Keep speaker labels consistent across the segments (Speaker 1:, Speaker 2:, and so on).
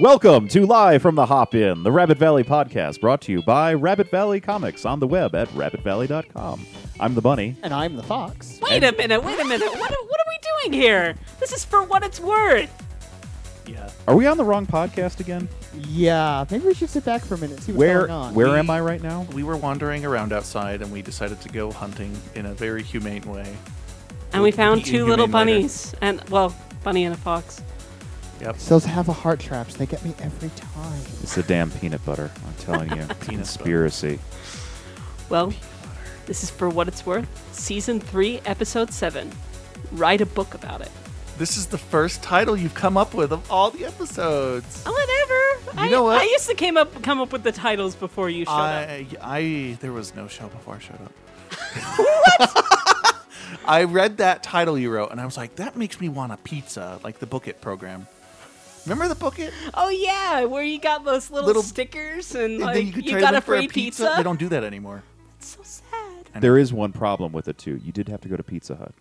Speaker 1: Welcome to Live from the Hop In, the Rabbit Valley podcast brought to you by Rabbit Valley Comics on the web at rabbitvalley.com. I'm the bunny.
Speaker 2: And I'm the fox.
Speaker 3: Wait a minute, wait a minute. What, are- what are we doing here? This is for what it's worth.
Speaker 2: Yeah.
Speaker 1: Are we on the wrong podcast again?
Speaker 2: Yeah. Maybe we should sit back for a minute and see what's
Speaker 1: Where
Speaker 2: going on.
Speaker 1: where am I right now?
Speaker 4: We were wandering around outside and we decided to go hunting in a very humane way.
Speaker 3: And we found
Speaker 4: Eat
Speaker 3: two
Speaker 4: inhumane
Speaker 3: little
Speaker 4: later.
Speaker 3: bunnies. And, well, bunny and a fox.
Speaker 4: Yep.
Speaker 2: Those have a heart traps. They get me every time.
Speaker 1: It's the damn peanut butter. I'm telling you. Conspiracy.
Speaker 3: Well, this is for what it's worth. Season 3, Episode 7. Write a book about it.
Speaker 4: This is the first title you've come up with of all the episodes.
Speaker 3: Oh, Whatever.
Speaker 4: You
Speaker 3: I,
Speaker 4: know what?
Speaker 3: I used to came up, come up with the titles before you showed up.
Speaker 4: I, I there was no show before I showed up. what? I read that title you wrote and I was like, that makes me want a pizza, like the Book It program. Remember the Book It?
Speaker 3: Oh, yeah, where you got those little,
Speaker 4: Little-
Speaker 3: stickers and,
Speaker 4: And
Speaker 3: like,
Speaker 4: then
Speaker 3: Uh, you,
Speaker 4: could trade
Speaker 3: got
Speaker 4: them
Speaker 3: a free
Speaker 4: They don't do that anymore.
Speaker 3: It's so sad.
Speaker 1: There is one problem with it too. You did have to go to Pizza Hut.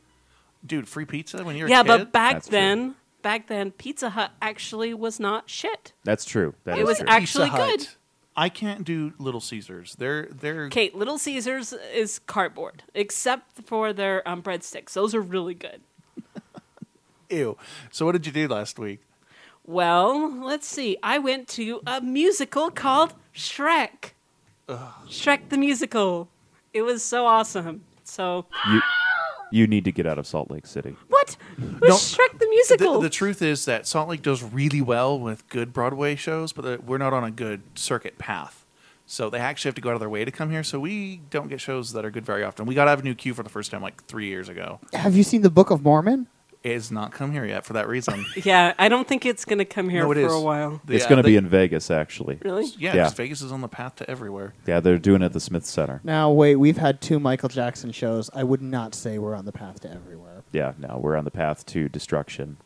Speaker 4: Dude, free pizza when you're
Speaker 3: Yeah,
Speaker 4: a kid?
Speaker 3: but back
Speaker 1: That's true.
Speaker 3: then, back then, Pizza Hut actually was not shit.
Speaker 1: That's true. That
Speaker 3: It
Speaker 1: is
Speaker 3: was
Speaker 1: true.
Speaker 3: ac- actually
Speaker 4: Pizza Hut.
Speaker 3: good.
Speaker 4: I can't do Little Caesars. They're they're
Speaker 3: Okay, Little Caesars is cardboard, except for their um, breadsticks. Those are really good.
Speaker 4: ew. So what did you do last week?
Speaker 3: Well, let's see. I went to a musical called Shrek. Shrek the Musical. It was so awesome. So,
Speaker 1: you, you need to get out of Salt Lake City.
Speaker 3: what? It was
Speaker 4: No,
Speaker 3: Shrek the
Speaker 4: The,
Speaker 3: Musical.
Speaker 4: the truth is that Salt Lake does really well with good Broadway shows, but that we're not on a good circuit path. So they actually have to go out of their way to come here. So we don't get shows that are good very often. We got Avenue Q for the first time like three years ago.
Speaker 2: Have you seen the Book of Mormon?
Speaker 4: It has not come here yet for that reason.
Speaker 3: yeah, I don't think it's going to come here
Speaker 4: no, it
Speaker 3: for
Speaker 4: is.
Speaker 3: a while.
Speaker 1: It's
Speaker 4: Yeah,
Speaker 1: going to
Speaker 4: they-
Speaker 1: be in Vegas actually.
Speaker 3: Really?
Speaker 4: Yeah,
Speaker 1: Yeah.
Speaker 4: 'cause Vegas is on the path to everywhere.
Speaker 1: Yeah, they're doing it at the Smith Center.
Speaker 2: Now, wait, we've had two Michael Jackson shows. I would not say we're on the path to everywhere.
Speaker 1: Yeah, no, we're on the path to destruction.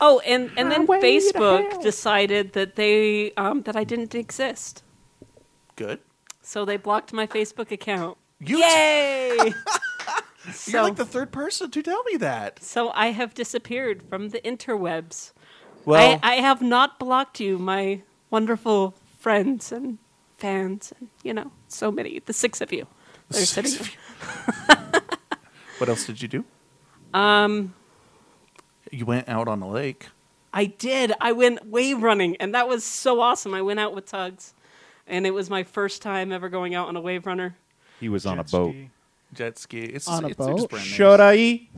Speaker 3: Oh, and, and then
Speaker 2: Highway to
Speaker 3: Facebook
Speaker 2: hell.
Speaker 3: decided that they um, that I didn't exist.
Speaker 4: Good.
Speaker 3: So they blocked my Facebook account.
Speaker 4: You-
Speaker 3: Yay!
Speaker 4: You're
Speaker 3: so,
Speaker 4: like the third person to tell me that.
Speaker 3: so I have disappeared from the interwebs.
Speaker 4: Well,
Speaker 3: I, I have not blocked you, my wonderful friends and fans, and you know, so many, the six of you. that are sitting
Speaker 4: Six
Speaker 3: there.
Speaker 4: of you. what else did you do? Um,
Speaker 3: Um,
Speaker 4: you went out on the lake.
Speaker 3: I did. I went wave running, and that was so awesome. I went out with Tugs, and it was my first time ever going out on a wave runner.
Speaker 1: He was on a
Speaker 4: Jet
Speaker 1: boat.
Speaker 4: ski. Jet ski. It's
Speaker 2: On a
Speaker 4: it's, it's
Speaker 2: boat?
Speaker 4: brand names.
Speaker 1: Should I?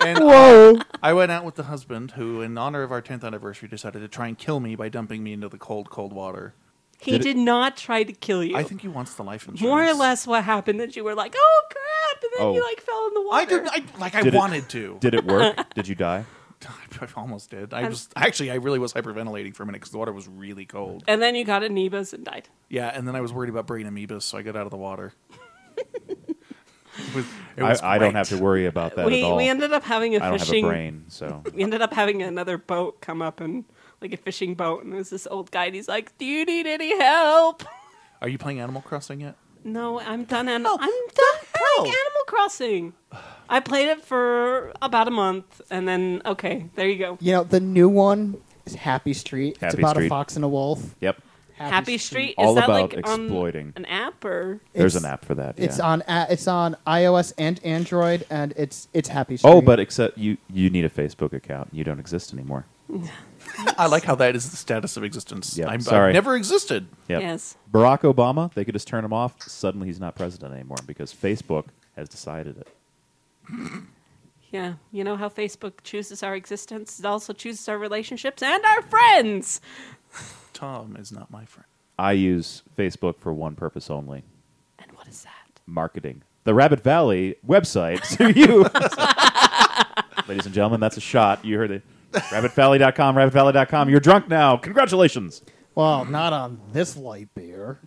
Speaker 4: And
Speaker 2: Whoa!
Speaker 4: I went out with the husband, who, in honor of our 10th anniversary, decided to try and kill me by dumping me into the cold, cold water.
Speaker 3: He
Speaker 1: Did
Speaker 3: did,
Speaker 1: it-
Speaker 3: not try to kill you.
Speaker 4: I think he wants the life insurance.
Speaker 3: More or less what happened that you were like, oh crap, and then you
Speaker 1: Oh.
Speaker 3: like fell in the water.
Speaker 4: I did. I like. I
Speaker 1: Did it-
Speaker 4: wanted to.
Speaker 1: Did it work? Did you die?
Speaker 4: I almost did. I
Speaker 3: I'm-
Speaker 4: was actually. I really was hyperventilating for a minute because the water was really cold.
Speaker 3: And then you got amoebas and died.
Speaker 4: Yeah, and then I was worried about bringing amoebas, so I got out of the water. It was- it was
Speaker 1: I, I don't
Speaker 4: great.
Speaker 1: have to worry about that
Speaker 3: we
Speaker 1: at all.
Speaker 3: we ended up having a
Speaker 1: I don't have a
Speaker 3: fishing
Speaker 1: brain, so
Speaker 3: we ended up having another boat come up and like a fishing boat and there's this old guy and he's like, Do you need any help?
Speaker 4: Are you playing Animal Crossing yet?
Speaker 3: No, I'm done and
Speaker 4: Oh,
Speaker 3: I'm
Speaker 4: the
Speaker 3: done playing
Speaker 4: hell?
Speaker 3: Animal Crossing. I played it for about a month and then okay, there you go.
Speaker 2: You know, the new one is Happy Street. it's
Speaker 1: Happy
Speaker 2: about
Speaker 1: Street.
Speaker 2: a fox and a wolf.
Speaker 1: yep.
Speaker 3: Happy, Street,
Speaker 1: All
Speaker 3: is that
Speaker 1: about
Speaker 3: like
Speaker 1: exploiting.
Speaker 3: on an app or
Speaker 1: There's
Speaker 2: It's-
Speaker 1: an app for that.
Speaker 2: It's
Speaker 1: yeah.
Speaker 2: on a- it's on iOS and Android, and it's it's Happy Street.
Speaker 1: Oh, but except you you need a Facebook account. You don't exist anymore.
Speaker 4: I like how that is the status of existence.
Speaker 1: Yeah,
Speaker 4: I'm,
Speaker 1: sorry.
Speaker 4: I've never existed.
Speaker 1: Yep.
Speaker 3: Yes.
Speaker 1: Barack Obama, they could just turn him off. Suddenly he's not president anymore because Facebook has decided it.
Speaker 3: Yeah, you know how Facebook chooses our existence? It also chooses our relationships and our friends.
Speaker 4: Tom is not my friend.
Speaker 1: I use Facebook for one purpose only,
Speaker 3: And what is that?
Speaker 1: marketing. The Rabbit Valley website to you. Ladies and gentlemen, that's a shot. You heard it. RabbitValley.com, RabbitValley.com. You're drunk now. Congratulations.
Speaker 2: well, not on this light beer.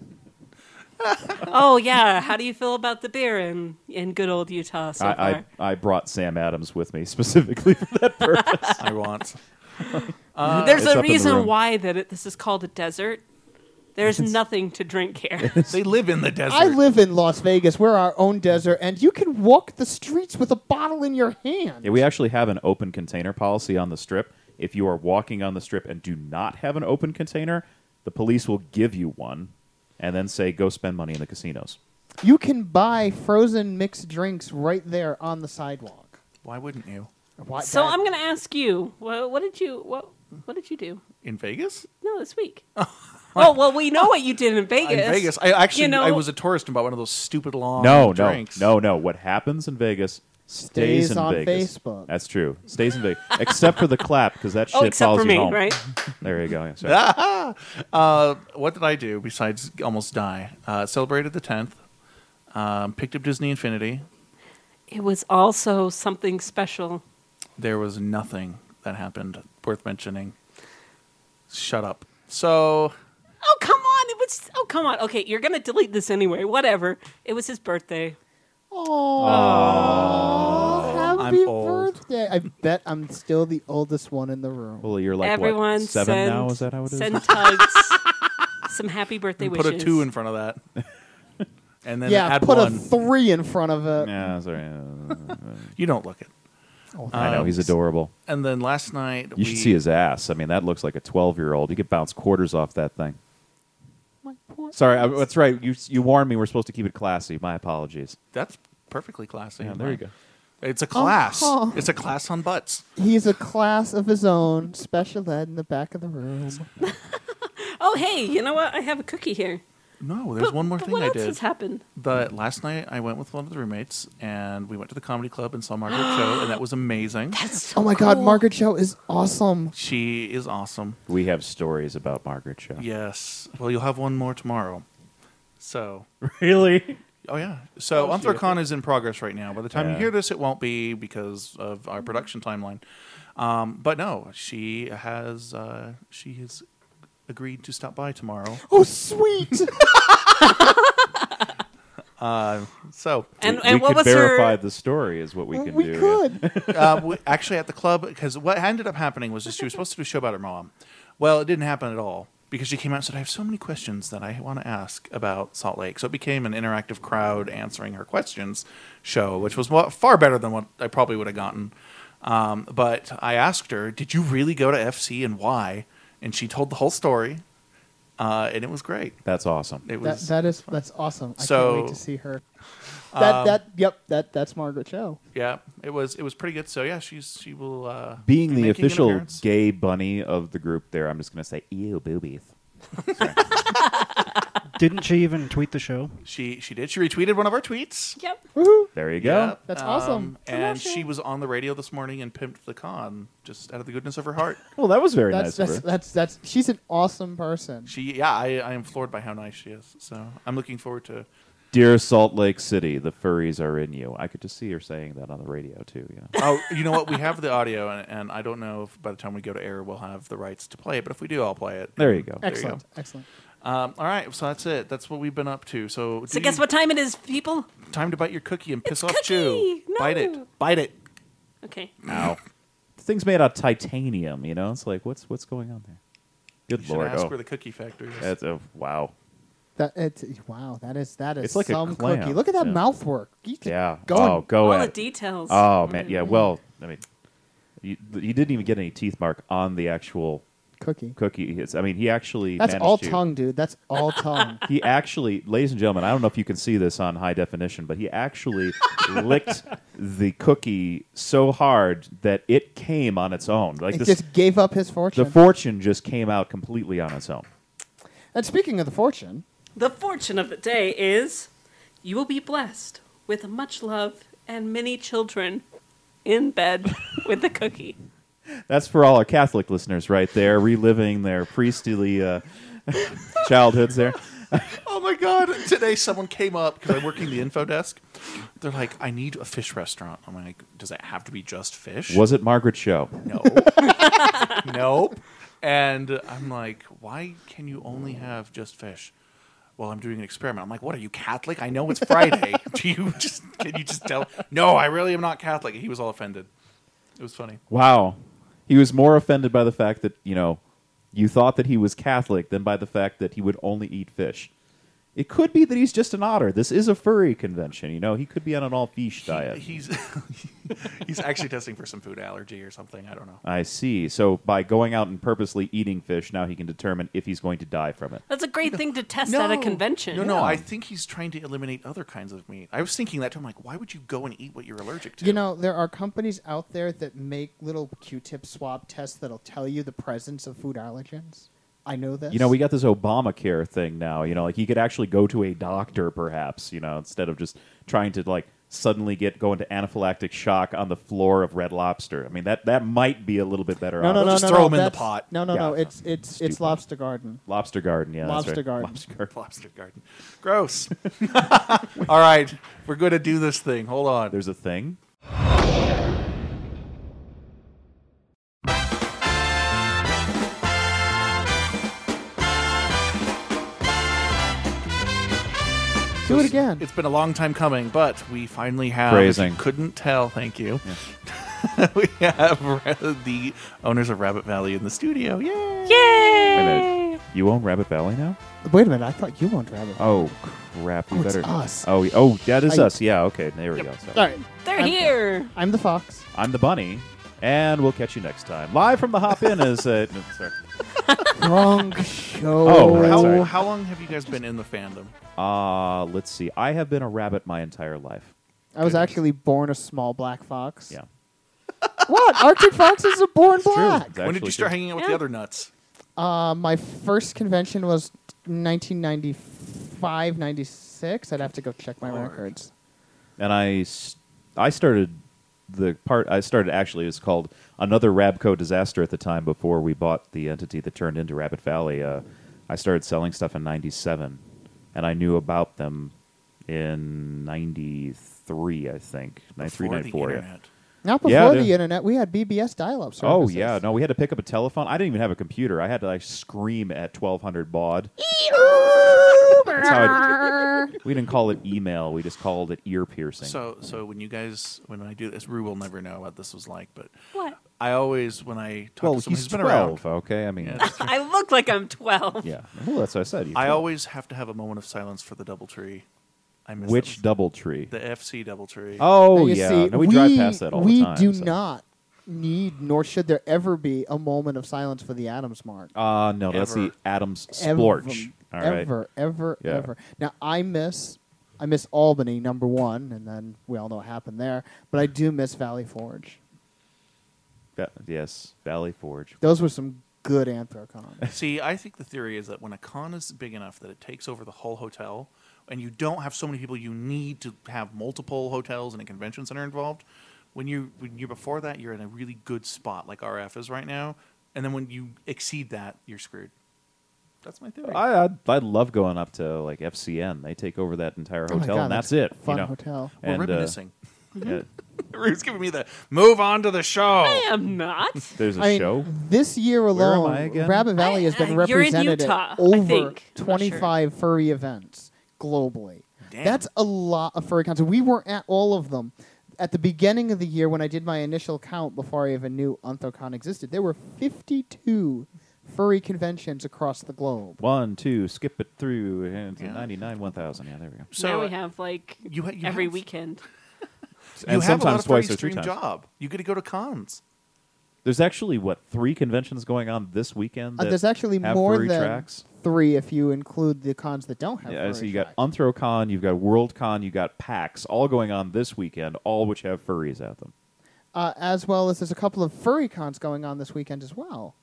Speaker 3: oh yeah, how do you feel about the beer in in good old Utah so far?
Speaker 1: I, I, I brought Sam Adams with me specifically for that purpose.
Speaker 4: I want.
Speaker 3: There's
Speaker 1: Uh, It's up
Speaker 3: a
Speaker 1: in the
Speaker 3: reason
Speaker 1: room.
Speaker 3: why that it, this is called a desert. There's nothing to drink here.
Speaker 4: They live in the desert.
Speaker 2: I live in Las Vegas. We're our own desert, and you can walk the streets with a bottle in your hand.
Speaker 1: yeah, we actually have an open container policy on the strip. If you are walking on the strip and do not have an open container, the police will give you one and then say, go spend money in the casinos.
Speaker 2: You can buy frozen mixed drinks right there on the sidewalk.
Speaker 4: Why wouldn't you?
Speaker 2: Why,
Speaker 3: So
Speaker 2: that-
Speaker 3: I'm going to ask you, what, what did you what what did you do?
Speaker 4: In Vegas?
Speaker 3: No, this week. oh well, we know what you did in Vegas.
Speaker 4: In Vegas. I actually
Speaker 3: You know-
Speaker 4: I was a tourist and bought one of those stupid long
Speaker 1: no,
Speaker 4: drinks.
Speaker 1: no, no, no. What happens in Vegas stays,
Speaker 2: Stays
Speaker 1: in
Speaker 2: on
Speaker 1: Vegas.
Speaker 2: Facebook.
Speaker 1: That's true. Stays in Vegas, except for the clap because that shit
Speaker 3: oh, except
Speaker 1: follows
Speaker 3: for
Speaker 1: you
Speaker 3: me,
Speaker 1: home.
Speaker 3: right? Ah.
Speaker 1: There you go. Yeah, sorry.
Speaker 4: Uh, what did I do besides almost die? Uh, celebrated the 10th. Um, picked up Disney Infinity.
Speaker 3: It was also something special.
Speaker 4: There was nothing that happened worth mentioning. Shut up. So,
Speaker 3: Oh come on! It was oh come on. Okay, you're gonna delete this anyway. Whatever. It was his birthday.
Speaker 1: Uh,
Speaker 2: Happy
Speaker 4: I'm old.
Speaker 2: birthday! I bet I'm still the oldest one in the room.
Speaker 1: Well, you're like
Speaker 3: Everyone
Speaker 1: what, seven
Speaker 3: send,
Speaker 1: now. Is that how it is?
Speaker 3: Send tugs. some happy birthday
Speaker 4: put
Speaker 3: wishes.
Speaker 4: a two in front of that. and then
Speaker 2: yeah,
Speaker 4: add
Speaker 2: put
Speaker 4: one.
Speaker 2: a three in front of it.
Speaker 1: yeah, sorry. Uh,
Speaker 4: you don't look it.
Speaker 1: I know
Speaker 3: Um,
Speaker 1: he's adorable.
Speaker 4: And then last night
Speaker 1: You
Speaker 4: we
Speaker 1: should see his ass. I mean, that looks like a twelve-year-old. You could bounce quarters off that thing.
Speaker 2: My poor-
Speaker 1: Sorry, I, that's right. You you warned me. We're supposed to keep it classy. My apologies.
Speaker 4: That's perfectly classy.
Speaker 1: Yeah, there you go.
Speaker 4: It's a class.
Speaker 2: Oh.
Speaker 4: It's a class on butts.
Speaker 2: He's a class of his own, special ed in the back of the room.
Speaker 3: Oh hey, you know what? I have a cookie here.
Speaker 4: No, there's
Speaker 3: But-
Speaker 4: one more
Speaker 3: but
Speaker 4: thing
Speaker 3: what
Speaker 4: I
Speaker 3: else
Speaker 4: did.
Speaker 3: has happened?
Speaker 4: But last night I went with one of the roommates and we went to the comedy club and saw Margaret Cho and that was amazing.
Speaker 2: oh my God, Margaret Cho is awesome.
Speaker 4: She is awesome.
Speaker 1: We have stories about Margaret Cho.
Speaker 4: Yes. Well, you'll have one more tomorrow. So,
Speaker 1: Really?
Speaker 4: oh yeah. So
Speaker 3: Oh, shit.
Speaker 4: Anthrocon is in progress right now. By the time
Speaker 1: Yeah.
Speaker 4: you hear this, it won't be because of
Speaker 3: Mm-hmm.
Speaker 4: our production timeline. Um, but no, she has uh, she has agreed to stop by tomorrow.
Speaker 2: Oh, sweet!
Speaker 4: So
Speaker 3: And
Speaker 1: we
Speaker 3: and what
Speaker 1: could
Speaker 3: was
Speaker 1: verify
Speaker 3: her?
Speaker 1: the story is what we can do. yeah.
Speaker 2: could.
Speaker 4: uh, we, actually at the club because what ended up happening was that she was supposed to do a show about her mom. Well, it didn't happen at all because she came out and said, "I have so many questions that I want to ask about Salt Lake." So it became an interactive crowd answering her questions show, which was wa- far better than what I probably would have gotten. Um, but I asked her, "Did you really go to FC and why?" And she told the whole story, uh, and it was great.
Speaker 1: That's awesome.
Speaker 2: That,
Speaker 4: It was
Speaker 2: that is that's awesome. I
Speaker 4: So-
Speaker 2: can't wait to see her. That
Speaker 1: um,
Speaker 2: that yep that that's Margaret Cho.
Speaker 4: yeah, it was it was pretty good. So yeah, she's she will uh,
Speaker 1: Being
Speaker 4: be
Speaker 1: the
Speaker 4: making an
Speaker 1: official
Speaker 4: appearance.
Speaker 1: gay bunny of the group, there, I'm just going to say, ew, boobies.
Speaker 5: Didn't she even tweet the show?
Speaker 4: She she did. She retweeted one of our tweets.
Speaker 3: Yep.
Speaker 2: Woohoo!
Speaker 1: There you go.
Speaker 4: Yeah,
Speaker 2: That's awesome.
Speaker 4: Um, And
Speaker 3: Promotion.
Speaker 4: she was on the radio this morning and pimped the con just out of the goodness of her heart.
Speaker 1: Well, that was very
Speaker 2: That's
Speaker 1: nice
Speaker 2: that's,
Speaker 1: of her.
Speaker 2: that's that's she's an awesome person.
Speaker 4: She, yeah, I, I am floored by how nice she is. So I'm looking forward to.
Speaker 1: Dear Salt Lake City, the furries are in you. I could just see her saying that on the radio, too. You know?
Speaker 4: Oh, you know what? We have the audio, and, and I don't know if by the time we go to air we'll have the rights to play it. But if we do, I'll play it.
Speaker 1: There you go.
Speaker 4: Ex-
Speaker 2: excellent, excellent.
Speaker 4: Um, all right, so that's it. That's what we've been up to. So,
Speaker 3: So
Speaker 4: do
Speaker 3: guess
Speaker 4: you-
Speaker 3: what time it is, people?
Speaker 4: Time to bite your cookie and piss
Speaker 3: It's
Speaker 4: off Chew.
Speaker 3: cookie! No!
Speaker 4: Bite it. Bite it.
Speaker 3: Okay.
Speaker 1: Ow. The thing's made out of titanium, you know? It's like, what's what's going on there? Good
Speaker 4: You should
Speaker 1: lord.
Speaker 4: ask
Speaker 1: oh.
Speaker 4: where the cookie factory is.
Speaker 1: That's a wow.
Speaker 2: That it's wow. That is that is
Speaker 1: It's like a
Speaker 2: some
Speaker 1: clam,
Speaker 2: cookie. Look at that
Speaker 1: yeah.
Speaker 2: mouth work. You can-
Speaker 1: Yeah.
Speaker 2: Go
Speaker 1: oh,
Speaker 2: on.
Speaker 1: go
Speaker 3: All
Speaker 4: uh,
Speaker 1: at
Speaker 3: the
Speaker 1: it.
Speaker 3: details.
Speaker 1: Oh man,
Speaker 2: Mm-hmm.
Speaker 1: yeah. Well, I mean, you, you didn't even get any teeth mark on the actual
Speaker 2: cookie.
Speaker 1: cookie. It's, I mean, he actually
Speaker 2: That's
Speaker 1: managed
Speaker 2: all
Speaker 1: to-
Speaker 2: tongue, dude. That's all tongue.
Speaker 1: He actually, ladies and gentlemen, I don't know if you can see this on high definition, but he actually licked the cookie so hard that it came on its own. Like
Speaker 2: It
Speaker 1: this,
Speaker 2: just gave up his
Speaker 1: the
Speaker 2: fortune.
Speaker 1: fortune just came out completely on its own.
Speaker 2: and speaking of the fortune,
Speaker 3: The fortune of the day is you will be blessed with much love and many children in bed with a cookie.
Speaker 1: That's for all our Catholic listeners right there, reliving their priestly uh, childhoods there.
Speaker 4: Oh my god! Today someone came up because I'm working the info desk. They're like, "I need a fish restaurant." I'm like, "Does it have to be just fish?"
Speaker 1: Was it Margaret Show?
Speaker 4: no, nope. And I'm like, "Why can you only have just fish?" Well, I'm doing an experiment. I'm like, "What are you Catholic? I know it's Friday. Do you just can you just tell?" No, I really am not Catholic. He was all offended. It was funny.
Speaker 1: Wow. He was more offended by the fact that, you know, you thought that he was Catholic than by the fact that he would only eat fish. It could be that he's just an otter. This is a furry convention, you know. He could be on an all fish diet.
Speaker 4: He's he's actually testing for some food allergy or something. I don't know.
Speaker 1: I see. So by going out and purposely eating fish, now he can determine if he's going to die from it.
Speaker 3: That's a great thing to test at a convention.
Speaker 4: No, no.
Speaker 1: Yeah.
Speaker 4: I think he's trying to eliminate other kinds of meat. I was thinking that too. I'm like, why would you go and eat what you're allergic to?
Speaker 2: You know, there are companies out there that make little Q-tip swab tests that'll tell you the presence of food allergens. I know this.
Speaker 1: You know, we got this Obamacare thing now. You know, like he could actually go to a doctor, perhaps. You know, instead of just trying to like suddenly get go into anaphylactic shock on the floor of Red Lobster. I mean, that that might be a little bit better.
Speaker 2: no, no,
Speaker 1: option.
Speaker 2: no,
Speaker 4: just
Speaker 2: no,
Speaker 4: throw
Speaker 2: no,
Speaker 4: 'em in the
Speaker 2: that's-
Speaker 4: pot.
Speaker 2: No, no, no.
Speaker 1: Yeah.
Speaker 2: It's it's
Speaker 1: Stupid.
Speaker 2: it's Lobster Garden.
Speaker 1: Lobster Garden. Yeah, that's
Speaker 2: Lobster
Speaker 1: right.
Speaker 2: Garden.
Speaker 1: Lobster Garden.
Speaker 4: Lobster garden. Gross. All right, we're going to do this thing. Hold on.
Speaker 1: There's a thing.
Speaker 2: Do it again.
Speaker 4: It's been a long time coming, but we finally have.
Speaker 1: Phrasing.
Speaker 4: if you couldn't tell. Thank you. we have the owners of Rabbit Valley in the studio. Yay!
Speaker 1: Wait a
Speaker 3: Yay!
Speaker 1: minute. You own Rabbit Valley now?
Speaker 2: Wait a minute. I thought you won't rabbit.
Speaker 1: Oh crap! You
Speaker 2: Oh, it's
Speaker 1: better.
Speaker 2: us.
Speaker 1: Oh, y- oh, that is
Speaker 2: I-
Speaker 1: us. Yeah. Okay. There we go. Sorry.
Speaker 2: All right.
Speaker 3: They're
Speaker 2: I'm-
Speaker 3: here.
Speaker 2: I'm the fox.
Speaker 1: I'm the bunny, and we'll catch you next time. Live from the Hop In is uh, no, sorry.
Speaker 2: Wrong show.
Speaker 1: Oh, right, sorry.
Speaker 4: How, how long have you guys been in the fandom?
Speaker 1: Uh, let's see. I have been a rabbit my entire life.
Speaker 2: I was actually born a small black fox.
Speaker 1: Yeah.
Speaker 2: What? Arctic foxes are born black.
Speaker 1: It's actually
Speaker 4: when did you start
Speaker 1: true.
Speaker 4: hanging out with
Speaker 3: Yeah.
Speaker 4: the other nuts?
Speaker 2: Uh, my first convention was 1995, 96. I'd have to go check my
Speaker 4: Lord.
Speaker 2: records.
Speaker 1: And I, s- I started the part I started actually is called another Rabco disaster at the time before we bought the entity that turned into Rabbit Valley. Uh, I started selling stuff in '97, and I knew about them in '93, I think '93,
Speaker 4: Before the
Speaker 1: '94. yeah.
Speaker 4: internet.
Speaker 2: Not before
Speaker 1: Yeah,
Speaker 2: the
Speaker 1: dude.
Speaker 2: internet, we had BBS dial-up
Speaker 1: Oh
Speaker 2: services.
Speaker 1: yeah, no, we had to pick up a telephone. I didn't even have a computer. I had to like scream at twelve hundred baud. That's how it- we didn't call it email. We just called it ear piercing.
Speaker 4: So, so when you guys, when I do this, Rue will never know what this was like, but
Speaker 3: What?
Speaker 4: I always, when I talk
Speaker 1: well,
Speaker 4: to someone
Speaker 1: he's
Speaker 4: who's been around,
Speaker 1: twelve. Okay, I mean,
Speaker 4: Yeah,
Speaker 1: yeah.
Speaker 4: that's true.
Speaker 3: I look like I'm 12.
Speaker 1: Well, that's what I said. he's
Speaker 4: I
Speaker 1: 12.
Speaker 4: always have to have a moment of silence for the double tree. I miss
Speaker 1: which
Speaker 4: them.
Speaker 1: double tree?
Speaker 4: the FC double tree.
Speaker 1: Oh
Speaker 2: Now, you
Speaker 1: yeah,
Speaker 2: see,
Speaker 1: no, we, drive past that all
Speaker 2: we
Speaker 1: the time.
Speaker 2: do
Speaker 1: so.
Speaker 2: not need, nor should there ever be, a moment of silence for the Adams mark.
Speaker 1: Uh no, that's the
Speaker 4: Ever.
Speaker 1: Adams
Speaker 2: Ever,
Speaker 1: splorch. all right.
Speaker 2: Ever, ever,
Speaker 1: Yeah.
Speaker 2: ever. Now I miss, I miss Albany number one, and then we all know what happened there. But I do miss Valley Forge.
Speaker 1: Ba- yes, Valley Forge.
Speaker 2: Those were some good anthrocons.
Speaker 4: See, I think the theory is that when a con is big enough that it takes over the whole hotel, and you don't have so many people, you need to have multiple hotels and a convention center involved. When you when you're before that, you're in a really good spot, like RF is right now, and then when you exceed that, you're screwed. That's my theory.
Speaker 1: I I'd, I'd love going up to like FCN. They take over that entire
Speaker 2: Oh my
Speaker 1: hotel,
Speaker 2: God,
Speaker 1: and that's, it.
Speaker 2: Fun
Speaker 1: you know.
Speaker 2: hotel. Mm-hmm.
Speaker 4: We're
Speaker 1: And, uh,
Speaker 4: reminiscing.
Speaker 1: yeah,
Speaker 4: Rube's giving me the move on to the show.
Speaker 3: I am not.
Speaker 1: there's a
Speaker 2: I mean,
Speaker 1: show.
Speaker 2: this year
Speaker 1: am
Speaker 2: alone,
Speaker 1: I again?
Speaker 2: Rabbit Valley has
Speaker 3: I-
Speaker 2: been
Speaker 3: you're in
Speaker 2: represented at
Speaker 3: Utah, I
Speaker 2: over
Speaker 3: think. I'm not sure.
Speaker 2: 25 furry events globally.
Speaker 4: Damn.
Speaker 2: That's a lot of furry cons. We were at all of them. At the beginning of the year, when I did my initial count before I even knew Anthrocon existed, there were 52 furry conventions across the globe.
Speaker 1: One, two, skip it through, and
Speaker 4: Yeah.
Speaker 1: 99, 1,000. Yeah, there we go.
Speaker 4: So
Speaker 3: now we have like
Speaker 4: you ha- you
Speaker 3: every
Speaker 4: have-
Speaker 3: weekend.
Speaker 4: you
Speaker 1: and
Speaker 4: have a lot
Speaker 1: sometimes
Speaker 4: of twice
Speaker 1: twice or three times.
Speaker 4: job. You get to go to cons.
Speaker 1: There's actually, what, three conventions going on this weekend?
Speaker 2: Uh,
Speaker 1: that
Speaker 2: there's actually
Speaker 1: have
Speaker 2: more
Speaker 1: furry
Speaker 2: than
Speaker 1: tracks?
Speaker 2: three if you include the cons that don't have
Speaker 1: Yeah,
Speaker 2: furry
Speaker 1: so you
Speaker 2: tracks.
Speaker 1: got Unthrocon, you've got WorldCon, you've got PAX, all going on this weekend, all which have furries at them.
Speaker 2: uh, as well as there's a couple of furry cons going on this weekend as well.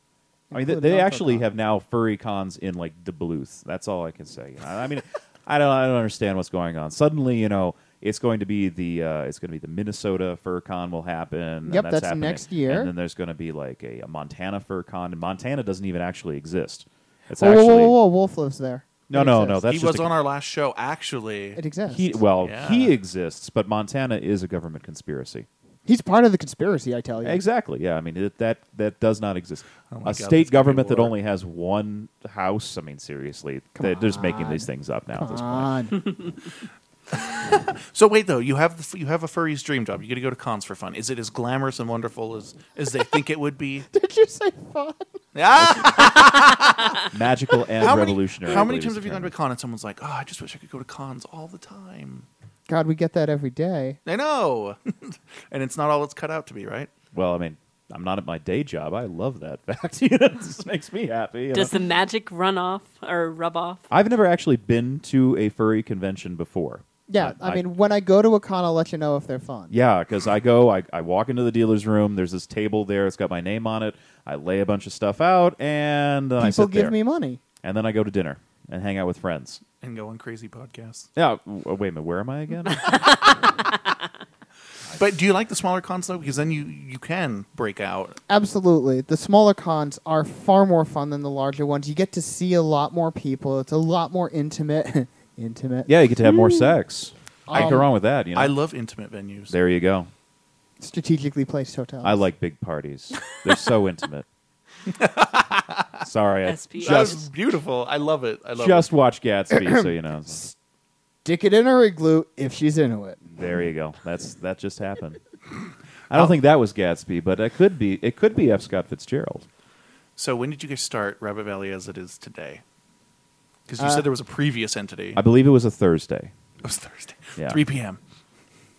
Speaker 1: I mean, they,
Speaker 2: Including
Speaker 1: they actually
Speaker 2: Anthrocon.
Speaker 1: have now furry cons in like Duluth. That's all I can say. I, I mean, I don't, I don't understand what's going on. Suddenly, you know, it's going to be the, uh, it's going to be the Minnesota Fur Con will happen. and
Speaker 2: Yep,
Speaker 1: that's,
Speaker 2: that's
Speaker 1: happening.
Speaker 2: next year.
Speaker 1: And then there's going to be like a, a Montana Fur Con, and Montana doesn't even actually exist. It's
Speaker 2: Oh, Whoa,
Speaker 1: actually
Speaker 2: whoa, whoa, whoa, Wolf lives there.
Speaker 1: no,
Speaker 2: It
Speaker 1: no,
Speaker 2: exists.
Speaker 1: no. That's
Speaker 4: he
Speaker 1: just
Speaker 4: was
Speaker 1: a-
Speaker 4: on our last show, actually.
Speaker 2: it exists.
Speaker 1: He, well,
Speaker 4: Yeah.
Speaker 1: he exists, but Montana is a government conspiracy.
Speaker 2: He's part of the conspiracy, I tell you.
Speaker 1: Exactly. Yeah. I mean it, that that does not exist.
Speaker 4: Oh my
Speaker 1: a
Speaker 4: God, there's gonna
Speaker 1: state
Speaker 4: be a
Speaker 1: government that
Speaker 4: war.
Speaker 1: only has one house. I mean, seriously, they're just making these things up now. At this
Speaker 2: Come
Speaker 1: point.
Speaker 2: on.
Speaker 4: So wait though, you have the, f- you have a furry's dream job. You get to go to cons for fun. Is it as glamorous and wonderful as as they think it would be?
Speaker 2: Did you say fun?
Speaker 4: Ah!
Speaker 1: Magical and
Speaker 4: how many,
Speaker 1: revolutionary.
Speaker 4: how many
Speaker 1: ladies
Speaker 4: times have
Speaker 1: and
Speaker 4: you gone to
Speaker 1: gentlemen.
Speaker 4: a con and someone's like, "Oh, I just wish I could go to cons all the time."
Speaker 2: God, we get that every day.
Speaker 4: I know, and it's not all it's cut out to be, right?
Speaker 1: Well, I mean, I'm not at my day job. I love that fact. you know, it just makes me happy. you
Speaker 3: Does
Speaker 1: know.
Speaker 3: the magic run off or rub off?
Speaker 1: I've never actually been to a furry convention before.
Speaker 2: Yeah, I, mean, when I go to a con, I'll let you know if they're fun.
Speaker 1: Yeah, because I go, I, I walk into the dealer's room. There's this table there. It's got my name on it. I lay a bunch of stuff out, and then I
Speaker 2: People
Speaker 1: sit
Speaker 2: give
Speaker 1: there.
Speaker 2: me money.
Speaker 1: and then I go to dinner and hang out with friends.
Speaker 4: And go on crazy podcasts.
Speaker 1: Yeah. w- uh, wait a minute. Where am I again?
Speaker 4: But do you like the smaller cons though? Because then you you can break out.
Speaker 2: Absolutely. The smaller cons are far more fun than the larger ones. You get to see a lot more people. It's a lot more intimate. intimate.
Speaker 1: yeah, you get to have more sex.
Speaker 2: I-
Speaker 1: I go wrong with that. You know.
Speaker 4: I love intimate venues.
Speaker 1: there you go.
Speaker 2: Strategically placed hotels.
Speaker 1: I like big parties. They're so intimate. Sorry, I
Speaker 3: SP.
Speaker 4: That was
Speaker 1: just
Speaker 4: beautiful. I love it. I love
Speaker 1: just watched Gatsby, so you know.
Speaker 2: Stick it in her igloo if she's into it.
Speaker 1: There you go. That's that just happened. I don't think that was Gatsby, but it could be. It could be F. Scott Fitzgerald.
Speaker 4: it. So when did you guys start Rabbit Valley as it is today? Because you
Speaker 2: Uh,
Speaker 4: said there was a previous entity.
Speaker 1: I believe it was a Thursday.
Speaker 4: it was Thursday,
Speaker 1: Yeah.
Speaker 4: 3 p.m.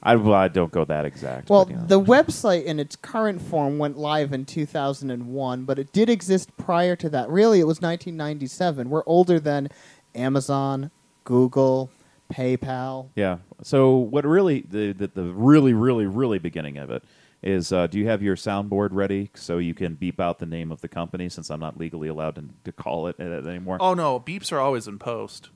Speaker 1: I, well, I don't go that exact.
Speaker 2: Well,
Speaker 1: but, you know.
Speaker 2: the website in its current form went live in 2001, but it did exist prior to that. Really, it was 1997. We're older than Amazon, Google, PayPal.
Speaker 1: yeah. So what really the, the the really really really beginning of it is? Uh, do you have your soundboard ready so you can beep out the name of the company since I'm not legally allowed to, to call it uh, anymore?
Speaker 4: Oh no, beeps are always in post.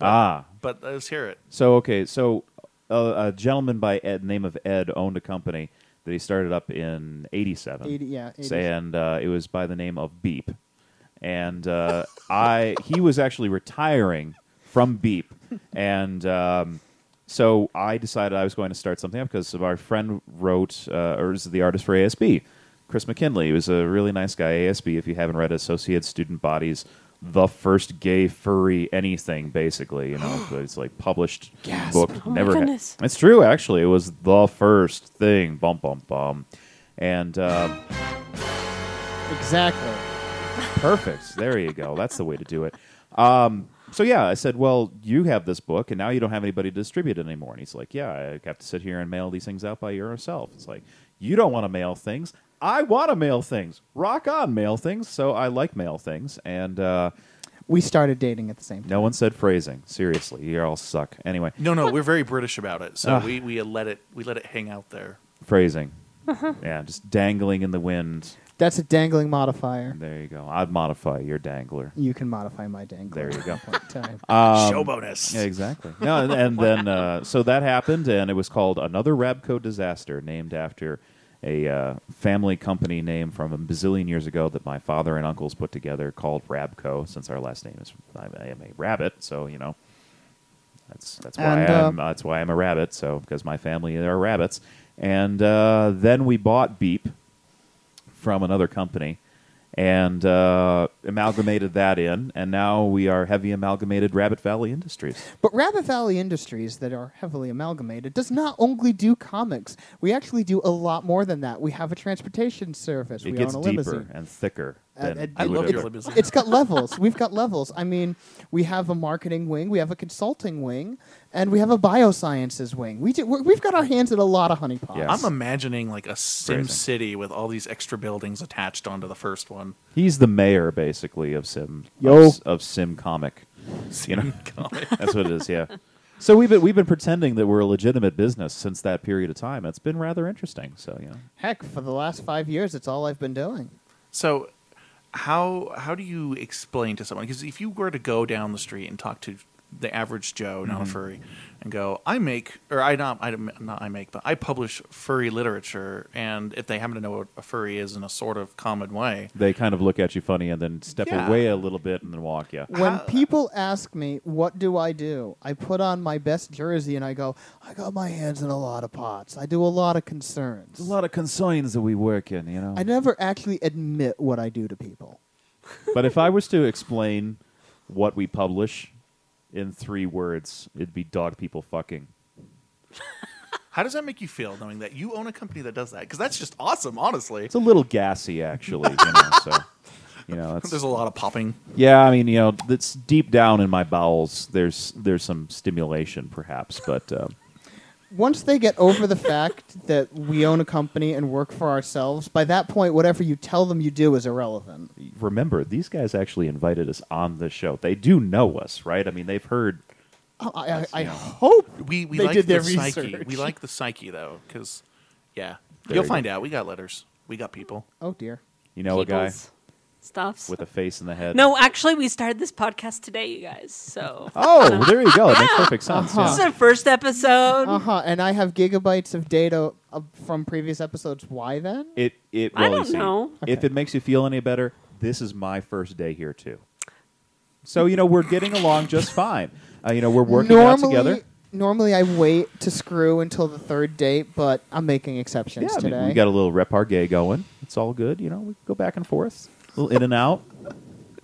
Speaker 1: ah,
Speaker 4: But let's hear it.
Speaker 1: So okay, so uh, a, a gentleman by Ed, name of Ed owned a company that he started up in '87.
Speaker 2: 80, yeah, 87.
Speaker 1: and uh, it was by the name of Beep. And uh, I, he was actually retiring from Beep, and um, so I decided I was going to start something up because our friend wrote, uh, or is the artist for ASB, Chris McKinley. He was a really nice guy. ASB, if you haven't read, Associated Student Bodies. The first gay furry anything, basically, you know, it's like published
Speaker 2: Gasp.
Speaker 1: book.
Speaker 3: Oh my
Speaker 1: never had-
Speaker 3: goodness.
Speaker 1: It's true, actually. It was the first thing. Bum bum bum, and um,
Speaker 2: Exactly.
Speaker 1: Perfect. There you go. That's the way to do it. Um, so yeah, I said, well, you have this book, and now you don't have anybody to distribute it anymore. And he's like, yeah, I have to sit here and mail these things out by yourself. It's like you don't want to mail things. I want to mail things. Rock on, mail things. So I like mail things, and uh,
Speaker 2: We started dating at the same time.
Speaker 1: no one said phrasing. Seriously, you all suck. Anyway,
Speaker 4: No, no, we're very British about it. So
Speaker 1: Ah.
Speaker 4: we, we let it we let it hang out there.
Speaker 1: phrasing. yeah, just dangling in the wind.
Speaker 2: That's a dangling modifier.
Speaker 1: There you go. I'd modify your dangler.
Speaker 2: You can modify my dangling.
Speaker 1: There you go. Uh,
Speaker 2: at one time.
Speaker 4: Show bonus.
Speaker 1: Yeah, Um, exactly. No, and, and then uh, so that happened, and it was called another Rabco disaster, named after a uh, family company name from a bazillion years ago that my father and uncles put together, called Rabco. Since our last name is, I I am a rabbit, so you know that's that's why
Speaker 2: And,
Speaker 1: I'm
Speaker 2: uh,
Speaker 1: that's why I'm a rabbit. So because my family are rabbits, and uh, then we bought Beep from another company. And uh, amalgamated that in, and now we are heavy amalgamated Rabbit Valley Industries.
Speaker 2: But Rabbit Valley Industries, that are heavily amalgamated, does not only do comics. We actually do a lot more than that. We have a transportation service.
Speaker 1: it
Speaker 2: we
Speaker 1: gets
Speaker 2: own a
Speaker 1: deeper
Speaker 2: limousine.
Speaker 1: and thicker.
Speaker 2: Uh,
Speaker 1: than
Speaker 2: uh,
Speaker 1: you
Speaker 4: I
Speaker 1: would
Speaker 4: love
Speaker 1: ever-
Speaker 4: your limousine.
Speaker 2: It's got levels. We've got levels. I mean, we have a marketing wing, we have a consulting wing, and we have a biosciences wing. We do, we're- we've got our hands in a lot of honeypots.
Speaker 1: Yeah.
Speaker 4: I'm imagining like a Sim
Speaker 1: Phrasing.
Speaker 4: City with all these extra buildings attached onto the first one.
Speaker 1: He's the mayor, basically, of Sim
Speaker 2: Yo.
Speaker 1: of, of Sim Comic. You know,
Speaker 4: Comic.
Speaker 1: that's what it is. Yeah. So we've been we've been pretending that we're a legitimate business since that period of time. It's been rather interesting. So you know,
Speaker 2: Heck, for the last five years, it's all I've been doing.
Speaker 4: So, how how do you explain to someone? Because if you were to go down the street and talk to the average Joe, not
Speaker 2: Mm-hmm.
Speaker 4: a furry, and go, I make or I not I don't- not I make, but I publish furry literature, and if they happen to know what a furry is in a sort of common way,
Speaker 1: they kind of look at you funny and then step
Speaker 4: Yeah.
Speaker 1: away a little bit and then walk you.
Speaker 2: When people ask me, what do I do? I put on my best jersey and I go, I got my hands in a lot of pots. I do a lot of concerns.
Speaker 1: There's a lot of consigns that we work in. You know,
Speaker 2: I never actually admit what I do to people.
Speaker 1: but if I was to explain what we publish in three words, it'd be dog people fucking.
Speaker 4: How does that make you feel knowing that you own a company that does that? Because that's just awesome, honestly.
Speaker 1: It's a little gassy, actually. You know, so you know, that's,
Speaker 4: There's a lot of popping.
Speaker 1: yeah. I mean, you know, that's deep down in my bowels. There's there's some stimulation, perhaps, but um,
Speaker 2: Once they get over the fact that we own a company and work for ourselves, by that point, whatever you tell them you do is irrelevant.
Speaker 1: remember, these guys actually invited us on the show. They do know us, right? I mean, they've heard.
Speaker 2: Oh, I, I, I hope
Speaker 4: We we
Speaker 2: They
Speaker 4: like
Speaker 2: did
Speaker 4: the
Speaker 2: their
Speaker 4: psyche.
Speaker 2: research.
Speaker 4: We like the psyche though, because yeah,
Speaker 1: There
Speaker 4: you'll
Speaker 1: you
Speaker 4: find out. We got letters. We got people.
Speaker 2: Oh dear.
Speaker 1: You know, a guy
Speaker 3: People's stuffs.
Speaker 1: with a face in the head.
Speaker 3: no, actually, we started this podcast today, you guys. So
Speaker 1: Oh, there you go. It makes perfect sense.
Speaker 2: Uh-huh.
Speaker 1: yeah.
Speaker 3: this is our first episode.
Speaker 2: Uh huh. And I have gigabytes of data uh, from previous episodes. Why then?
Speaker 1: It it
Speaker 3: I
Speaker 1: well, you
Speaker 3: don't
Speaker 1: see,
Speaker 3: know.
Speaker 1: If it makes you feel any better, this is my first day here too. So you know we're getting along just fine. Uh, you know we're working out together.
Speaker 2: Normally, I wait to screw until the third date, but I'm making exceptions
Speaker 1: Yeah, I mean,
Speaker 2: today.
Speaker 1: we got a little repargay going. It's all good. You know we go back and forth, a little in and out.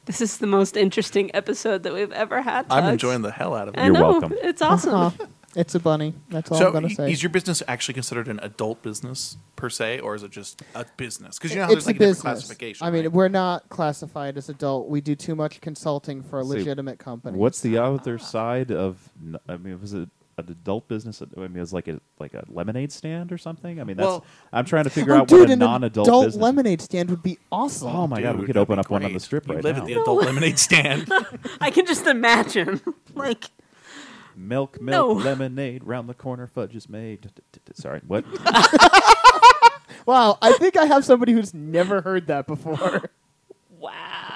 Speaker 3: This is the most interesting episode that we've ever had.
Speaker 4: I'm
Speaker 3: Tugs.
Speaker 4: enjoying the hell out of
Speaker 3: I
Speaker 1: You're
Speaker 4: it.
Speaker 3: know,
Speaker 1: welcome.
Speaker 3: It's awesome.
Speaker 2: Uh-huh. It's a bunny. That's all I'm
Speaker 4: So,
Speaker 2: gonna
Speaker 4: i-
Speaker 2: say.
Speaker 4: is your business actually considered an adult business per se, or is it just a business? Because you know how
Speaker 2: it's
Speaker 4: there's
Speaker 2: a
Speaker 4: like a different
Speaker 2: business.
Speaker 4: classification.
Speaker 2: I mean,
Speaker 4: right?
Speaker 2: we're not classified as adult. We do too much consulting for a
Speaker 1: See,
Speaker 2: legitimate company.
Speaker 1: What's the other side of? n- I mean, was it an adult business? I mean, it was like a like a lemonade stand or something. I mean, that's
Speaker 4: Well-
Speaker 1: I'm trying to figure
Speaker 2: oh,
Speaker 1: out
Speaker 2: dude,
Speaker 1: what a
Speaker 2: an
Speaker 1: non-adult
Speaker 2: adult
Speaker 1: business.
Speaker 2: lemonade stand would be awesome.
Speaker 1: Oh my god, we
Speaker 4: Dude,
Speaker 1: could
Speaker 4: that'd
Speaker 1: open
Speaker 4: be
Speaker 1: up one on the
Speaker 4: great.
Speaker 1: strip
Speaker 4: You
Speaker 1: right
Speaker 4: live
Speaker 1: now.
Speaker 4: at the adult lemonade stand.
Speaker 3: I can just imagine. like,
Speaker 1: Milk,
Speaker 3: No.
Speaker 1: milk, lemonade, round the corner, fudge is made. D- d- d- Sorry, what?
Speaker 2: Wow, I think I have somebody who's never heard that before.
Speaker 3: wow.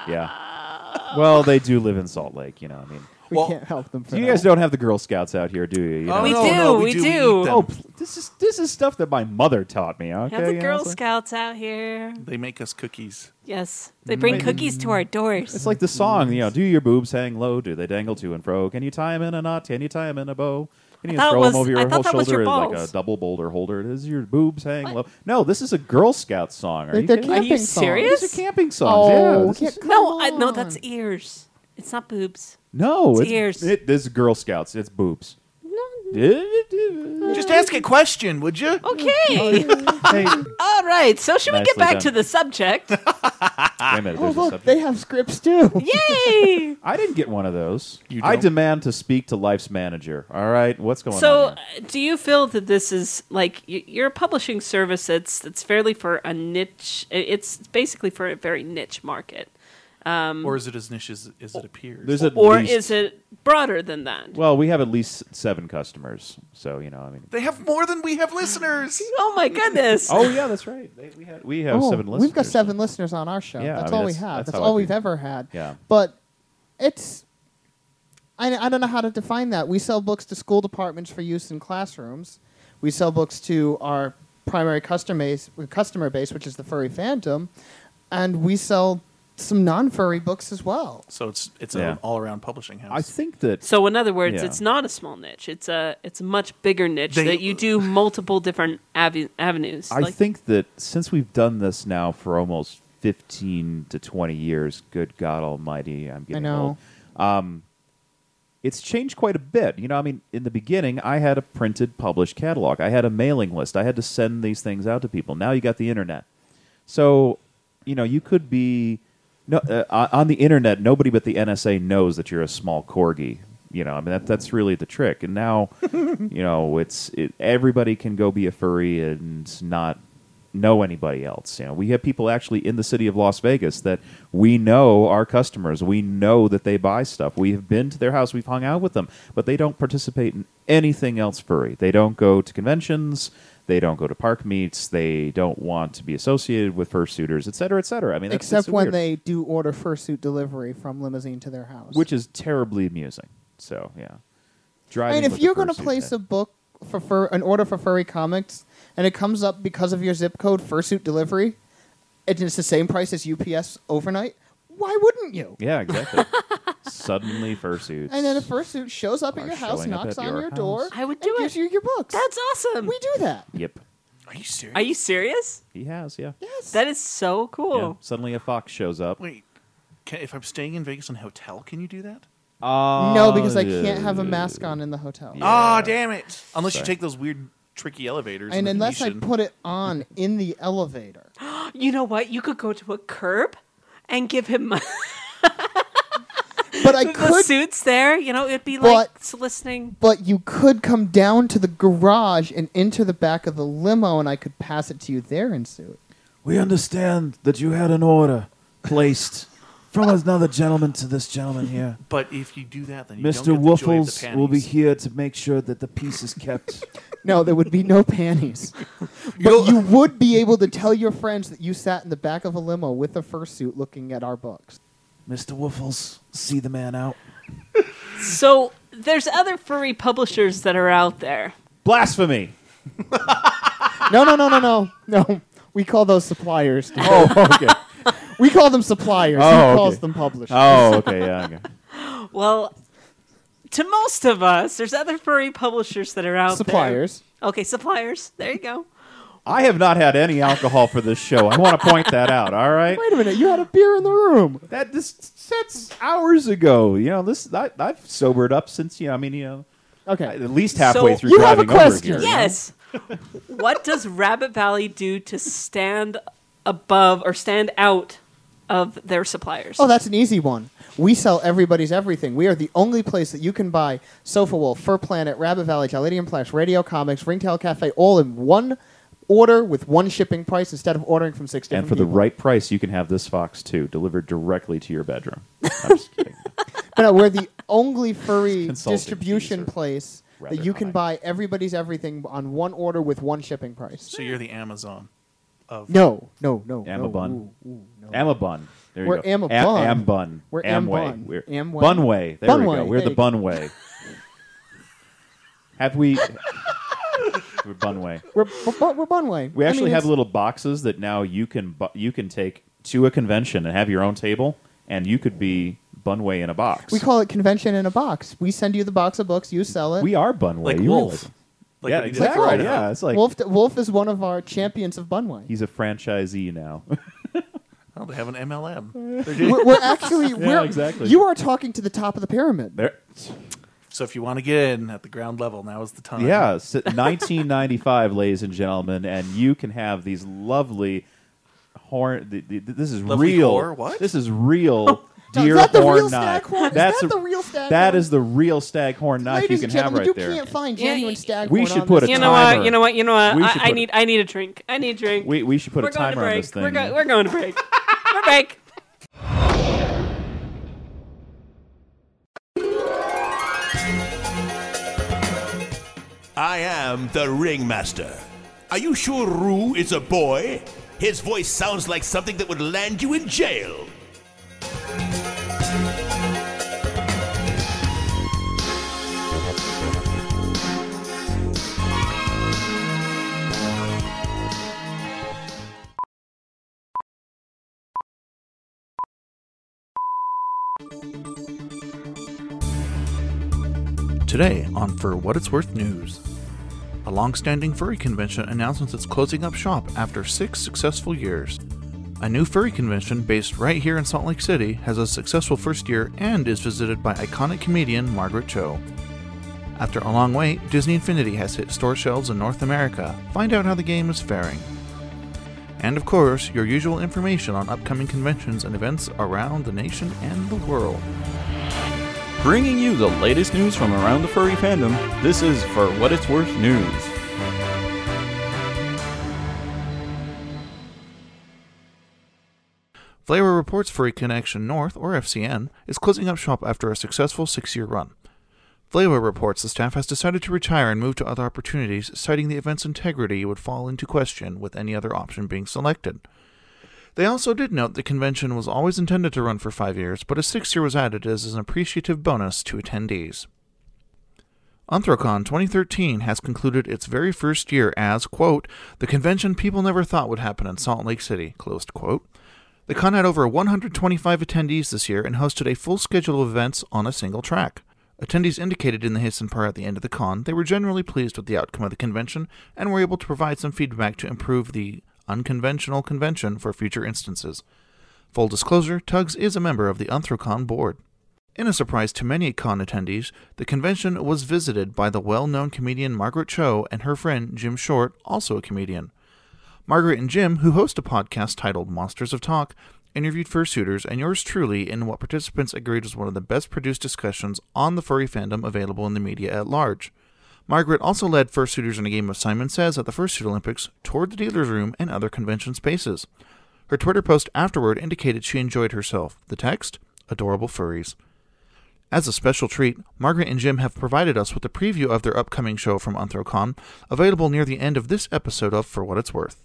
Speaker 1: yeah. Well, they do live in Salt Lake, you know. I mean,
Speaker 2: we
Speaker 4: Well,
Speaker 2: can't help them. For
Speaker 1: you
Speaker 2: that.
Speaker 1: guys don't have the Girl Scouts out here, do you? you
Speaker 4: Oh,
Speaker 1: know?
Speaker 3: We
Speaker 4: no,
Speaker 3: do,
Speaker 4: no,
Speaker 3: we
Speaker 4: We
Speaker 3: do.
Speaker 4: eat them.
Speaker 1: Oh, pl- this is this is stuff that my mother taught me. Okay,
Speaker 3: Have the
Speaker 1: you know,
Speaker 3: Girl
Speaker 1: it's like-
Speaker 3: Scouts out here.
Speaker 4: They make us cookies.
Speaker 3: Yes, they bring
Speaker 1: Mm.
Speaker 3: cookies to our
Speaker 1: It's
Speaker 3: doors.
Speaker 1: like the song, you know. Do your boobs hang low? Do they dangle to and fro? Can you tie 'em in a knot? Can you tie 'em in a bow? Can you
Speaker 3: I thought
Speaker 1: throw
Speaker 3: it
Speaker 1: 'em
Speaker 3: was-
Speaker 1: over your
Speaker 3: I thought
Speaker 1: whole
Speaker 3: that was
Speaker 1: shoulder
Speaker 3: your
Speaker 1: as like a
Speaker 3: balls.
Speaker 1: double boulder holder? Does your boobs hang
Speaker 3: What?
Speaker 1: low? No, this is a Girl Scout song. Are
Speaker 2: They're,
Speaker 1: you
Speaker 2: they're
Speaker 1: kidding?
Speaker 3: Are
Speaker 2: camping
Speaker 3: you
Speaker 2: songs.
Speaker 3: serious?
Speaker 1: These are camping songs.
Speaker 2: Oh,
Speaker 1: yeah,
Speaker 2: we
Speaker 1: this
Speaker 2: can't-
Speaker 1: is- Oh.
Speaker 2: come
Speaker 3: No, I, no, that's
Speaker 2: on.
Speaker 3: ears. It's not boobs.
Speaker 1: no,
Speaker 3: It's
Speaker 1: it's
Speaker 3: ears.
Speaker 1: It, this is Girl Scouts. It's boobs.
Speaker 4: Just ask a question, would you?
Speaker 3: Okay.
Speaker 5: hey,
Speaker 3: All right. So should we get
Speaker 1: Nicely
Speaker 3: back
Speaker 1: done.
Speaker 3: to the subject? Ah.
Speaker 1: Wait a minute,
Speaker 2: Oh
Speaker 1: there's a
Speaker 2: look,
Speaker 1: subject.
Speaker 2: they have scripts too.
Speaker 3: Yay!
Speaker 1: I didn't get one of those.
Speaker 4: You
Speaker 1: I
Speaker 4: don't?
Speaker 1: demand to speak to life's manager. All right, what's going
Speaker 3: So,
Speaker 1: on?
Speaker 3: uh, do you feel that this is like y- you're a publishing service that's that's fairly for a niche? i- It's basically for a very niche market, Um,
Speaker 4: Or is it as niche as, as it appears?
Speaker 1: There's at
Speaker 3: or
Speaker 1: least-
Speaker 3: is it broader than that?
Speaker 1: Well, we have at least seven customers, so you know. I mean,
Speaker 4: they have more than we have listeners.
Speaker 3: oh my goodness!
Speaker 1: oh yeah, that's right. They, we had we have
Speaker 2: Oh,
Speaker 1: seven listeners.
Speaker 2: We've got seven listeners on our show.
Speaker 1: Yeah, I
Speaker 2: that's
Speaker 1: mean,
Speaker 2: all we
Speaker 1: that's-
Speaker 2: have.
Speaker 1: that's
Speaker 2: That's,
Speaker 1: how I
Speaker 2: all we've
Speaker 1: feel.
Speaker 2: ever had.
Speaker 1: Yeah.
Speaker 2: But it's. I, I don't know how to define that. We sell books to school departments for use in classrooms. We sell books to our primary customer base, customer base which is the furry fandom. And we sell some non furry books as well.
Speaker 4: So it's it's
Speaker 1: Yeah.
Speaker 4: an all around publishing house.
Speaker 1: I think that
Speaker 3: So, in other words,
Speaker 1: Yeah.
Speaker 3: it's not a small niche. It's a it's a much bigger niche
Speaker 4: They-
Speaker 3: that you do multiple different ave- avenues.
Speaker 1: I
Speaker 3: Like,
Speaker 1: think that since we've done this now for almost fifteen to twenty years, good God Almighty, I'm getting
Speaker 2: know.
Speaker 1: old. Um, it's changed quite a bit. You know, I mean, in the beginning, I had a printed, published catalog. I had a mailing list. I had to send these things out to people. Now you got the internet, so you know you could be no uh, on- on the internet. Nobody but the NSA knows that you're a small corgi. You know, I mean that that's really the trick. And now, you know, it's it, everybody can go be a furry and not know anybody else. You know, we have people actually in the city of Las Vegas that we know our customers. We know that they buy stuff. We have been to their house. We've hung out with them, but they don't participate in anything else furry. They don't go to conventions. They don't go to park meets. They don't want to be associated with fursuiters, et cetera, et cetera. I mean, that's, it's
Speaker 2: Except when
Speaker 1: weird,
Speaker 2: they do order fursuit delivery from limousine to their house.
Speaker 1: which is terribly amusing. So yeah,
Speaker 2: I
Speaker 1: driving.
Speaker 2: mean, if
Speaker 1: with
Speaker 2: you're
Speaker 1: going to
Speaker 2: place a book for fur, an order for furry comics, and it comes up because of your zip code fursuit delivery, and it's the same price as UPS overnight. Why wouldn't you?
Speaker 1: yeah, exactly. Suddenly fursuits.
Speaker 2: And then a fursuit shows up at
Speaker 1: Are
Speaker 2: your house,
Speaker 1: showing up
Speaker 2: knocks
Speaker 1: at
Speaker 2: on
Speaker 1: your
Speaker 2: your, door,
Speaker 1: house.
Speaker 3: I would
Speaker 2: and
Speaker 3: do
Speaker 2: gives
Speaker 3: it.
Speaker 2: you your books.
Speaker 3: that's awesome.
Speaker 2: we do that.
Speaker 1: Yep,
Speaker 4: Are you serious?
Speaker 3: Are you serious?
Speaker 1: he has. Yeah.
Speaker 2: Yes.
Speaker 3: That is so cool.
Speaker 1: Yeah. Suddenly a fox shows up.
Speaker 4: Wait, can, if I'm staying in Vegas in a hotel, can you do that?
Speaker 2: no, because I can't
Speaker 1: Ah, Oh, yeah.
Speaker 2: have a mask on in the hotel.
Speaker 4: Ah, damn it! Unless you
Speaker 1: Sorry.
Speaker 4: take those weird, tricky elevators.
Speaker 2: And
Speaker 4: the
Speaker 2: unless I
Speaker 4: Venetian.
Speaker 2: put it on in the elevator.
Speaker 3: You know what? You could go to a curb and give him
Speaker 2: But I
Speaker 3: the
Speaker 2: could
Speaker 3: suits there. You know, it'd be like
Speaker 2: But-
Speaker 3: soliciting.
Speaker 2: but you could come down to the garage and into the back of the limo and I could pass it to you there in suit.
Speaker 1: We understand that you had an order placed from another gentleman to this gentleman here.
Speaker 4: But if you do that, then
Speaker 1: Mr.
Speaker 4: you Don't get the joy of the
Speaker 1: Wuffles will be
Speaker 4: panties.
Speaker 1: here to make sure that the peace is kept.
Speaker 2: No, there would be no panties.
Speaker 4: You'll-
Speaker 2: But you would be able to tell your friends that you sat in the back of a limo with a fursuit looking at our books.
Speaker 1: Mr. Wuffles, see the man out.
Speaker 3: So there's other furry publishers that are out there.
Speaker 1: Blasphemy!
Speaker 2: No, no, no, no, no. No. We call those suppliers. dude.
Speaker 1: Oh, okay.
Speaker 2: We call them suppliers.
Speaker 1: Oh,
Speaker 2: he
Speaker 1: okay.
Speaker 2: calls them publishers.
Speaker 1: oh, okay, yeah. Okay.
Speaker 3: Well, to most of us, there's other furry publishers that are out
Speaker 2: suppliers.
Speaker 3: there. Okay, suppliers. There you go.
Speaker 1: I have not had any alcohol for this show. I want to point that out, all right?
Speaker 2: Wait a minute, you had a beer in the room.
Speaker 1: That this that's hours ago. You know, this I, I've sobered up since, you know, I mean, you know,
Speaker 2: Okay.
Speaker 1: at least halfway
Speaker 3: So-
Speaker 1: through
Speaker 2: You have a
Speaker 1: driving over
Speaker 2: question.
Speaker 1: here.
Speaker 3: Yes. what does Rabbit Valley do to stand above or stand out of their suppliers?
Speaker 2: Oh, that's an easy one. We sell everybody's everything. We are the only place that you can buy Sofa Wolf, Fur Planet, Rabbit Valley, Jaladium Flash, Radio Comics, Ringtail Cafe, all in one order with one shipping price instead of ordering from six different
Speaker 1: And for the
Speaker 2: people.
Speaker 1: right price, you can have this Fox 2 delivered directly to your bedroom. I'm just kidding.
Speaker 2: But no, we're the only furry
Speaker 1: Consulting fees
Speaker 2: distribution
Speaker 1: are
Speaker 2: place that
Speaker 1: rather
Speaker 2: you can
Speaker 1: high.
Speaker 2: buy everybody's everything on one order with one shipping price.
Speaker 4: So you're the Amazon of
Speaker 2: No, no, no. no.
Speaker 1: Amabun.
Speaker 2: Ooh, ooh, no.
Speaker 1: Amabun. There you
Speaker 2: We're
Speaker 1: go.
Speaker 2: Amabun.
Speaker 1: Am- Ambun.
Speaker 2: We're
Speaker 1: Amway.
Speaker 2: Ambun.
Speaker 1: We're
Speaker 2: Amway.
Speaker 1: Bunway. There we go.
Speaker 2: Bunway.
Speaker 1: We're the
Speaker 2: There you go.
Speaker 1: Bunway. have we? we're Bunway.
Speaker 2: We're, we're, we're Bunway.
Speaker 1: We
Speaker 2: I
Speaker 1: actually
Speaker 2: mean,
Speaker 1: have
Speaker 2: it's-
Speaker 1: little boxes that now you can bu- you can take to a convention and have your own table, and you could be Bunway in a box.
Speaker 2: We call it convention in a box. We send you the box of books, you sell it.
Speaker 1: We are Bunway.
Speaker 4: like
Speaker 1: You
Speaker 4: Wolf.
Speaker 1: realize-
Speaker 4: Like
Speaker 1: yeah,
Speaker 4: what he did for
Speaker 1: exactly.
Speaker 4: Idaho.
Speaker 1: yeah, it's like
Speaker 2: Wolf, Wolf is one of our champions of Bunway.
Speaker 1: he's a franchisee now.
Speaker 4: Oh, they have an MLM. They're doing-
Speaker 2: We're, we're actually we're
Speaker 1: exactly.
Speaker 2: You are talking to the top of the pyramid.
Speaker 1: there.
Speaker 4: so if you want to get in at the ground level, now is the time.
Speaker 1: Yeah, s- 1995, ladies and gentlemen, and you can have these lovely horn. th- th- th- This is
Speaker 4: Lovely
Speaker 1: real.
Speaker 4: whore? What?
Speaker 1: This is real.
Speaker 2: No,
Speaker 1: Deer
Speaker 2: is that the
Speaker 1: horn
Speaker 2: real
Speaker 1: knife.
Speaker 2: stag horn? Is
Speaker 1: That's
Speaker 2: that
Speaker 1: a-
Speaker 2: the real stag
Speaker 1: that
Speaker 2: horn?
Speaker 1: is the real stag horn knife
Speaker 2: Ladies
Speaker 1: you can
Speaker 2: and
Speaker 1: have
Speaker 2: gentlemen,
Speaker 1: right
Speaker 2: you
Speaker 1: there.
Speaker 2: can't find
Speaker 3: Yeah,
Speaker 2: genuine
Speaker 3: y-
Speaker 2: stag
Speaker 1: We
Speaker 2: horn
Speaker 1: should
Speaker 2: on
Speaker 1: put
Speaker 2: this
Speaker 1: a
Speaker 3: you
Speaker 2: thing.
Speaker 3: know what?
Speaker 1: timer.
Speaker 3: You know what? You know what?
Speaker 1: We
Speaker 3: I,
Speaker 1: should
Speaker 3: I
Speaker 1: put-
Speaker 3: need. I need a drink. I need a drink.
Speaker 1: we we should put
Speaker 3: are
Speaker 1: a timer
Speaker 3: going to break.
Speaker 1: on this thing.
Speaker 3: We're, go- we're going to break. we're back.
Speaker 6: I am the ringmaster. Are you sure Rue is a boy? His voice sounds like something that would land you in jail.
Speaker 4: Today on For What It's Worth News. A long-standing furry convention announces it's closing up shop after six successful years. A new furry convention based right here in Salt Lake City has a successful first year and is visited by iconic comedian Margaret Cho. After a long wait, Disney Infinity has hit store shelves in North America. Find out how the game is faring. And of course, your usual information on upcoming conventions and events around the nation and the world.
Speaker 7: Bringing you the latest news from around the furry fandom, this is For What It's Worth News.
Speaker 4: Flavor reports Furry Connection North, or FCN, is closing up shop after a successful six year run. Flavor reports the staff has decided to retire and move to other opportunities, citing the event's integrity would fall into question with any other option being selected. They also did note the convention was always intended to run for five years, but a sixth year was added as an appreciative bonus to attendees. Anthrocon 2013 has concluded its very first year as, quote, the convention people never thought would happen in Salt Lake City, closed quote. The con had over 125 attendees this year and hosted a full schedule of events on a single track. Attendees indicated in the Hissing Par at the end of the con they were generally pleased with the outcome of the convention and were able to provide some feedback to improve the unconventional convention for future instances. Full disclosure, Tugs is a member of the Anthrocon board. In a surprise to many con attendees, the convention was visited by the well known comedian Margaret Cho and her friend Jim Short, also a comedian. Margaret and Jim, who host a podcast titled Monsters of Talk, interviewed fursuiters and yours truly in what participants agreed was one of the best produced discussions on the furry fandom available in the media at large. Margaret also led fursuiters in a game of Simon Says at the Fursuit Olympics, toured the dealer's room, and other convention spaces. Her Twitter post afterward indicated she enjoyed herself. The text? Adorable furries. As a special treat, Margaret and Jim have provided us with a preview of their upcoming show from Anthrocon, available near the end of this episode of For What It's Worth.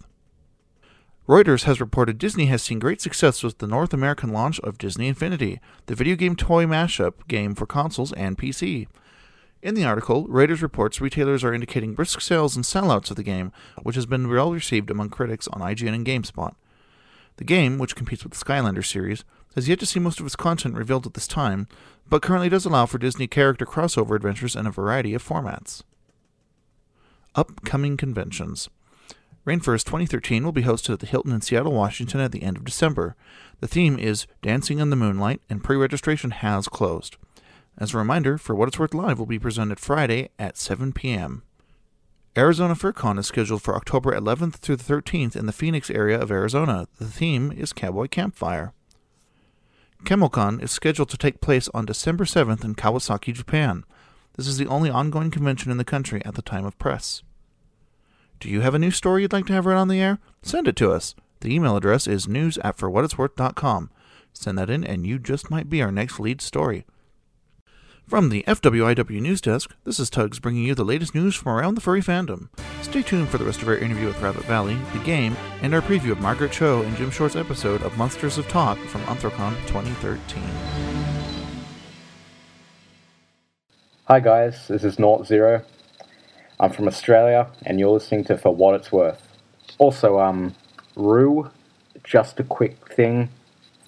Speaker 4: Reuters has reported Disney has seen great success with the North American launch of Disney Infinity, the video game toy mashup game for consoles and PC. In the article, Reuters reports retailers are indicating brisk sales and sellouts of the game, which has been well received among critics on IGN and GameSpot. The game, which competes with the Skylander series, has yet to see most of its content revealed at this time, but currently does allow for Disney character crossover adventures in a variety of formats. Upcoming conventions. Rainforest 2013 will be hosted at the Hilton in Seattle, Washington at the end of December. The theme is Dancing in the Moonlight, and pre registration has closed. As a reminder, For What It's Worth Live will be presented Friday at 7 p.m. Arizona FurCon is scheduled for October 11th through the 13th in the Phoenix area of Arizona. The theme is Cowboy Campfire. ChemoCon is scheduled to take place on December 7th in Kawasaki, Japan. This is the only ongoing convention in the country at the time of press. Do you have a news story you'd like to have read on the air? Send it to us. The email address is news at forwhatitsworth.com. Send that in, and you just might be our next lead story. From the FWIW News Desk, this is Tugs bringing you the latest news from around the furry fandom. Stay tuned for the rest of our interview with Rabbit Valley, the game, and our preview of Margaret Cho and Jim Short's episode of Monsters of Talk from Anthrocon 2013.
Speaker 8: Hi guys, this is Naught Zero. I'm from Australia, and you're listening to For What It's Worth. Also, um, Rue, just a quick thing.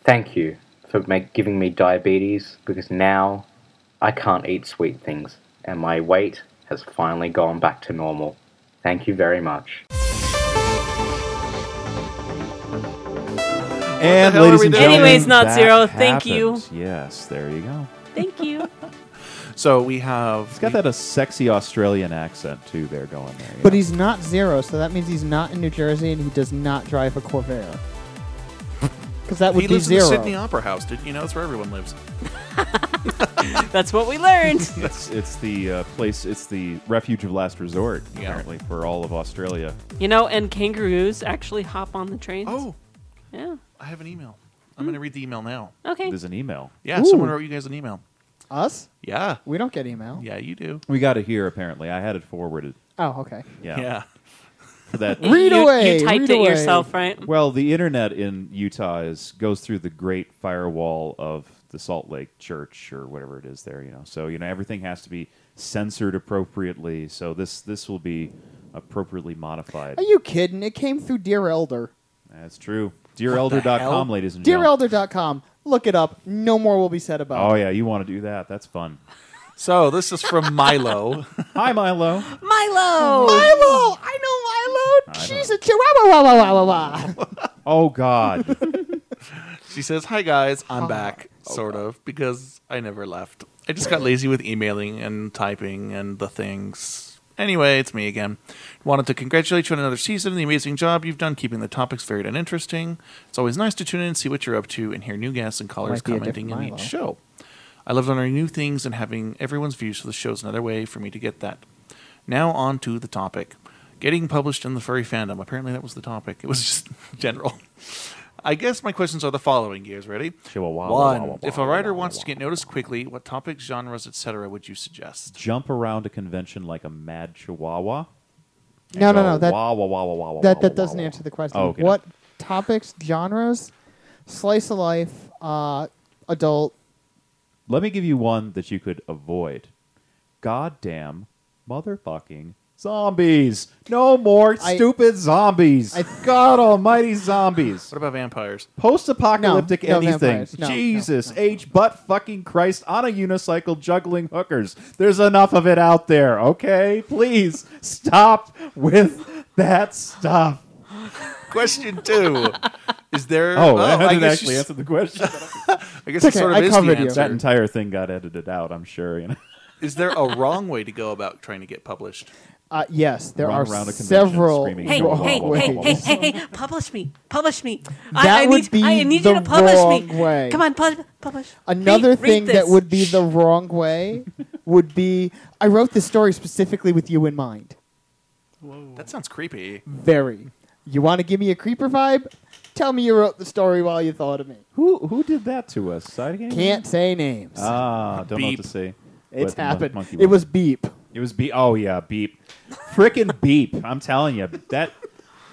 Speaker 8: Thank you for make, giving me diabetes because now I can't eat sweet things, and my weight has finally gone back to normal. Thank you very much.
Speaker 1: and
Speaker 4: hell
Speaker 1: ladies
Speaker 4: are we
Speaker 1: and
Speaker 4: doing?
Speaker 1: gentlemen,
Speaker 3: Anyways, not
Speaker 1: that
Speaker 3: zero. Thank you.
Speaker 1: happened. Yes, there you go.
Speaker 3: Thank you.
Speaker 4: So we have.
Speaker 1: He's got that a sexy Australian accent too. There going there. you
Speaker 2: But
Speaker 1: know?
Speaker 2: he's not zero, so that means he's not in New Jersey and he does not drive a Corvair. Because that would
Speaker 4: He
Speaker 2: be
Speaker 4: lives in
Speaker 2: zero.
Speaker 4: the Sydney Opera House. Did you know that's where everyone lives?
Speaker 3: That's what we learned.
Speaker 1: it's, it's the uh, place. It's the refuge of last resort
Speaker 4: Yeah.
Speaker 1: apparently for all of Australia.
Speaker 3: You know, and kangaroos actually hop on the trains.
Speaker 4: Oh,
Speaker 3: Yeah.
Speaker 4: I have an email. I'm going to read the email now.
Speaker 3: Okay.
Speaker 1: There's an email.
Speaker 4: Yeah,
Speaker 2: Ooh.
Speaker 4: someone wrote you guys an email.
Speaker 2: Us?
Speaker 4: Yeah.
Speaker 2: We don't get email.
Speaker 4: Yeah, you do.
Speaker 1: We got it here apparently. I had it forwarded.
Speaker 2: Oh, okay.
Speaker 1: Yeah.
Speaker 4: Yeah.
Speaker 1: For that.
Speaker 2: Read
Speaker 3: you,
Speaker 2: away,
Speaker 3: You typed
Speaker 2: read
Speaker 3: it
Speaker 2: away.
Speaker 3: yourself, right?
Speaker 1: Well, the internet in Utah is goes through the Great Firewall of the Salt Lake Church or whatever it is there. You know, so you know everything has to be censored appropriately. So this this will be appropriately modified.
Speaker 2: Are you kidding? It came through Dear Elder.
Speaker 1: That's true. DearElder.com, ladies and gentlemen.
Speaker 2: DearElder.com. Look it up. No more will be said about
Speaker 1: Oh
Speaker 2: it.
Speaker 1: yeah, you want to do that? That's fun.
Speaker 4: So this is from Milo.
Speaker 1: Hi, Milo.
Speaker 3: Milo!
Speaker 2: Oh, Milo! I know Milo!
Speaker 1: I
Speaker 2: She's a chihuahua. Wah, wah, wah, wah, wah.
Speaker 1: Oh God.
Speaker 4: she says, Hi guys,
Speaker 2: Oh,
Speaker 4: I'm back. Sort of, because I never left. I just got lazy with emailing and typing and the things. Anyway, it's me again. Wanted to congratulate you on another season, the amazing job you've done keeping the topics varied and interesting. It's always nice to tune in and see what you're up to and hear new guests and callers
Speaker 2: Might be a
Speaker 4: commenting in
Speaker 2: different
Speaker 4: each
Speaker 2: Milo.
Speaker 4: show. I love learning new things and having everyone's views for the show's another way for me to get that. Now on to the topic. Getting published in the furry fandom. Apparently that was the topic. It was just general. I guess my questions are the following. Gears ready?
Speaker 1: Chihuahua, wah, wah, wah,
Speaker 4: One. If
Speaker 1: wah,
Speaker 4: a writer
Speaker 1: wah,
Speaker 4: wants
Speaker 1: wah.
Speaker 4: to get noticed quickly, what topics, genres, etc., would you suggest?
Speaker 1: Jump around a convention like a mad Chihuahua. and
Speaker 2: No,
Speaker 1: go
Speaker 2: no, no. That,
Speaker 1: wah, wah, wah, wah, wah, wah,
Speaker 2: that,
Speaker 1: wah,
Speaker 2: that
Speaker 1: wah,
Speaker 2: doesn't
Speaker 1: wah.
Speaker 2: answer the question.
Speaker 1: Oh, okay.
Speaker 2: What topics, genres? Slice of life, uh, adult.
Speaker 1: Let me give you one that you could avoid. Goddamn motherfucking zombies. No more
Speaker 2: I-
Speaker 1: stupid zombies.
Speaker 2: I-
Speaker 1: God almighty zombies.
Speaker 4: What about vampires?
Speaker 1: Post apocalyptic
Speaker 2: No, no
Speaker 1: anything.
Speaker 2: vampires. No, no,
Speaker 1: Jesus
Speaker 2: no, no.
Speaker 1: H butt fucking Christ on a unicycle juggling hookers. There's enough of it out there, okay? Please stop with that stuff.
Speaker 4: Question two. Is there?
Speaker 1: Oh, I
Speaker 4: I
Speaker 1: didn't
Speaker 4: Oh, guess
Speaker 1: Oh, actually
Speaker 4: you s-
Speaker 1: answer the question.
Speaker 4: I
Speaker 2: It's
Speaker 4: guess it
Speaker 2: okay,
Speaker 4: sort of
Speaker 2: I
Speaker 4: is
Speaker 2: covered
Speaker 4: the
Speaker 2: you.
Speaker 4: answer.
Speaker 1: That entire thing got edited out. I'm sure. You know.
Speaker 4: is there a wrong way to go about trying to get published?
Speaker 2: Uh, yes, there
Speaker 1: Run
Speaker 2: are
Speaker 1: around a convention
Speaker 2: several.
Speaker 1: screaming,
Speaker 3: Hey,
Speaker 1: Wrong
Speaker 3: hey,
Speaker 1: way.
Speaker 3: hey, hey, hey, hey, publish me. Publish me.
Speaker 2: That
Speaker 3: I, I
Speaker 2: would
Speaker 3: need,
Speaker 2: be
Speaker 3: I need
Speaker 2: the
Speaker 3: you to publish
Speaker 2: wrong
Speaker 3: me.
Speaker 2: way.
Speaker 3: Come on, pub- publish.
Speaker 2: Another
Speaker 3: Read- read
Speaker 2: thing that
Speaker 3: this.
Speaker 2: would be the wrong way would be I wrote this story specifically with you in mind.
Speaker 4: That sounds creepy.
Speaker 2: Very. You want to give me a creeper vibe? Tell me you wrote the story while you thought of me.
Speaker 1: Who who did that to us? Side game?
Speaker 2: Can't say names.
Speaker 1: Ah, don't know what
Speaker 4: Beep.
Speaker 1: to say.
Speaker 2: it's
Speaker 1: But the mon-
Speaker 2: happened.
Speaker 1: monkey
Speaker 2: It
Speaker 1: woman.
Speaker 2: was beep.
Speaker 1: It was beep. Oh yeah, beep. Frickin' beep! I'm telling you that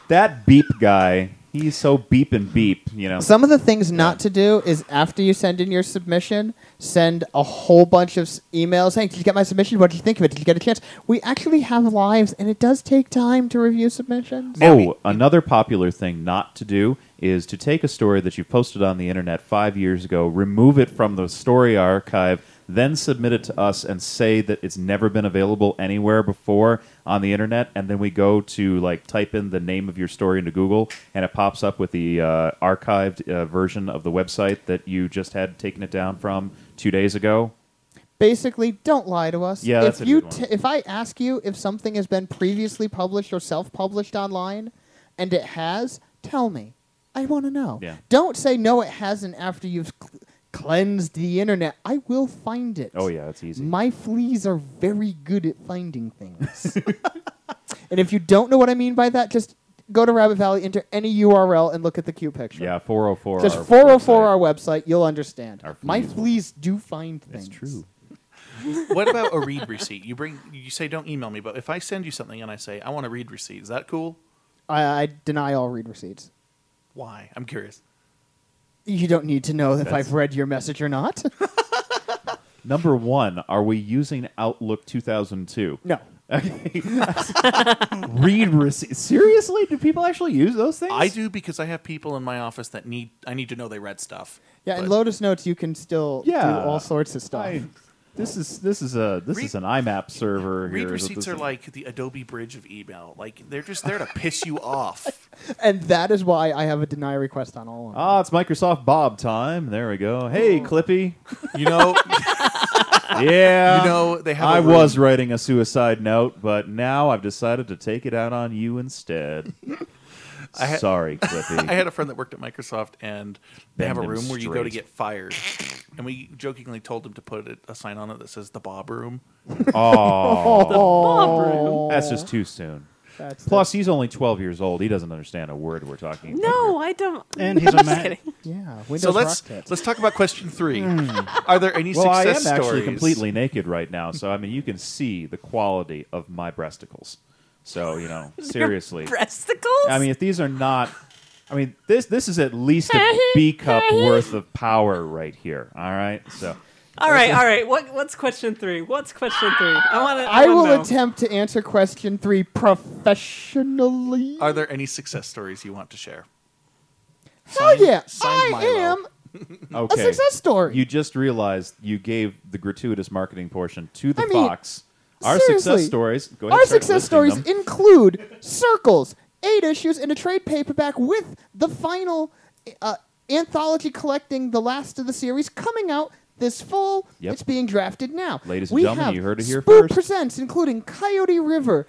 Speaker 1: that beep guy. He's so beep and beep. You know.
Speaker 2: Some of the things not to do is after you send in your submission, send a whole bunch of s- emails. Hey, did you get my submission? What did you think of it? Did you get a chance? We actually have lives, and it does take time to review submissions.
Speaker 1: Oh, another popular thing not to do is to take a story that you posted on the internet five years ago, remove it from the story archive, then submit it to us and say that it's never been available anywhere before on the internet, and then we go to like type in the name of your story into Google, and it pops up with the uh, archived uh, version of the website that you just had taken it down from two days ago.
Speaker 2: Basically, don't lie to us.
Speaker 1: Yeah,
Speaker 2: if
Speaker 1: that's a
Speaker 2: you
Speaker 1: good one.
Speaker 2: t- if I ask you if something has been previously published or self-published online, and it has, tell me. I want to know.
Speaker 1: Yeah.
Speaker 2: Don't say no, it hasn't. After you've cl- cleansed the internet, I will find it.
Speaker 1: Oh yeah, that's easy.
Speaker 2: My fleas are very good at finding things. and if you don't know what I mean by that, just go to Rabbit Valley, enter any URL, and look at the cute picture.
Speaker 1: yeah, four hundred four.
Speaker 2: Just 404 our website, you'll understand.
Speaker 1: Our
Speaker 2: My
Speaker 1: fleas will-
Speaker 2: fleas do find things.
Speaker 1: That's true.
Speaker 4: What about a read receipt? You bring, you say, don't email me, but if I send you something and I say I want a read receipt, is that cool?
Speaker 2: I, I deny all read receipts.
Speaker 4: Why? I'm curious.
Speaker 2: You don't need to know if
Speaker 1: That's-
Speaker 2: I've read your message or not.
Speaker 1: Number one, are we using Outlook 2002?
Speaker 2: no.
Speaker 1: Read receipts. Seriously? Do people actually use those things?
Speaker 4: I do because I have people in my office that need. I need to know they read stuff.
Speaker 2: Yeah, in
Speaker 4: But
Speaker 2: Lotus Notes, you can still do
Speaker 1: Yeah.
Speaker 2: all sorts of stuff.
Speaker 1: I- this is this is a this
Speaker 4: Read-
Speaker 1: is an IMAP server.
Speaker 4: read
Speaker 1: here.
Speaker 4: receipts
Speaker 1: This
Speaker 4: are
Speaker 1: is-
Speaker 4: like the Adobe Bridge of email. Like they're just there to piss you off.
Speaker 2: And that is why I have a deny request on all of them.
Speaker 1: ah, it's Microsoft Bob time. There we go. Hey, Clippy.
Speaker 4: You know,
Speaker 1: Yeah,
Speaker 4: You know, they have a
Speaker 1: I
Speaker 4: room-
Speaker 1: was writing a suicide note, but now I've decided to take it out on you instead.
Speaker 4: I ha-
Speaker 1: Sorry, Clippy.
Speaker 4: I had a friend that worked at Microsoft, and they have a
Speaker 1: Bend him
Speaker 4: room where you go to
Speaker 1: straight.
Speaker 4: get fired. And we jokingly told him to put a, a sign on it that says the Bob Room.
Speaker 1: Oh.
Speaker 4: Oh.
Speaker 1: That's just too soon.
Speaker 2: That's
Speaker 1: Plus, he's only 12 years old. He doesn't understand a word we're talking about.
Speaker 3: No, I don't.
Speaker 5: And he's a
Speaker 3: I'm
Speaker 5: man.
Speaker 3: kidding.
Speaker 2: yeah, Windows
Speaker 4: so let's
Speaker 2: Rocket.
Speaker 4: let's talk about question three. Are there any
Speaker 1: Hmm. Well, I am
Speaker 4: success
Speaker 1: actually
Speaker 4: stories?
Speaker 1: completely naked right now, so I mean, you can see the quality of my breasticles. So you know, seriously,
Speaker 3: Breasticles?
Speaker 1: I mean, if these are not, I mean, this this is at least a B cup worth of power right here. All right, so
Speaker 3: all right, all right. What, what's question three? What's question three? I want to.
Speaker 2: I will
Speaker 3: know.
Speaker 2: attempt to answer question three professionally.
Speaker 1: Uh,
Speaker 4: Are there any success stories you want to share?
Speaker 2: Hell yeah,
Speaker 4: signed
Speaker 2: I
Speaker 4: Milo.
Speaker 2: am a
Speaker 1: okay,
Speaker 2: success story.
Speaker 1: you just realized you gave the gratuitous marketing portion to the
Speaker 2: I mean,
Speaker 1: Fox. Our
Speaker 2: seriously,
Speaker 1: success stories. Go ahead.
Speaker 2: Our
Speaker 1: and start
Speaker 2: success
Speaker 1: listing
Speaker 2: stories
Speaker 1: them.
Speaker 2: include Circles, eight issues in a trade paperback with the final uh, anthology collecting the last of the series coming out this fall.
Speaker 1: Yep.
Speaker 2: It's being drafted now.
Speaker 1: Ladies and
Speaker 2: we
Speaker 1: gentlemen,
Speaker 2: have
Speaker 1: you heard it here
Speaker 2: Spook
Speaker 1: first.
Speaker 2: Presents, including Coyote River,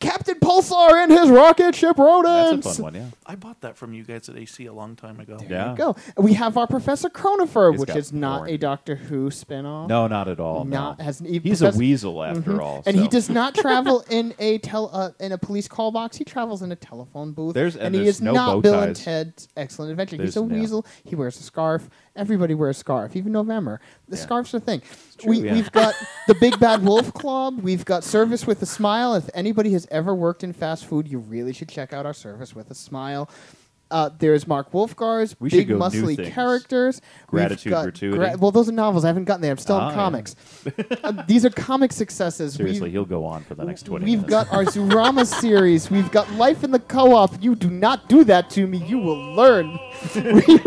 Speaker 2: Captain Pulsar and his rocket ship Rodents.
Speaker 1: That's a fun one. Yeah.
Speaker 4: I bought that from you guys at AC a long time ago.
Speaker 1: Yeah.
Speaker 2: go. We have our Professor Cronenfer,
Speaker 1: He's
Speaker 2: which
Speaker 1: got
Speaker 2: is not
Speaker 1: horn.
Speaker 2: a Doctor Who spinoff.
Speaker 1: No, not at all.
Speaker 2: Not-
Speaker 1: no.
Speaker 2: has- he-
Speaker 1: He's
Speaker 2: because- Mm-hmm.
Speaker 1: a weasel after all.
Speaker 2: And he
Speaker 1: so.
Speaker 2: does not travel in a tel- uh, in a police call box. He travels in a telephone booth.
Speaker 1: There's-
Speaker 2: and,
Speaker 1: and
Speaker 2: he
Speaker 1: there's
Speaker 2: is
Speaker 1: no
Speaker 2: not
Speaker 1: bow
Speaker 2: Bill and
Speaker 1: ties.
Speaker 2: Ted's Excellent Adventure. He's
Speaker 1: There's-
Speaker 2: a
Speaker 1: yeah.
Speaker 2: weasel. He wears a scarf. Everybody wears a scarf, even November. The scarf's a thing. we,
Speaker 1: yeah.
Speaker 2: We've got the Big Bad Wolf Club. We've got Service with a Smile. If anybody has ever worked in fast food, you really should check out our Service with a Smile. Uh, there's Mark Wolfgar's
Speaker 1: We should
Speaker 2: big
Speaker 1: go new
Speaker 2: muscly
Speaker 1: things.
Speaker 2: characters. We've
Speaker 1: Gratitude,
Speaker 2: got
Speaker 1: gratuity.
Speaker 2: well, those are novels. I haven't gotten there. I'm still
Speaker 1: Ah,
Speaker 2: in
Speaker 1: yeah.
Speaker 2: comics. Uh, these are comic successes.
Speaker 1: Seriously,
Speaker 2: We've-
Speaker 1: he'll go on for the next 20
Speaker 2: We've
Speaker 1: minutes.
Speaker 2: got our Zurama series. We've got Life in the Co-op. You do not do that to me. You will learn. We-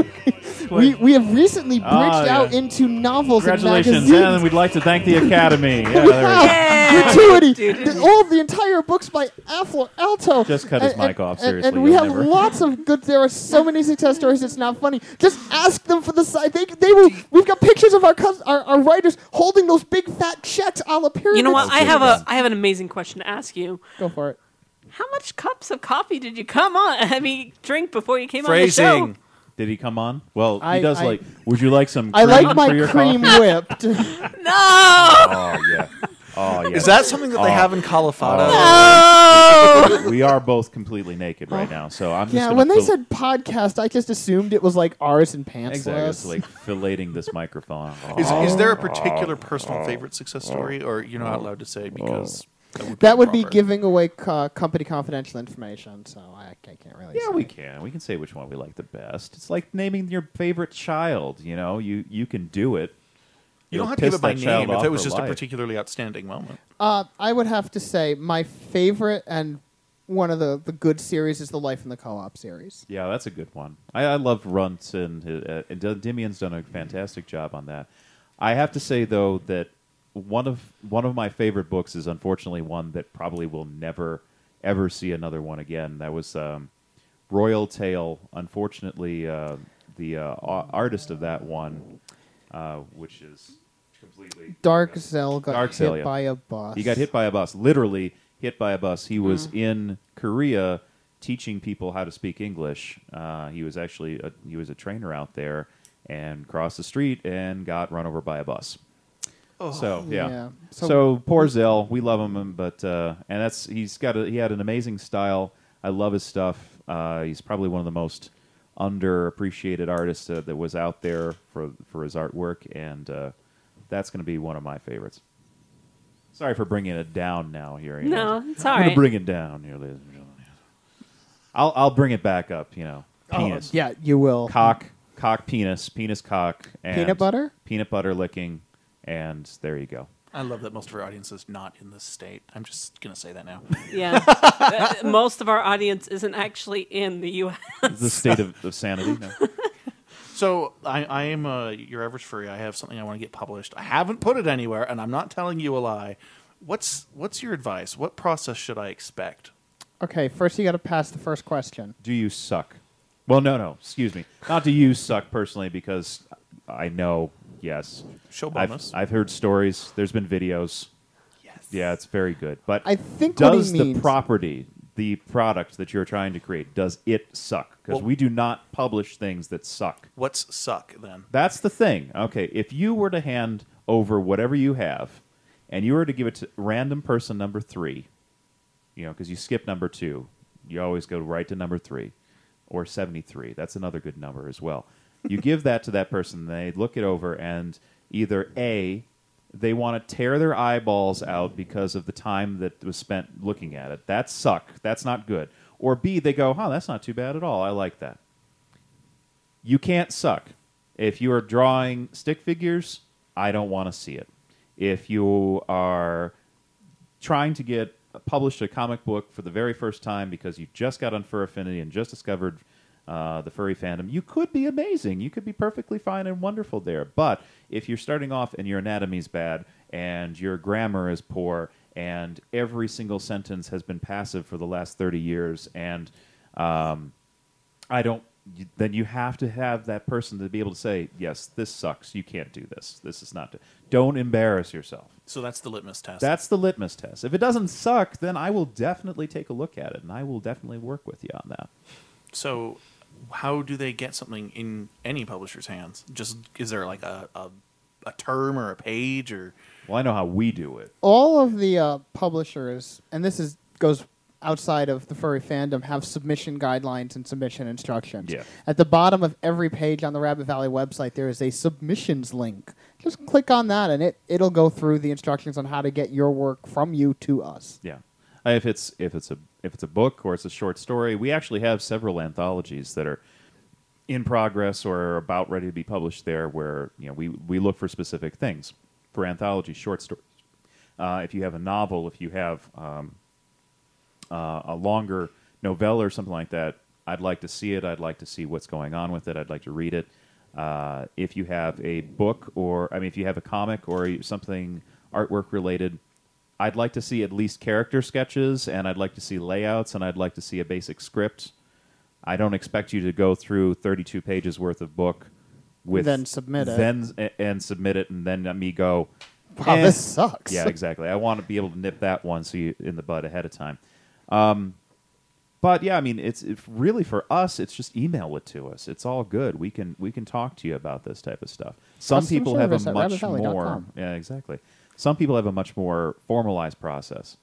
Speaker 2: We,
Speaker 7: play.
Speaker 2: we have recently bridged
Speaker 1: Ah, yeah.
Speaker 2: out into novels and magazines.
Speaker 1: Congratulations, and we'd like to thank the Academy. Yeah, there we go.
Speaker 2: Wow. Gratuity. The- all the entire books by Aflo Alto.
Speaker 1: Just cut his
Speaker 2: And-
Speaker 1: mic
Speaker 2: and-
Speaker 1: off,
Speaker 2: and-
Speaker 1: seriously,
Speaker 2: And we
Speaker 1: you'll
Speaker 2: have
Speaker 1: never-
Speaker 2: lots of good. There are so many success stories. It's not funny. Just ask them for the side. They, they will. We've got pictures of our, cus- our our writers holding those big fat checks a la pyramid.
Speaker 3: You know what? I
Speaker 2: scheme.
Speaker 3: have a I have an amazing question to ask you.
Speaker 2: Go for it.
Speaker 3: How much cups of coffee did you come on? I mean, drink before you came on the show.
Speaker 4: Phrasing.
Speaker 1: Did he come on? Well,
Speaker 2: I-
Speaker 1: he does
Speaker 2: I-
Speaker 1: like. Would you like some?
Speaker 2: I
Speaker 1: cream
Speaker 2: like
Speaker 1: for
Speaker 2: my
Speaker 1: your
Speaker 2: cream
Speaker 1: coffee?
Speaker 2: whipped.
Speaker 3: No,
Speaker 1: Oh yeah. Oh yeah.
Speaker 4: Is that something that they have in Califado?
Speaker 1: we are both completely naked right now, so I'm just.
Speaker 2: Oh. yeah,
Speaker 1: gonna
Speaker 2: when they
Speaker 1: fil-
Speaker 2: said podcast, I just assumed it was like ours and pants.
Speaker 1: exactly, it's
Speaker 2: less.
Speaker 1: like filleting this microphone. Oh,
Speaker 4: Is, is there a particular personal favorite success story, or you're
Speaker 1: Oh.
Speaker 4: not allowed to say because
Speaker 2: that would be
Speaker 4: improper.
Speaker 2: giving away co- company confidential information, so I, I can't really.
Speaker 1: Yeah,
Speaker 2: say.
Speaker 1: we can. We can say which one we like the best. It's like naming your favorite child. You know, you you can do it.
Speaker 4: You
Speaker 1: You'll
Speaker 4: don't have to give
Speaker 1: piss
Speaker 4: it by
Speaker 1: that child
Speaker 4: name if
Speaker 1: off
Speaker 4: it was
Speaker 1: for
Speaker 4: just a
Speaker 1: life.
Speaker 4: particularly outstanding moment.
Speaker 2: Uh, I would have to say my favorite and one of the, the good series is the Life in the Co-op series.
Speaker 1: Yeah, that's a good one. I, I love Runts, and, uh, and Dimian's done a fantastic job on that. I have to say though that one of one of my favorite books is unfortunately one that probably will never ever see another one again. That was um, Royal Tale. Unfortunately, uh, the uh, a- artist of that one, uh, which is completely
Speaker 2: Dark Zell got
Speaker 1: Dark
Speaker 2: hit
Speaker 1: Zell, yeah.
Speaker 2: by a bus.
Speaker 1: he got hit by a bus, literally hit by a bus. He was in Korea teaching people how to speak English. Uh, he was actually a, he was a trainer out there and crossed the street and got run over by a bus. So yeah.
Speaker 2: Yeah. So-
Speaker 1: So, poor Zell, we love him, but uh, and that's he's got a, he had an amazing style. I love his stuff. Uh, he's probably one of the most underappreciated artists uh, that was out there for for his artwork, and uh, that's going to be one of my favorites. Sorry for bringing it down now here. you know.
Speaker 3: no, it's
Speaker 1: I'm
Speaker 3: all
Speaker 1: going to
Speaker 3: right.
Speaker 1: bring it down here, ladies and gentlemen. I'll I'll bring it back up. You know, penis,
Speaker 2: Oh, Yeah, you will.
Speaker 1: cock, cock, penis, penis, cock, and
Speaker 2: Peanut butter?
Speaker 1: peanut butter licking, and there you go.
Speaker 4: I love that most of our audience is not in this state. I'm just gonna say that now.
Speaker 3: yeah, Uh, most of our audience isn't actually in the U.S.
Speaker 1: the state of, of sanity. No.
Speaker 4: So I, I am uh, your average furry. I have something I want to get published. I haven't put it anywhere, and I'm not telling you a lie. What's what's your advice? What process should I expect?
Speaker 2: Okay, first you got to pass the first question.
Speaker 1: Do you suck? Well, no, no. Excuse me. Not do you suck personally, because I know. Yes.
Speaker 4: Show
Speaker 1: I've,
Speaker 4: bonus.
Speaker 1: I've heard stories. There's been videos.
Speaker 4: yes.
Speaker 1: Yeah, it's very good. But
Speaker 2: I think what he
Speaker 1: does the
Speaker 2: means-
Speaker 1: property, the product that you're trying to create, does it suck? Because
Speaker 4: Well-
Speaker 1: we do not publish things that suck.
Speaker 4: What's suck then?
Speaker 1: That's the thing. Okay, if you were to hand over whatever you have, and you were to give it to random person number three, you know, because you skip number two, you always go right to number three, or seventy-three. That's another good number as well. You give that to that person, they look it over, and either a they want to tear their eyeballs out because of the time that was spent looking at it. That suck. That's not good. Or B, they go, huh, that's not too bad at all. I like that you can't suck. If you are drawing stick figures, I don't want to see it. If you are trying to get published a comic book for the very first time because you just got on Fur Affinity and just discovered uh, the furry fandom, you could be amazing. You could be perfectly fine and wonderful there. But if you're starting off and your anatomy's bad and your grammar is poor and every single sentence has been passive for the last 30 years and I don't. you- Then you have to have that person to be able to say, "Yes, this sucks. You can't do this. This is not." Don't embarrass yourself.
Speaker 4: So that's the litmus test.
Speaker 1: That's the litmus test. If it doesn't suck, then I will definitely take a look at it, and I will definitely work with you on that.
Speaker 4: So, how do they get something in any publisher's hands? Just is there like a a, a term or a page or
Speaker 1: Well, I know how we do it.
Speaker 2: all of the uh, publishers, and this is goes outside of the furry fandom, have submission guidelines and submission instructions.
Speaker 1: Yeah.
Speaker 2: At the bottom of every page on the Rabbit Valley website, there is a submissions link. Just click on that, and it it'll go through the instructions on how to get your work from you to us.
Speaker 1: Yeah, Uh, if it's if it's a if it's a book or it's a short story, we actually have several anthologies that are in progress or are about ready to be published. There, where you know we we look for specific things for anthologies, short stories. Uh, if you have a novel, if you have um, uh, a longer novella or something like that, I'd like to see it. I'd like to see what's going on with it. I'd like to read it. Uh, if you have a book or, I mean, if you have a comic or something artwork related, I'd like to see at least character sketches and I'd like to see layouts and I'd like to see a basic script. I don't expect you to go through 32 pages worth of book with
Speaker 2: Then submit it.
Speaker 1: then and, and submit it and then me go
Speaker 2: Wow,
Speaker 1: "Eh."
Speaker 2: this sucks.
Speaker 1: yeah, exactly. I want to be able to nip that one so you in the bud ahead of time. Um, but yeah, I mean, it's if really for us, it's just email it to us. It's all good. We can we can talk to you about this type of stuff. Some
Speaker 2: Customer
Speaker 1: people have a
Speaker 2: service at
Speaker 1: much
Speaker 2: rabbitalley.com.
Speaker 1: more yeah, exactly. Some people have a much more formalized process.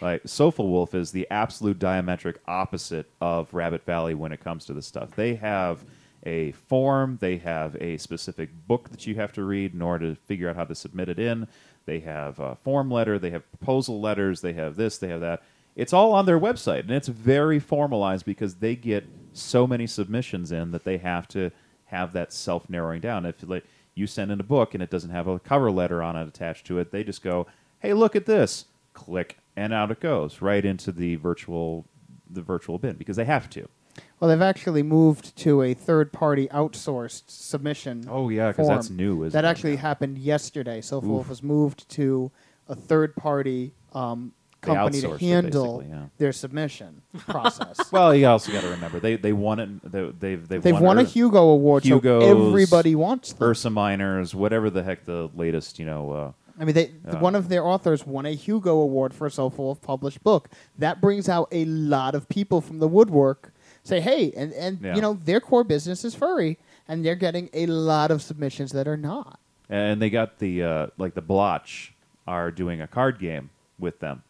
Speaker 1: Like Sofa Wolf is the absolute diametric opposite of Rabbit Valley when it comes to this stuff. They have a form, they have a specific book that you have to read in order to figure out how to submit it in. They have a form letter, they have proposal letters, they have this, they have that. It's all on their website, and it's very formalized because they get so many submissions in that they have to have that self narrowing down. If like, you send in a book and it doesn't have a cover letter on it attached to it, they just go, "Hey, look at this!" Click, and out it goes right into the virtual the virtual bin because they have to.
Speaker 2: Well, they've actually moved to a third-party outsourced submission.
Speaker 1: Oh, yeah, 'cause that's
Speaker 2: form.
Speaker 1: new, isn't
Speaker 2: that
Speaker 1: it?
Speaker 2: actually happened yesterday. So Wolf was moved to a third-party um,
Speaker 1: They
Speaker 2: company to
Speaker 1: outsourced it,
Speaker 2: handle
Speaker 1: basically, yeah.
Speaker 2: their submission process.
Speaker 1: Well, you also got to remember they they won it. They, they've they've,
Speaker 2: They've won, a
Speaker 1: Ur-
Speaker 2: Hugo Award,
Speaker 1: Hugos,
Speaker 2: so everybody wants them.
Speaker 1: Ursa Miners, whatever the heck the latest you know. Uh,
Speaker 2: I mean, they, th- one of their authors won a Hugo Award for a so full of published book. That brings out a lot of people from the woodwork. Say, hey, and, and
Speaker 1: Yeah.
Speaker 2: you know, their core business is furry, and they're getting a lot of submissions that are not.
Speaker 1: and they got the uh, like the blotch are doing a card game with them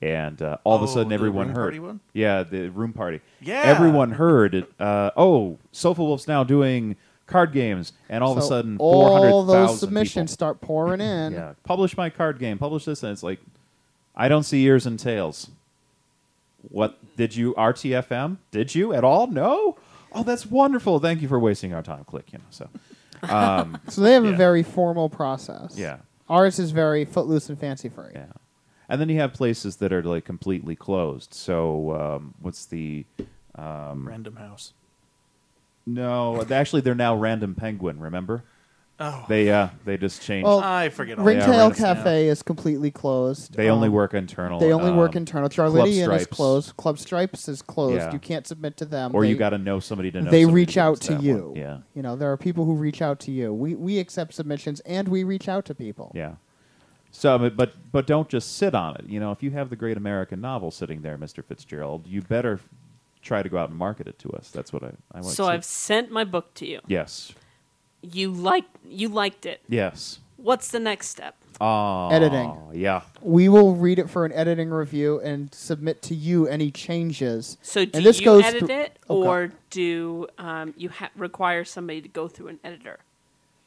Speaker 1: and uh, all of a
Speaker 4: Oh,
Speaker 1: sudden
Speaker 4: the
Speaker 1: everyone
Speaker 4: room
Speaker 1: heard
Speaker 4: party one?
Speaker 1: yeah the room party
Speaker 4: Yeah.
Speaker 1: everyone heard it, uh, oh sofa wolf's now doing card games and all of
Speaker 2: So
Speaker 1: a sudden
Speaker 2: all
Speaker 1: 400,000
Speaker 2: those submissions
Speaker 1: people,
Speaker 2: start pouring in.
Speaker 1: yeah publish my card game publish this and it's like i don't see ears and tails what did you rtfm did you at all no oh that's wonderful thank you for wasting our time click you know so
Speaker 2: So they have
Speaker 1: Yeah.
Speaker 2: a very formal process.
Speaker 1: Yeah.
Speaker 2: Ours is very footloose and fancy furry.
Speaker 1: Yeah, and then you have places that are like completely closed. So um, what's the? Um,
Speaker 4: Random House.
Speaker 1: No, actually, they're now Random Penguin. Remember?
Speaker 4: Oh.
Speaker 1: They uh, they just changed.
Speaker 2: Well,
Speaker 4: I forget all that.
Speaker 2: Ringtail
Speaker 1: right,
Speaker 2: Cafe is completely closed.
Speaker 1: they only
Speaker 2: Um,
Speaker 1: work internal.
Speaker 2: They only work
Speaker 1: um,
Speaker 2: internal.
Speaker 1: Club
Speaker 2: Charlatan is
Speaker 1: Stripes.
Speaker 2: closed. Club Stripes is closed.
Speaker 1: Yeah.
Speaker 2: You can't submit to them.
Speaker 1: Or
Speaker 2: they,
Speaker 1: you got to know somebody to know.
Speaker 2: They
Speaker 1: somebody
Speaker 2: reach out
Speaker 1: that's
Speaker 2: to
Speaker 1: that
Speaker 2: you.
Speaker 1: one. Yeah,
Speaker 2: You know, there are people who reach out to you. We we accept submissions and we reach out to people.
Speaker 1: yeah. So, but- but but don't just sit on it. You know, if you have the great American novel sitting there, Mister Fitzgerald, you better try to go out and market it to us. That's what I. I want
Speaker 3: So
Speaker 1: to see.
Speaker 3: I've sent my book to you.
Speaker 1: Yes.
Speaker 3: You liked you liked it.
Speaker 1: Yes.
Speaker 3: What's the next step?
Speaker 2: Editing.
Speaker 1: Oh, yeah.
Speaker 2: We will read it for an editing review and submit to you any changes.
Speaker 3: So do
Speaker 2: and this
Speaker 3: you
Speaker 2: goes
Speaker 3: edit
Speaker 2: through-
Speaker 3: it,
Speaker 2: Oh, God.
Speaker 3: or do um, you ha- require somebody to go through an editor?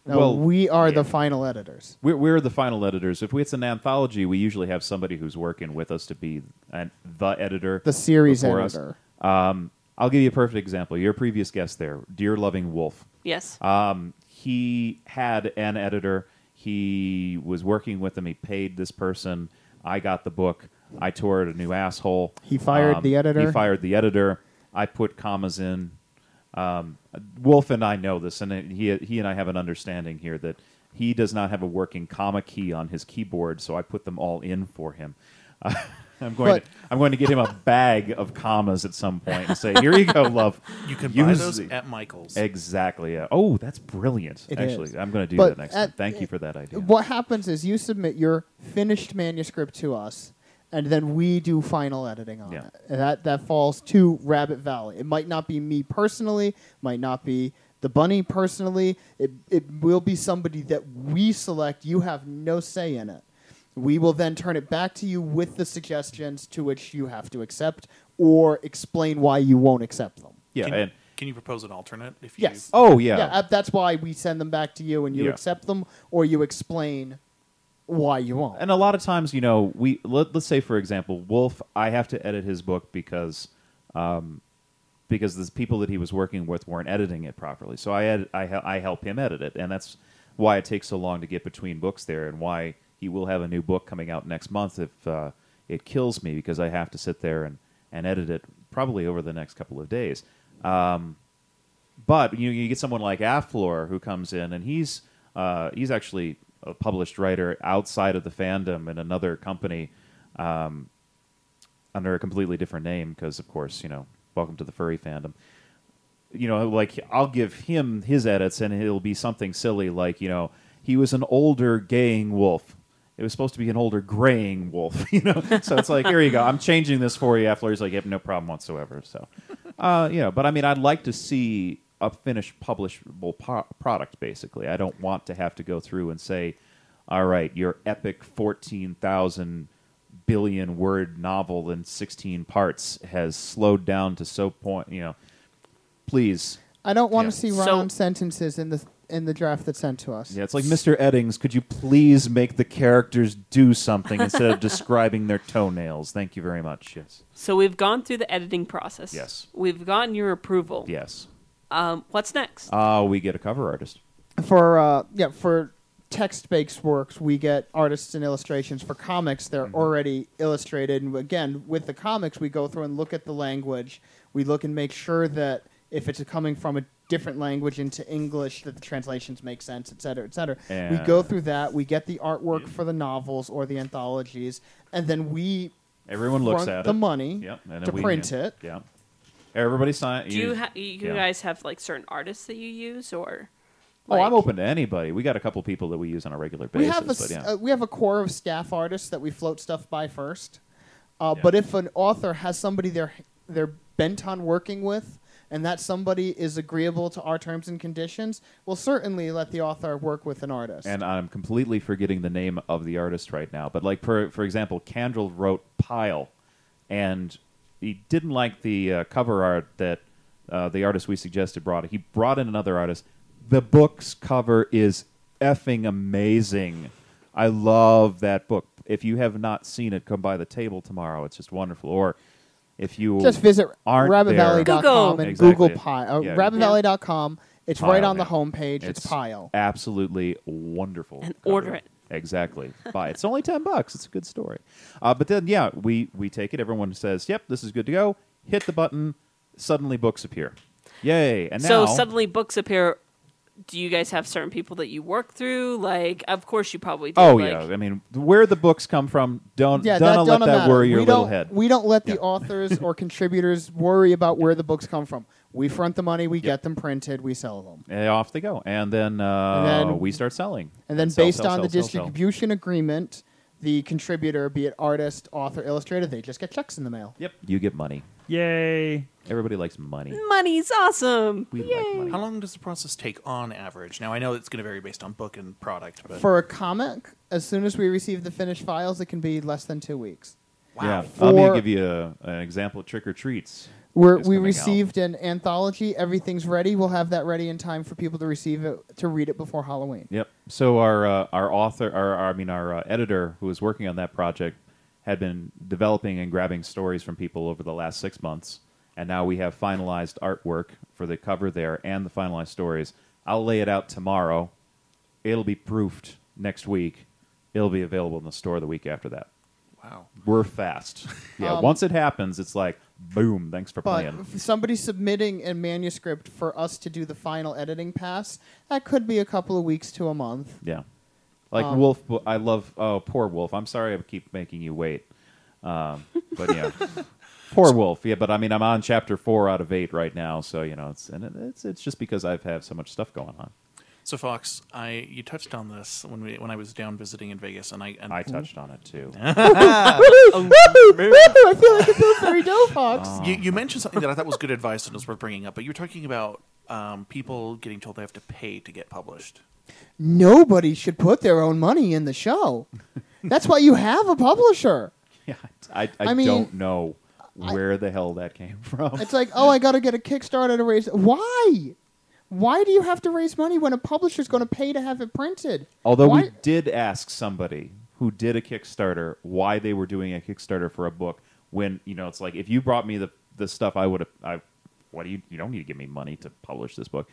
Speaker 2: No,
Speaker 1: Well,
Speaker 2: we are the final editors.
Speaker 1: We're, we're the final editors. If it's an anthology, we usually have somebody who's working with us to be an, the editor.
Speaker 2: The series
Speaker 1: before us.
Speaker 2: editor.
Speaker 1: I'll give you a perfect example. Your previous guest there, Dear Loving Wolf.
Speaker 3: Yes.
Speaker 1: Um, he had an editor. He was working with him. He paid this person. I got the book. I tore it a new asshole. Um,
Speaker 2: He fired the editor?
Speaker 1: He fired the editor. I put commas in. Um, Wolf and I know this, and it- he he and I have an understanding here that he does not have a working comma key on his keyboard, so I put them all in for him. I'm going.
Speaker 2: But-
Speaker 1: to, I'm going to get him a bag of commas at some point and say, "Here you go, love.
Speaker 4: You can buy
Speaker 1: Use
Speaker 4: those
Speaker 1: the-
Speaker 4: at Michael's.
Speaker 1: Exactly. Yeah. Oh, that's brilliant.
Speaker 2: It
Speaker 1: Actually,
Speaker 2: is.
Speaker 1: I'm going to do
Speaker 2: But
Speaker 1: that next
Speaker 2: at-
Speaker 1: time. Thank you for that idea.
Speaker 2: What happens is you submit your finished manuscript to us, and then we do final editing on
Speaker 1: Yeah.
Speaker 2: it. And that that falls to Rabbit Valley. It might not be me personally, might not be the bunny personally. It it will be somebody that we select. You have no say in it. We will then turn it back to you with the suggestions to which you have to accept or explain why you won't accept them.
Speaker 1: Yeah.
Speaker 4: Can,
Speaker 1: and,
Speaker 4: can you propose an alternate? If you,
Speaker 2: Yes.
Speaker 1: oh yeah.
Speaker 2: Yeah, uh, that's why we send them back to you, and you
Speaker 1: Yeah.
Speaker 2: accept them, or you explain why you won't.
Speaker 1: and a lot of times, you know, we let, let's say for example, Wolf. I have to edit his book because, um, because the people that he was working with weren't editing it properly. So I ed- I, hel- I help him edit it, and that's why it takes so long to get between books there, and why he will have a new book coming out next month if uh, it kills me because I have to sit there and and edit it probably over the next couple of days. But you you get someone like Afflor who comes in and he's uh, he's actually a published writer outside of the fandom in another company um, under a completely different name because of course you know welcome to the furry fandom you know, like I'll give him his edits, and it'll be something silly like, you know, he was an older gaying wolf. It was supposed to be an older graying wolf, you know. so it's like, here you go. I'm changing this for you. Affleck's like, yep, no problem whatsoever. So, uh, you know, but I mean, I'd like to see a finished publishable po- product. Basically, I don't want to have to go through and say, all right, your epic fourteen thousand billion word novel in sixteen parts has slowed down to so point, you know. Please,
Speaker 2: I don't want
Speaker 4: Yeah.
Speaker 2: to see
Speaker 3: So-
Speaker 2: round sentences in the in the draft that's sent to us.
Speaker 1: Yeah, it's like Mr. Eddings. Could you please make the characters do something instead of describing their toenails? Thank you very much. Yes,
Speaker 3: So we've gone through the editing process.
Speaker 1: Yes.
Speaker 3: We've gotten your approval.
Speaker 1: yes.
Speaker 3: Um, what's next?
Speaker 1: Ah, we get a cover artist.
Speaker 2: for uh, yeah for text-based works we get artists and illustrations for comics they're already illustrated and again with the comics we go through and look at the language we look and make sure that if it's coming from a different language into english that the translations make sense et cetera, et cetera. we go
Speaker 1: And-
Speaker 2: through that we get the artwork for the novels or the anthologies and then we
Speaker 1: Everyone looks
Speaker 2: front
Speaker 1: at
Speaker 2: the
Speaker 1: it.
Speaker 2: money
Speaker 1: Yep, and then
Speaker 2: to
Speaker 1: we,
Speaker 2: print it
Speaker 1: Yeah, everybody sign.
Speaker 3: Do you ha- you
Speaker 1: yeah.
Speaker 3: guys have like certain artists that you use or?
Speaker 1: Oh, I'm
Speaker 3: like-
Speaker 1: open to anybody. We got a couple people that we use on a regular
Speaker 2: we
Speaker 1: basis.
Speaker 2: have a,
Speaker 1: but
Speaker 2: s-
Speaker 1: yeah,
Speaker 2: uh, we have a core of staff artists that we float stuff by first. Uh,
Speaker 1: Yeah.
Speaker 2: But if an author has somebody they're they're bent on working with, and that somebody is agreeable to our terms and conditions, we'll certainly let the author work with an artist.
Speaker 1: and I'm completely forgetting the name of the artist right now. But like for for example, Candrel wrote Pile, and he didn't like the uh, cover art that uh, the artist we suggested brought. He brought in another artist. The book's cover is effing amazing. I love that book. If you have not seen it, come by the table tomorrow. It's just wonderful. Or if you
Speaker 2: Just visit
Speaker 1: aren't
Speaker 2: rabbitvalley.com
Speaker 3: Google.
Speaker 2: and
Speaker 1: Exactly.
Speaker 2: Google Pile. Uh,
Speaker 1: Yeah.
Speaker 2: rabbitvalley.com. It's
Speaker 1: Pile,
Speaker 2: right on the
Speaker 1: yeah.
Speaker 2: homepage. It's, Pile.
Speaker 1: Absolutely wonderful.
Speaker 3: And
Speaker 1: cover.
Speaker 3: order it.
Speaker 1: Exactly. Buy it. It's only ten bucks. It's a good story. Uh, but then yeah, we we take it. Everyone says, "Yep, this is good to go." Hit the button. Suddenly, books appear. Yay! And now,
Speaker 3: So suddenly books appear. Do you guys have certain people that you work through? Like, of course you probably do.
Speaker 1: oh
Speaker 3: like,
Speaker 1: yeah. I mean, where the books come from, don't
Speaker 2: Yeah,
Speaker 1: don't
Speaker 2: that
Speaker 1: let
Speaker 2: don't
Speaker 1: that
Speaker 2: matter.
Speaker 1: worry your
Speaker 2: we
Speaker 1: little
Speaker 2: don't,
Speaker 1: head.
Speaker 2: We don't let the authors or contributors worry about where the books come from. We front the money. We get them printed. We sell them.
Speaker 1: And Eh, off they go, and then, uh,
Speaker 2: And then-
Speaker 1: we start selling.
Speaker 2: And then,
Speaker 1: sell,
Speaker 2: based
Speaker 1: sell,
Speaker 2: on the
Speaker 1: sell, sell, sell.
Speaker 2: distribution agreement, the contributor, be it artist, author, illustrator, they just get checks in the mail.
Speaker 1: Yep, you get money.
Speaker 5: Yay!
Speaker 1: Everybody likes money.
Speaker 3: Money's awesome.
Speaker 1: We like money.
Speaker 4: How long does the process take on average? Now I know it's going to vary based on book and product, but
Speaker 2: For a comic, as soon as we receive the finished files, it can be less than two weeks.
Speaker 1: Yeah,
Speaker 2: Wow.
Speaker 1: let
Speaker 2: For-
Speaker 1: me give you a, an example of trick or treats.
Speaker 2: We're,
Speaker 1: is
Speaker 2: we
Speaker 1: coming out.
Speaker 2: received an anthology. Everything's ready. We'll have that ready in time for people to receive it to read it before Halloween.
Speaker 1: Yep. So our uh, our author, our, our I mean our uh, editor who was working on that project had been developing and grabbing stories from people over the last six months, and now we have finalized artwork for the cover there and the finalized stories. I'll lay it out tomorrow. It'll be proofed next week. It'll be available in the store the week after that.
Speaker 4: wow.
Speaker 1: We're fast. Yeah.
Speaker 2: Um,
Speaker 1: once it happens, it's like boom. Thanks for
Speaker 2: But
Speaker 1: playing.
Speaker 2: if somebody's submitting a manuscript for us to do the final editing pass, that could be a couple of weeks to a month.
Speaker 1: Yeah. Like
Speaker 2: Um,
Speaker 1: Wolf, I love. Oh, poor Wolf. I'm sorry I keep making you wait. Um, but yeah, poor Wolf. Yeah, but I mean, I'm on chapter four out of eight right now, so you know, it's and it- it's it's just because I've had so much stuff going on.
Speaker 4: So Fox, I you touched on this when we when I was down visiting in Vegas, and I and
Speaker 1: I touched on it too. Oh,
Speaker 2: I feel like a Pillsbury Dough Fox.
Speaker 4: You, you mentioned something that I thought was good advice and was worth bringing up, but you were talking about um, people getting told they have to pay to get published.
Speaker 2: nobody should put their own money in the show. That's why you have a publisher.
Speaker 1: Yeah, I I,
Speaker 2: I mean,
Speaker 1: don't know where the hell that came from.
Speaker 2: It's like, oh, I got to get a Kickstarter to raise. Why? Why do you have to raise money when a publisher's going to pay to have it printed?
Speaker 1: Although
Speaker 2: why?
Speaker 1: we did ask somebody who did a Kickstarter why they were doing a Kickstarter for a book when you know it's like if you brought me the the stuff I would have I what do you you don't need to give me money to publish this book.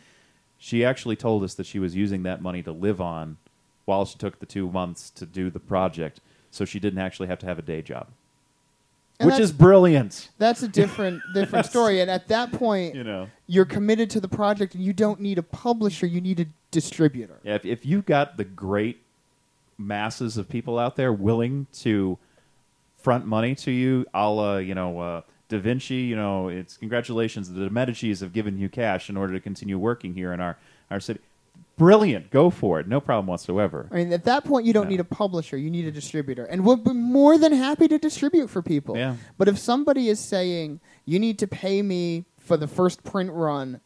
Speaker 1: She actually told us that she was using that money to live on while she took the 2 months to do the project so she didn't actually have to have a day job.
Speaker 2: And
Speaker 1: which
Speaker 2: that's-
Speaker 1: is brilliant.
Speaker 2: That's a different different story. And at that point,
Speaker 1: You know.
Speaker 2: you're committed to the project, and you don't need a publisher. You need a distributor.
Speaker 1: Yeah, if, if you've got the great masses of people out there willing to front money to you, a la, you know, uh, Da Vinci, you know, it's congratulations, the Medicis have given you cash in order to continue working here in our, our city. Brilliant. Go for it. No problem whatsoever.
Speaker 2: I mean, at that point, you don't need a publisher. You need a distributor. And we'll be more than happy to distribute for people.
Speaker 1: Yeah.
Speaker 2: But if somebody is saying, you need to pay me for the first print run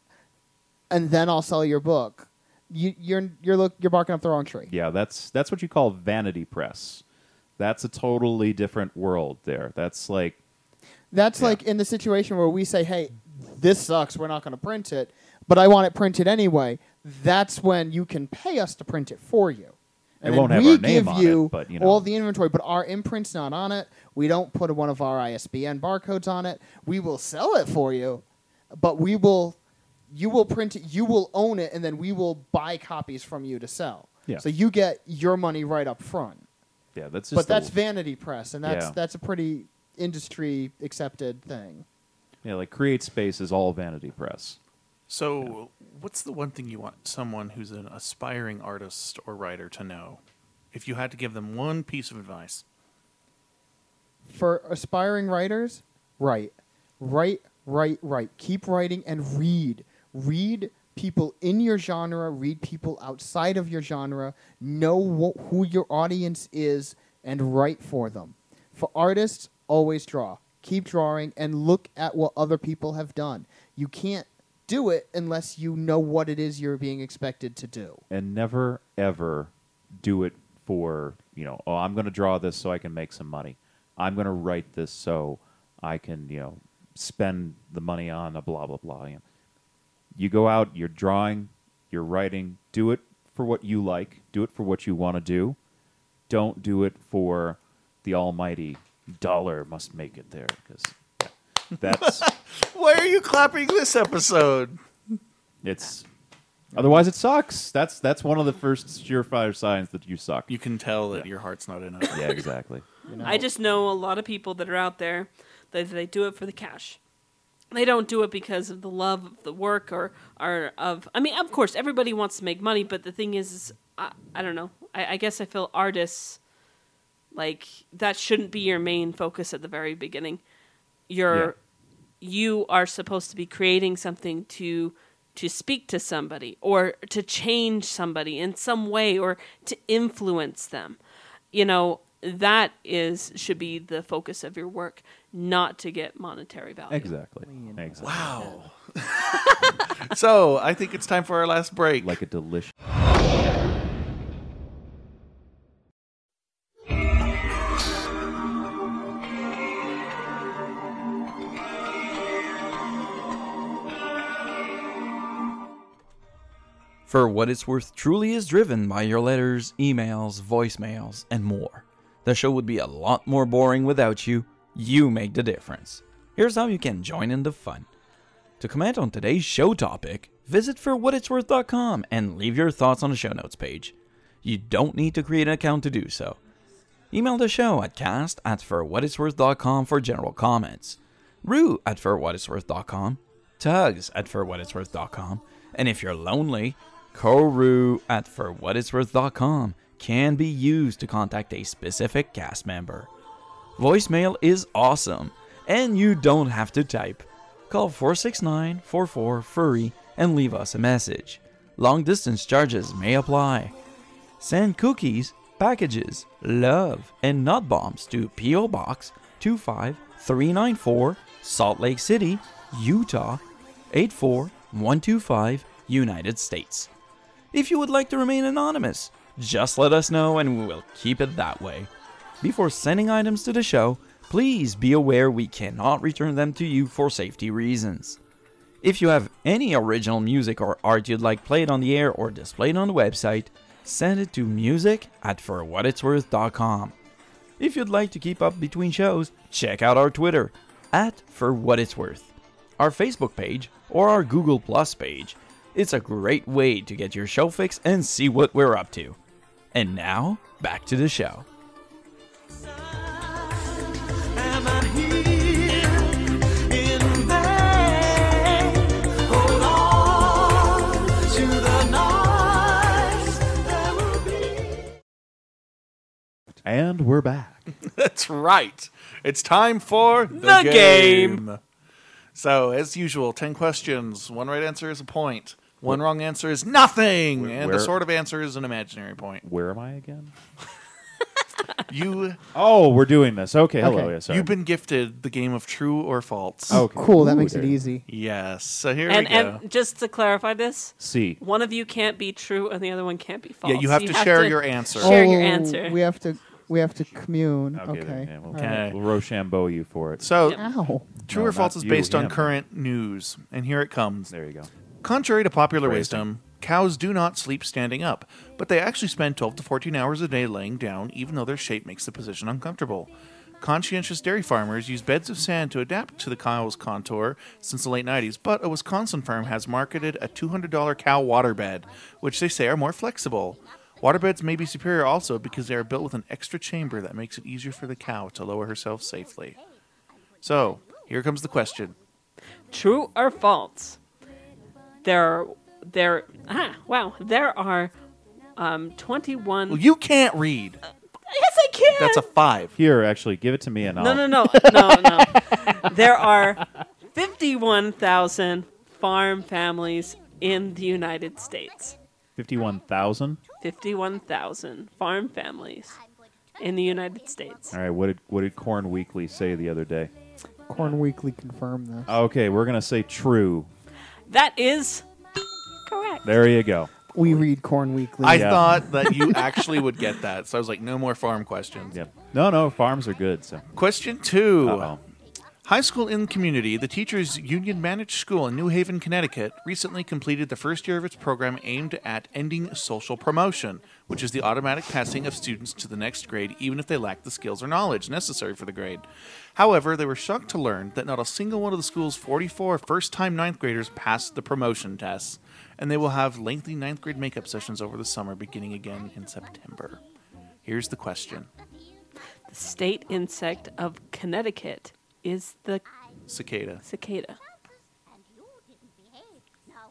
Speaker 2: and then I'll sell your book, you, you're, you're, look, you're barking up the wrong tree.
Speaker 1: Yeah, that's that's what you call vanity press. That's a totally different world there. That's like
Speaker 2: That's like in the situation where we say, hey, this sucks. We're not going to print it, but I want it printed anyway. That's when you can pay us to print it for you. And
Speaker 1: It
Speaker 2: then
Speaker 1: won't have
Speaker 2: we
Speaker 1: our name
Speaker 2: give
Speaker 1: on it,
Speaker 2: you,
Speaker 1: but, you know.
Speaker 2: all the inventory, but our imprint's not on it. We don't put one of our ISBN barcodes on it. We will sell it for you, but we will, you will print it, you will own it, and then we will buy copies from you to sell.
Speaker 1: Yeah.
Speaker 2: So you get your money right up front
Speaker 1: yeah, that's
Speaker 2: but
Speaker 1: just
Speaker 2: that's
Speaker 1: the,
Speaker 2: vanity press, and that's
Speaker 1: Yeah.
Speaker 2: that's a pretty industry accepted thing.
Speaker 1: yeah, like create space is all vanity press.
Speaker 4: So, what's the one thing you want someone who's an aspiring artist or writer to know? If you had to give them one piece of advice,
Speaker 2: For aspiring writers, write, write, write, write. Keep writing and read. Read people in your genre. Read people outside of your genre. Know wh- who your audience is and write for them. For artists, always draw. Keep drawing and look at what other people have done. You can't do it unless you know what it is you're being expected to do.
Speaker 1: and never ever do it for you know oh i'm going to draw this so i can make some money i'm going to write this so i can you know spend the money on a blah blah blah you, know. you go out you're drawing you're writing do it for what you like do it for what you want to do don't do it for the almighty dollar must make it there because that's
Speaker 4: why are you clapping this episode?
Speaker 1: it's otherwise it sucks that's that's one of the first surefire signs that you suck
Speaker 4: You can tell that your heart's not in it.
Speaker 1: yeah exactly
Speaker 3: I just know a lot of people that are out there that they do it for the cash. They don't do it because of the love of the work or or of. I mean, of course, everybody wants to make money, but the thing is, is I, I don't know. I, I guess I feel artists like that shouldn't be your main focus at the very beginning. You're you are supposed to be creating something to to speak to somebody or to change somebody in some way or to influence them you know that is should be the focus of your work not to get monetary value
Speaker 1: Exactly. Exactly.
Speaker 4: Wow. so, I think it's time for our last break.
Speaker 1: Like a delicious.
Speaker 7: For what it's worth, truly is driven by your letters, emails, voicemails, and more. The show would be a lot more boring without you. You make the difference. Here's how you can join in the fun. To comment on today's show topic, visit forwhatitsworth.com and leave your thoughts on the show notes page. You don't need to create an account to do so. Email the show at cast at forwhatitsworth.com for general comments, rue at forwhatitsworth.com, tugs at forwhatitsworth.com, and if you're lonely, koru at forwhatitsworth.com can be used to contact a specific cast member. Voicemail is awesome, and you don't have to type. Call 469 44 Furry and leave us a message. Long distance charges may apply. Send cookies, packages, love, and nut bombs to P.O. Box 25394, Salt Lake City, Utah 84125, United States. If you would like to remain anonymous, just let us know and we will keep it that way. Before sending items to the show, please be aware we cannot return them to you for safety reasons. If you have any original music or art you'd like played on the air or displayed on the website, send it to music at forwhatitsworth.com. If you'd like to keep up between shows, check out our Twitter at For What It's Worth, our Facebook page, or our Google Plus page. It's a great way to get your show fix and see what we're up to. And now, back to the show.
Speaker 9: Am I here?
Speaker 1: And we're back.
Speaker 4: That's right. It's time for
Speaker 3: The game.
Speaker 4: So, as usual, 10 questions. One right answer is a point. One wrong answer is nothing.
Speaker 1: Where-
Speaker 4: and
Speaker 1: where-
Speaker 4: a sort of answer is an imaginary point.
Speaker 1: Where am I again?
Speaker 4: You,
Speaker 1: Oh, we're doing this. Okay, hello.
Speaker 2: Okay.
Speaker 1: Yeah, sorry.
Speaker 4: you've been gifted the game of true or false.
Speaker 1: Oh, okay.
Speaker 2: Cool, that
Speaker 1: Ooh,
Speaker 2: makes it
Speaker 1: there.
Speaker 2: easy.
Speaker 4: Yes. So, here
Speaker 3: and
Speaker 4: we go.
Speaker 3: and just to clarify this,
Speaker 1: C.
Speaker 3: one of you can't be true and the other one can't be false.
Speaker 4: yeah, you have to share your answer.
Speaker 3: Share your
Speaker 2: Oh,
Speaker 3: answer.
Speaker 2: We have to we have to commune.
Speaker 1: Okay.
Speaker 2: Okay.
Speaker 1: then, yeah, we'll,
Speaker 2: All right.
Speaker 4: Okay.
Speaker 1: we'll Rochambeau you for it.
Speaker 4: So,
Speaker 2: Ow.
Speaker 4: true
Speaker 1: No,
Speaker 4: or false
Speaker 1: not
Speaker 4: is
Speaker 1: you,
Speaker 4: based on
Speaker 1: him.
Speaker 4: current news. And here it comes.
Speaker 1: there you go.
Speaker 4: Contrary to popular
Speaker 1: Crazy.
Speaker 4: wisdom, cows do not sleep standing up, but they actually spend 12 to 14 hours a day laying down, even though their shape makes the position uncomfortable. Conscientious dairy farmers use beds of sand to adapt to the cow's contour since the late 90s, but a Wisconsin firm has marketed a $200 cow waterbed, which they say are more flexible. Waterbeds may be superior also because they are built with an extra chamber that makes it easier for the cow to lower herself safely. So, here comes the question.
Speaker 3: True or false? There are there ah wow there are um twenty one.
Speaker 4: Well, you can't read.
Speaker 3: yes, I can.
Speaker 4: That's a five.
Speaker 1: Here, actually, give it to me and
Speaker 3: no
Speaker 1: I'll.
Speaker 3: no no no no. there are fifty one thousand farm families in the United States.
Speaker 1: 51,000?
Speaker 3: Fifty one thousand farm families in the United States.
Speaker 1: All right, what did, what did Corn Weekly say the other day?
Speaker 2: Corn Weekly confirmed this.
Speaker 1: Okay, we're going to say true.
Speaker 3: That is correct.
Speaker 1: There you go.
Speaker 2: we read Corn Weekly.
Speaker 4: I
Speaker 1: Yeah.
Speaker 4: thought that you actually would get that. So I was like, no more farm questions.
Speaker 1: Yep. No, no, farms are good. So,
Speaker 4: Question 2
Speaker 1: Uh-oh.
Speaker 4: High school in community, the teachers' union managed school in New Haven, Connecticut, recently completed the first year of its program aimed at ending social promotion, which is the automatic passing of students to the next grade, even if they lack the skills or knowledge necessary for the grade. However, they were shocked to learn that not a single one of the school's 44 first time ninth graders passed the promotion tests, and they will have lengthy ninth grade makeup sessions over the summer beginning again in September. Here's the question
Speaker 3: The state insect of Connecticut is the
Speaker 4: Cicada.
Speaker 3: cicada.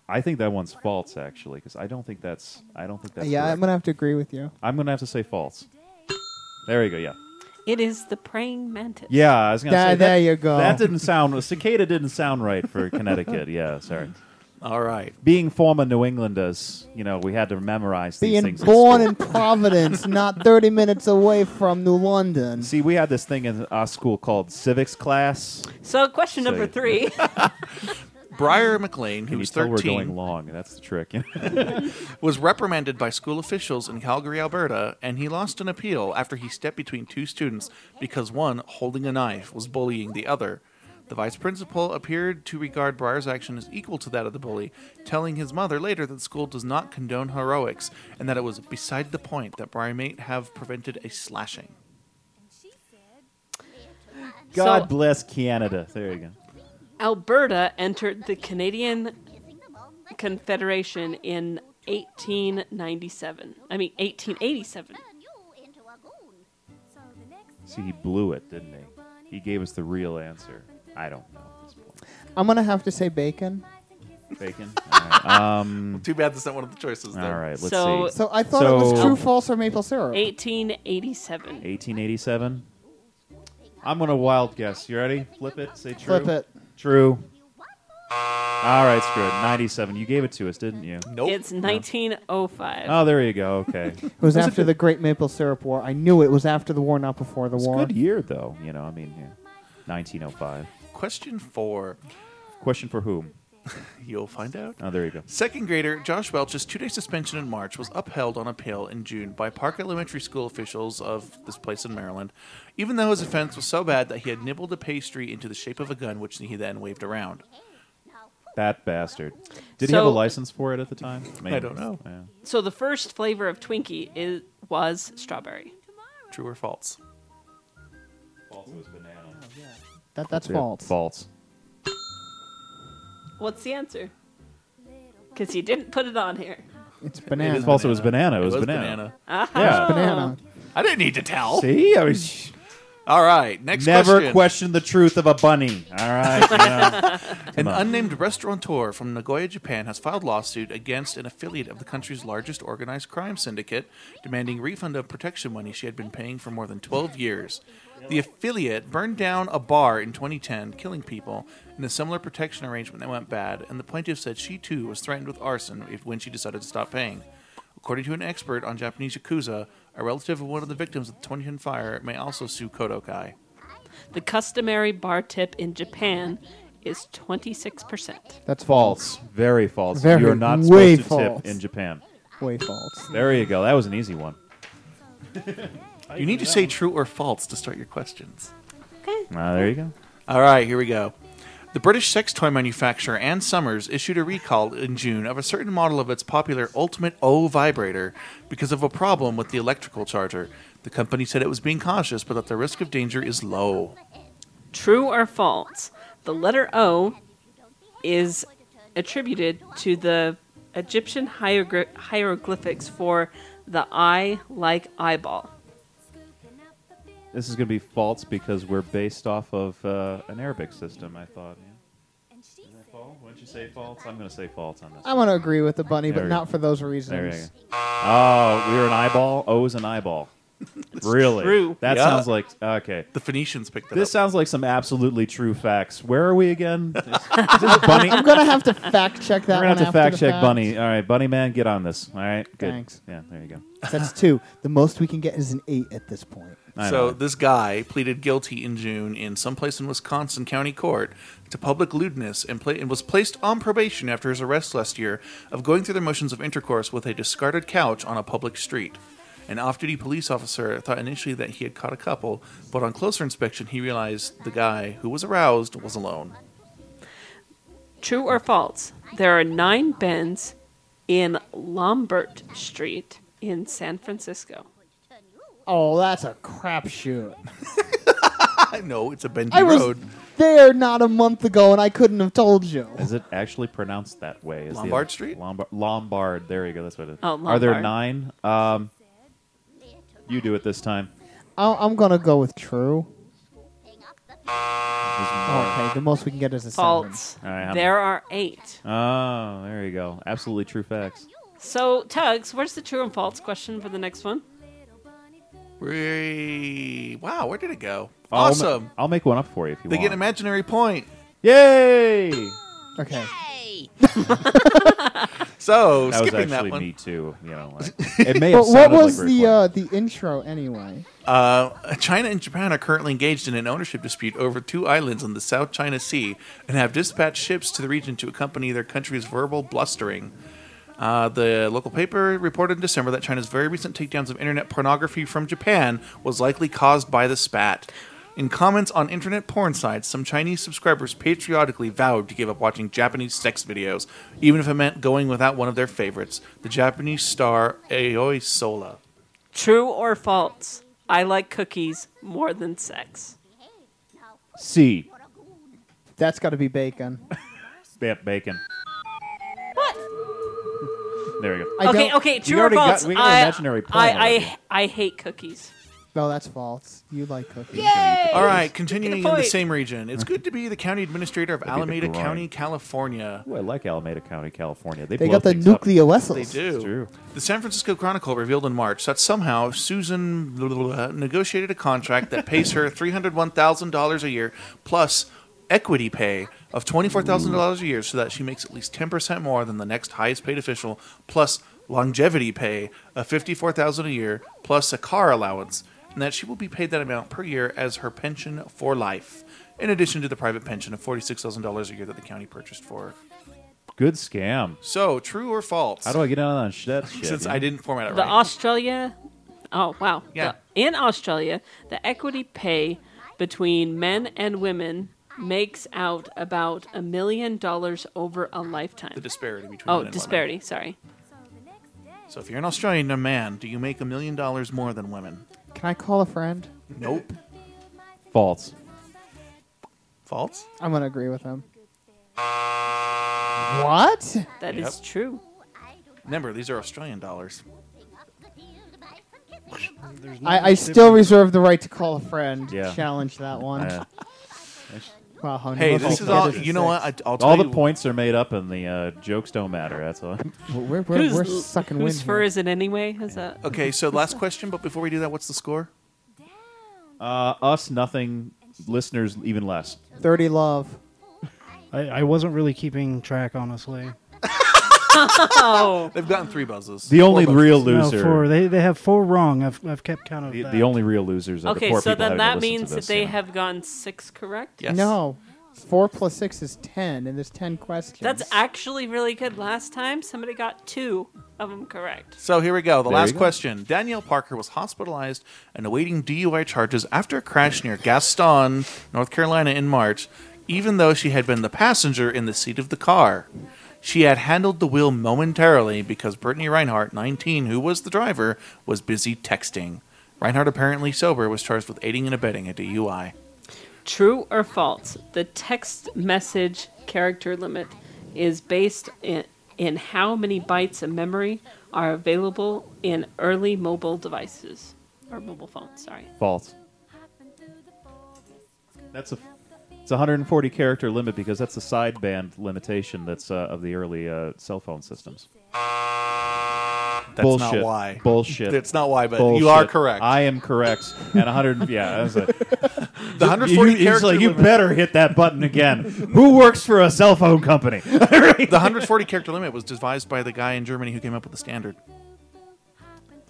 Speaker 1: I think that one's false, actually, because I don't think that's. I don't think that's.
Speaker 2: yeah, I'm
Speaker 1: correct.
Speaker 2: gonna have to agree with you.
Speaker 1: I'm going to have to say false. There you go, yeah.
Speaker 3: It is the praying mantis.
Speaker 1: Yeah, I was going to
Speaker 2: There-
Speaker 1: say. that-
Speaker 2: there you go.
Speaker 1: That didn't sound. Cicada didn't sound right for Connecticut. Yeah, sorry.
Speaker 4: All right.
Speaker 1: Being former New Englanders, you know, we had to memorize these
Speaker 2: Being
Speaker 1: things. in
Speaker 2: born
Speaker 1: school.
Speaker 2: in Providence, not 30 minutes away from New London.
Speaker 1: See, we had this thing in our school called civics class.
Speaker 3: So, question number
Speaker 1: Say-
Speaker 3: three.
Speaker 4: Briar McLean, who
Speaker 1: Can you
Speaker 4: was
Speaker 1: tell we're going
Speaker 4: 13,
Speaker 1: long? That's the trick.
Speaker 4: was reprimanded by school officials in Calgary, Alberta, and he lost an appeal after he stepped between two students because one, holding a knife, was bullying the other. The vice principal appeared to regard Briar's action as equal to that of the bully, telling his mother later that the school does not condone heroics and that it was beside the point that Briar may have prevented a slashing.
Speaker 1: God
Speaker 3: So-
Speaker 1: bless Canada. There you go.
Speaker 3: Alberta entered the Canadian Confederation in 1897. I mean, 1887.
Speaker 1: See, he blew it, didn't he? He gave us the real answer. I don't know at this point.
Speaker 2: I'm gonna have to say bacon.
Speaker 1: Bacon. All right. Um,
Speaker 4: Too bad that's not one of the choices
Speaker 1: all
Speaker 4: there.
Speaker 1: right, Let's
Speaker 3: So-
Speaker 1: see.
Speaker 2: So I thought it was
Speaker 1: So-
Speaker 2: true, false, or maple syrup.
Speaker 3: 1887.
Speaker 1: 1887. I'm gonna wild guess. You ready? Flip it. Say true.
Speaker 2: Flip it.
Speaker 1: True. All right, screw it. 97. You gave it to us, didn't you?
Speaker 4: Nope.
Speaker 3: It's 1905.
Speaker 1: Oh, there you go. Okay.
Speaker 2: It was after the Great Maple Syrup War. I knew it was after the war, not before the
Speaker 1: It's a
Speaker 2: war.
Speaker 1: good year, though. You know, I mean, yeah. 1905.
Speaker 4: Question four.
Speaker 1: Question for whom?
Speaker 4: You'll find out.
Speaker 1: Oh, there you go.
Speaker 4: Second grader Josh Welch's two day suspension in March was upheld on appeal in June by Park Elementary School officials of this place in Maryland, even though his offense was so bad that he had nibbled a pastry into the shape of a gun, which he then waved around.
Speaker 1: That bastard. Did he have a
Speaker 3: So-
Speaker 1: license for it at the time? Maybe.
Speaker 4: don't know.
Speaker 1: Yeah.
Speaker 3: So, the first flavor of Twinkie is, was strawberry.
Speaker 4: True or false?
Speaker 2: That, that's
Speaker 1: Yeah,
Speaker 2: false.
Speaker 1: False.
Speaker 3: What's the answer? Because you didn't put it on here.
Speaker 2: It's banana.
Speaker 1: It's false. It was banana. It was,
Speaker 4: was
Speaker 1: banana.
Speaker 4: banana.
Speaker 1: Yeah.
Speaker 2: Banana.
Speaker 4: I didn't need to tell.
Speaker 1: See, I was.
Speaker 4: All right, next
Speaker 1: Never
Speaker 4: question.
Speaker 1: question the truth of a bunny. All right. you know.
Speaker 4: An
Speaker 1: Come on.
Speaker 4: unnamed restaurateur from Nagoya, Japan has filed lawsuit against an affiliate of the country's largest organized crime syndicate, demanding refund of protection money she had been paying for more than 12 years. The affiliate burned down a bar in 2010, killing people, in a similar protection arrangement that went bad, and the plaintiff said she too was threatened with arson if, when she decided to stop paying. According to an expert on Japanese Yakuza, a relative of one of the victims of the 2010 fire may also sue Kodokai.
Speaker 3: The customary bar tip in Japan is 26%.
Speaker 2: That's
Speaker 1: false. Very false.
Speaker 2: Very-
Speaker 1: You're not supposed
Speaker 2: way
Speaker 1: to
Speaker 2: false.
Speaker 1: tip in Japan.
Speaker 2: Way false.
Speaker 1: There you go. That was an easy one.
Speaker 4: You need to say true or false to start your questions.
Speaker 1: Ah, there you go.
Speaker 4: All right, here we go. The British sex toy manufacturer Ann Summers issued a recall in June of a certain model of its popular Ultimate O vibrator because of a problem with the electrical charger. The company said it was being cautious, but that the risk of danger is low.
Speaker 3: True or false? The letter O is attributed to the Egyptian hieroglyph- hieroglyphics for the eye like eyeball.
Speaker 1: This is going to be false because we're based off of uh, an Arabic system, I thought. Yeah. Is that false? Why don't you say false? I'm going to say false on this.
Speaker 2: I want to agree with the bunny,
Speaker 1: There
Speaker 2: but
Speaker 1: we
Speaker 2: not
Speaker 1: go.
Speaker 2: for those
Speaker 1: There you go.
Speaker 2: reasons.
Speaker 1: Oh, we were an eyeball. O is an eyeball. really?
Speaker 3: true.
Speaker 1: That
Speaker 4: Yeah.
Speaker 1: sounds like okay.
Speaker 4: The Phoenicians picked that
Speaker 1: This
Speaker 4: up.
Speaker 1: sounds like some absolutely true facts. Where are we again? Is this Bunny?
Speaker 2: I'm gonna have to fact check that.
Speaker 1: We're gonna
Speaker 2: one
Speaker 1: have to
Speaker 2: after
Speaker 1: fact
Speaker 2: the
Speaker 1: check
Speaker 2: fact.
Speaker 1: Bunny. All right, Bunny man, get on this. All right, good.
Speaker 2: Thanks.
Speaker 1: Yeah, there you go.
Speaker 2: That's two. The most we can get is an eight at this point.
Speaker 1: I
Speaker 4: so
Speaker 1: know.
Speaker 4: this guy pleaded guilty in June in someplace in Wisconsin County Court to public lewdness and, pla- and was placed on probation after his arrest last year of going through the motions of intercourse with a discarded couch on a public street. An off-duty police officer thought initially that he had caught a couple, but on closer inspection, he realized the guy who was aroused was alone.
Speaker 3: True or false? There are nine bends in Lombard Street in San Francisco.
Speaker 2: Oh, that's a crapshoot.
Speaker 4: I know it's a bendy
Speaker 2: I was
Speaker 4: road.
Speaker 2: there not a month ago, and I couldn't have told you.
Speaker 1: Is it actually pronounced that way? Is the-
Speaker 4: Lombard Street?
Speaker 1: Lombard. Lombard. There you go. That's what it is.
Speaker 3: Oh,
Speaker 1: Are there nine?
Speaker 3: Lombard.
Speaker 1: Um, you do it this time.
Speaker 2: I- I'm gonna go with true. Okay, the most we can get is a
Speaker 3: False.
Speaker 1: All right, I'm-
Speaker 3: there are eight.
Speaker 1: Oh, there you go. Absolutely true facts.
Speaker 3: So, Tugs, where's the true and false question for the next one?
Speaker 4: Whee! Wow, where did it go?
Speaker 1: I'll ma-
Speaker 4: awesome.
Speaker 1: I'll make one up for you if you
Speaker 4: They
Speaker 1: want.
Speaker 4: get an imaginary point.
Speaker 1: Yay!
Speaker 2: seven. Okay,
Speaker 4: So
Speaker 1: That was
Speaker 4: skipping that
Speaker 1: actually
Speaker 4: one.
Speaker 1: me too. You know, like, it may have.
Speaker 2: but what
Speaker 1: sounded
Speaker 2: was
Speaker 1: like
Speaker 2: the
Speaker 1: Rick
Speaker 2: uh,
Speaker 1: Warren.
Speaker 2: the intro anyway?
Speaker 4: Uh, China and Japan are currently engaged in an ownership dispute over two islands in the South China Sea and have dispatched ships to the region to accompany their country's verbal blustering. Uh, the local paper reported in December that China's very recent takedowns of internet pornography from Japan was likely caused by the spat. In comments on internet porn sites, some Chinese subscribers patriotically vowed to give up watching Japanese sex videos, even if it meant going without one of their favorites, the Japanese star Aoi Sola.
Speaker 3: True or false? I like cookies more than sex.
Speaker 2: uh,
Speaker 1: C?
Speaker 2: That's got to be bacon.
Speaker 1: Yep, bacon.
Speaker 3: What?
Speaker 1: There you go.
Speaker 2: I
Speaker 3: okay,
Speaker 2: don't-
Speaker 3: okay, true or
Speaker 1: already got-
Speaker 3: false?
Speaker 1: we got an imaginary point already.
Speaker 3: I, I, I hate cookies.
Speaker 2: No, that's false. You like cookies.
Speaker 4: All right, continuing in the
Speaker 3: point.
Speaker 4: same region. It's good to be the county administrator of
Speaker 1: be the
Speaker 4: Alameda
Speaker 1: grind.
Speaker 4: County, California.
Speaker 1: Ooh, I like Alameda County, California. They,
Speaker 2: They
Speaker 1: blow
Speaker 2: got the
Speaker 1: things up.
Speaker 2: nuclear
Speaker 4: They
Speaker 2: vessels.
Speaker 4: do.
Speaker 1: It's true.
Speaker 4: The San Francisco Chronicle revealed in March that somehow Susan blah, blah, blah, negotiated a contract that pays her $301,000 a year plus equity pay of $24,000 a year so that she makes at least 10% more than the next highest paid official plus longevity pay of $54,000 a year plus a car allowance and that she will be paid that amount per year as her pension for life in addition to the private pension of $46,000 a year that the county purchased for her.
Speaker 1: Good scam.
Speaker 4: So, true or false?
Speaker 1: How do I get out of that sh- that shit?
Speaker 4: Since
Speaker 1: you
Speaker 4: I
Speaker 1: know?
Speaker 4: didn't format it
Speaker 3: The
Speaker 4: right.
Speaker 3: Australia, oh wow,
Speaker 4: Yeah.
Speaker 3: The- in Australia, the equity pay between men and women makes out about a million dollars over a
Speaker 4: the
Speaker 3: lifetime.
Speaker 4: disparity between
Speaker 3: Oh,
Speaker 4: men and women.
Speaker 3: disparity. Sorry.
Speaker 4: So if you're an Australian man, do you make a million dollars more than women?
Speaker 2: Can I call a friend?
Speaker 4: Nope.
Speaker 1: False.
Speaker 4: False.
Speaker 2: I'm gonna agree with him. What?
Speaker 3: that is
Speaker 4: Yep.
Speaker 3: true.
Speaker 4: Remember, these are Australian dollars.
Speaker 5: There's not
Speaker 2: I, I
Speaker 5: much
Speaker 2: still
Speaker 5: difference.
Speaker 2: reserve the right to call a friend.
Speaker 1: Yeah.
Speaker 2: Challenge that one.
Speaker 1: Uh,
Speaker 2: Wow, honey,
Speaker 4: Hey,
Speaker 2: we're
Speaker 4: this
Speaker 2: both
Speaker 4: is all.
Speaker 2: together
Speaker 4: You know
Speaker 2: at
Speaker 4: what? I, I'll tell
Speaker 1: all the
Speaker 4: you-
Speaker 1: points are made up, and the uh, jokes don't matter. That's all.
Speaker 2: six. We're, we're, we're sucking wind.
Speaker 3: Whose fur
Speaker 2: here.
Speaker 3: is it anyway? Is that
Speaker 4: Okay, so last question, but before we do that, what's the score?
Speaker 1: Uh, us nothing. Listeners even less.
Speaker 2: Thirty love.
Speaker 5: I, I wasn't really keeping track, honestly.
Speaker 3: oh
Speaker 4: They've gotten three buzzes.
Speaker 1: The
Speaker 4: Four
Speaker 1: only
Speaker 4: buzzes.
Speaker 1: real
Speaker 5: No,
Speaker 1: loser.
Speaker 5: four. They they have four wrong. I've I've kept count of
Speaker 1: the,
Speaker 5: that.
Speaker 1: the only real losers are the
Speaker 3: okay?
Speaker 1: poor
Speaker 3: So
Speaker 1: people.
Speaker 3: then
Speaker 1: are
Speaker 3: that
Speaker 1: gonna listen to
Speaker 3: means that
Speaker 1: this,
Speaker 3: they
Speaker 1: you know.
Speaker 3: have gotten six correct.
Speaker 4: Yes.
Speaker 2: No, four plus six is ten, and there's ten questions.
Speaker 3: That's actually really good. Last time somebody got two of them correct.
Speaker 4: So here we go. The
Speaker 1: There you
Speaker 4: last
Speaker 1: go.
Speaker 4: question. Danielle Parker was hospitalized and awaiting DUI charges after a crash near Gaston, North Carolina in March, even though she had been the passenger in the seat of the car. She had handled the wheel momentarily because Brittany Reinhardt, 19, who was the driver, was busy texting. Reinhardt, apparently sober, was charged with aiding and abetting a DUI.
Speaker 3: True or false? The text message character limit is based in, in how many bytes of memory are available in early mobile devices or mobile phones. Sorry.
Speaker 1: false. That's a it's a 140 character limit because that's the sideband limitation that's uh, of the early uh, cell phone systems.
Speaker 4: That's
Speaker 1: Bullshit.
Speaker 4: not why.
Speaker 1: Bullshit.
Speaker 4: That's not why, but you are
Speaker 1: Bullshit.
Speaker 4: correct.
Speaker 1: I am correct. And 100. Yeah. That's a,
Speaker 4: the 140
Speaker 1: you, he's
Speaker 4: character
Speaker 1: like, you
Speaker 4: limit-
Speaker 1: better hit that button again. Who works for a cell phone company?
Speaker 4: The 140 character limit was devised by the guy in Germany who came up with the standard.